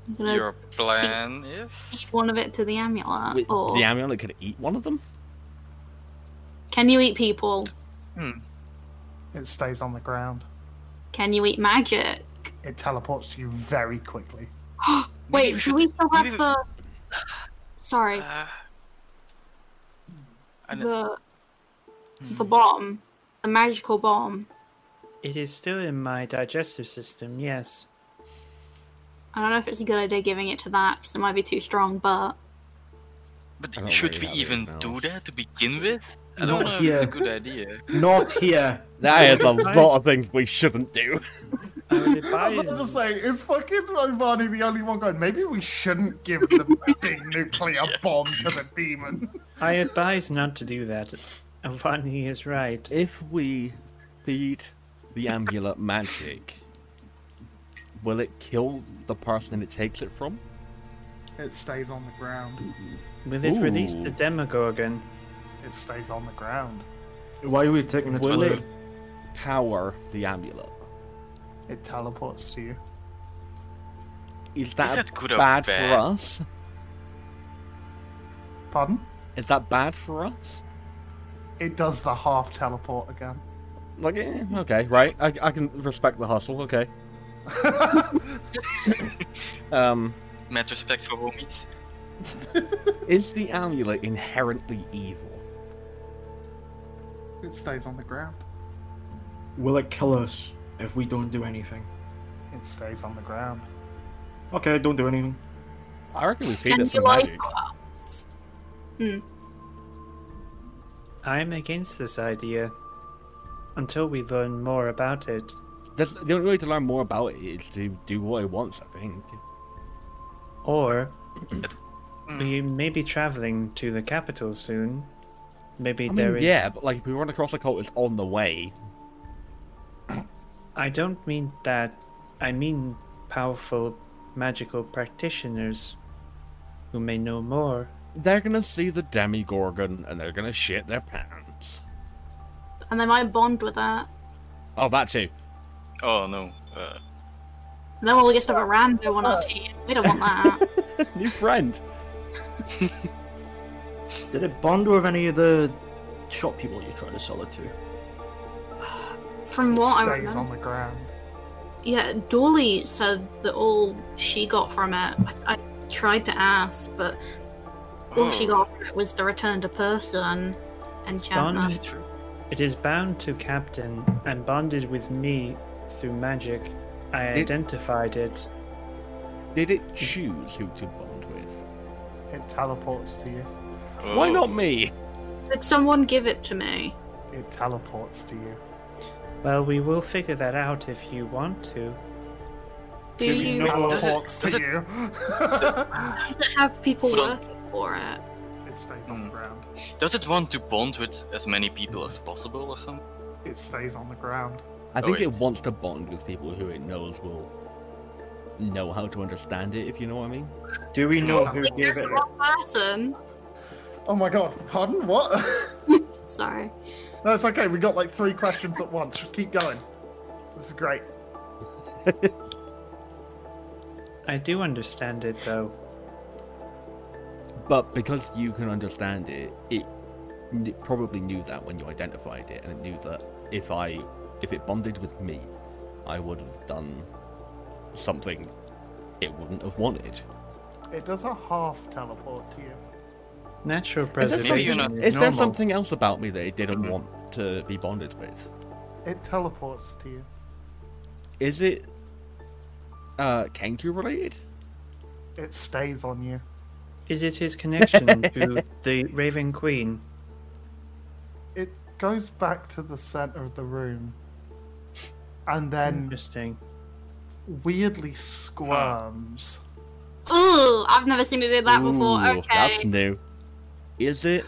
I'm gonna
Your plan is?
feed one of it to the amulet.
With-
or
The amulet could eat one of them.
can you eat people?
It stays on the ground.
Can you eat magic?
It teleports to you very quickly.
Wait,
we
do
should-
we still have
maybe we-
the? Sorry,
Uh, I know. Hmm.
the the bomb, the magical bomb.
It is still in my digestive system, yes.
I don't know if it's a good idea giving it to that because it might be too strong. But
I
But
don't
should
really
we
have
even
anything
do
else.
that to begin with? I
Not
don't know if it's
here.
a good idea.
Not here.
That is a lot of things we shouldn't do.
I would
I was gonna
advise
say, is fucking Ivani the only one going, maybe we shouldn't give the big nuclear bomb to the demon?
I advise not to do that. Vani is right.
If we feed the amulet magic, will it kill the person it takes it from?
It stays on the ground.
Will it release the
Ooh.
Demogorgon?
It stays on the ground.
Why are we taking it to
Will
the
it power the amulet?
It teleports to you.
Is that,
that good or
bad,
bad?
for us?
Pardon?
Is that bad for us?
It does the half teleport again.
Like, eh, okay, right. I, I can respect the hustle. Okay. um,
Mad respect for homies.
is the amulet inherently evil?
It stays on the ground.
Will it kill us if we don't do anything?
It stays on the ground.
Okay, don't do anything.
I reckon we feed
can
it
you
some
like?
magic.
I'm against this idea. Until we learn more about it.
That's, the only way to learn more about it is to do what it wants. I think.
Or we may be traveling to the capital soon. Maybe
I
there
mean,
is.
yeah, but like if we run across a cult, it's on the way.
I don't mean that. I mean powerful magical practitioners who may know more.
They're gonna see the demigorgon and they're gonna shit their pants.
And they might bond with that.
Oh, that too.
Oh no. Uh,
And then we'll just have a rando on our team. We don't want that.
New friend.
Did it bond with any of the shop people you're trying to sell it to?
From
It
what I
stays
remember.
on the ground.
Yeah, Dolly said that all she got from it. I, I tried to ask, but all she
oh,
got from it was the return to person enchantment.
That's true.
It is bound to Captain and bonded with me through magic. I
It-
identified it.
Did it choose who to bond with?
It teleports to you.
Why
Oh,
not me?
Did someone give it to me?
It teleports to you.
Well, we will figure that out if you want to.
Do
Did we
you
know-
Does
does
it-
Teleports
does
to
it-
you.
it have people
Hold on.
working for it?
It stays on the
Mm.
ground.
Does it want to bond with as many people as possible or something?
It stays on the ground.
I
Oh,
think it
wait.
wants to bond with people who it knows will know how to understand it, if you know what I mean.
Do we know who
Wait,
gave
there's
it?
the wrong person.
Oh my god, pardon? What?
Sorry.
no, it's okay. We got like three questions at once. Just keep going. This is great.
I do understand it though.
But because you can understand it, it, it probably knew that when you identified it, and it knew that if I, if it bonded with me, I would have done something it wouldn't have wanted.
It does a half teleport to you.
Natural
Is there,
preservation
Maybe you're
something,
not-
is
is there
normal.
something else about me that it didn't want to be bonded with?
It teleports to you.
Is it uh, Kenku related?
It stays on you.
Is it his connection to the Raven Queen?
It goes back to the center of the room and then
Interesting.
weirdly squirms.
Oh, I've never seen it do that before.
Ooh, That's
Okay.
new. Is it?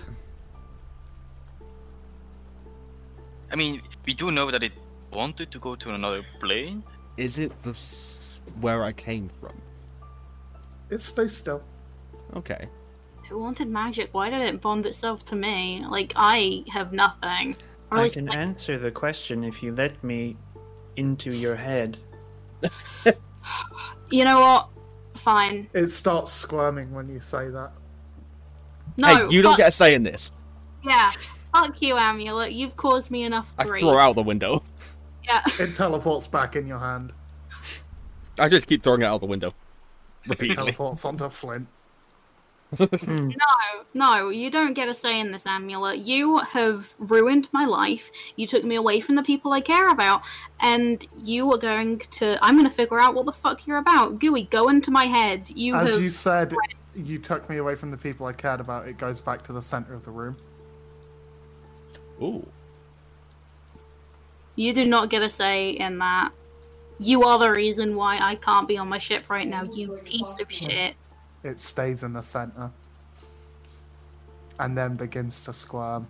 I mean, we do know that it wanted to go to another plane.
Is it the s- where I came from?
It stays still.
Okay.
Who wanted magic? Why did it bond itself to me? Like, I have nothing. Or at
I
least
can
I-
answer the question if you let me into your head.
you know what? Fine.
It starts squirming when you say that.
No,
hey, you don't
Oh, fuck-
get a say in this.
Yeah. Fuck you, amulet. You've caused me enough
I
grief.
throw out the window.
Yeah.
It teleports back in your hand.
I just keep throwing it out the window. Repeatedly.
Teleports onto Flint.
No, no, you don't get a say in this amulet. You have ruined my life. You took me away from the people I care about, and you are going to. I'm going to figure out what the fuck you're about. Gooey, go into my head. You
As
have.
you said, you took me away from the people I cared about. It goes back to the center of the room.
Ooh.
You do not get a say in that. You are the reason why I can't be on my ship right now. You piece of shit.
It stays in the center. And then begins to squirm.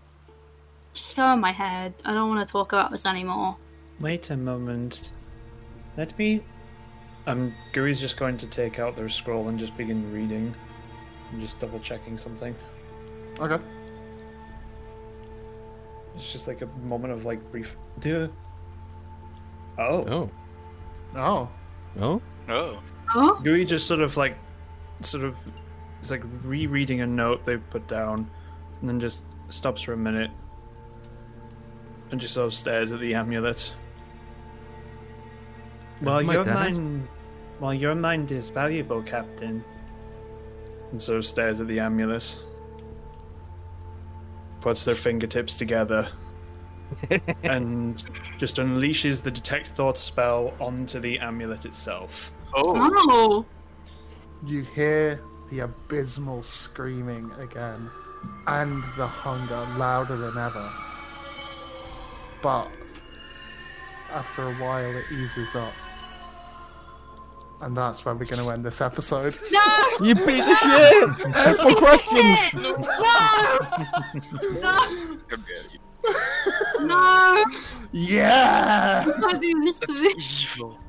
Just go in my head. I don't want to talk about this anymore.
Wait a moment. Let me. Um, Guri's just going to take out their scroll and just begin reading. I'm just double checking something.
Okay.
It's just like a moment of like brief. Do. Oh.
Oh.
Oh.
Oh.
Oh,
Oh?
Guri just sort of like, sort of, it's like rereading a note they put down, and then just stops for a minute, and just sort of stares at the amulet. While
my
your
dad?
mind, while your mind is valuable, Captain. And sort of stares at the amulet. Puts their fingertips together. and just unleashes the detect thought spell onto the amulet itself.
oh,
Oh!
You hear the abysmal screaming again, and the hunger louder than ever. But after a while, it eases up. And that's where we're going to end this episode.
No!
You piece of shit! Simple question!
No! No!
okay.
No!
Yeah!
Don't do this to me.
evil.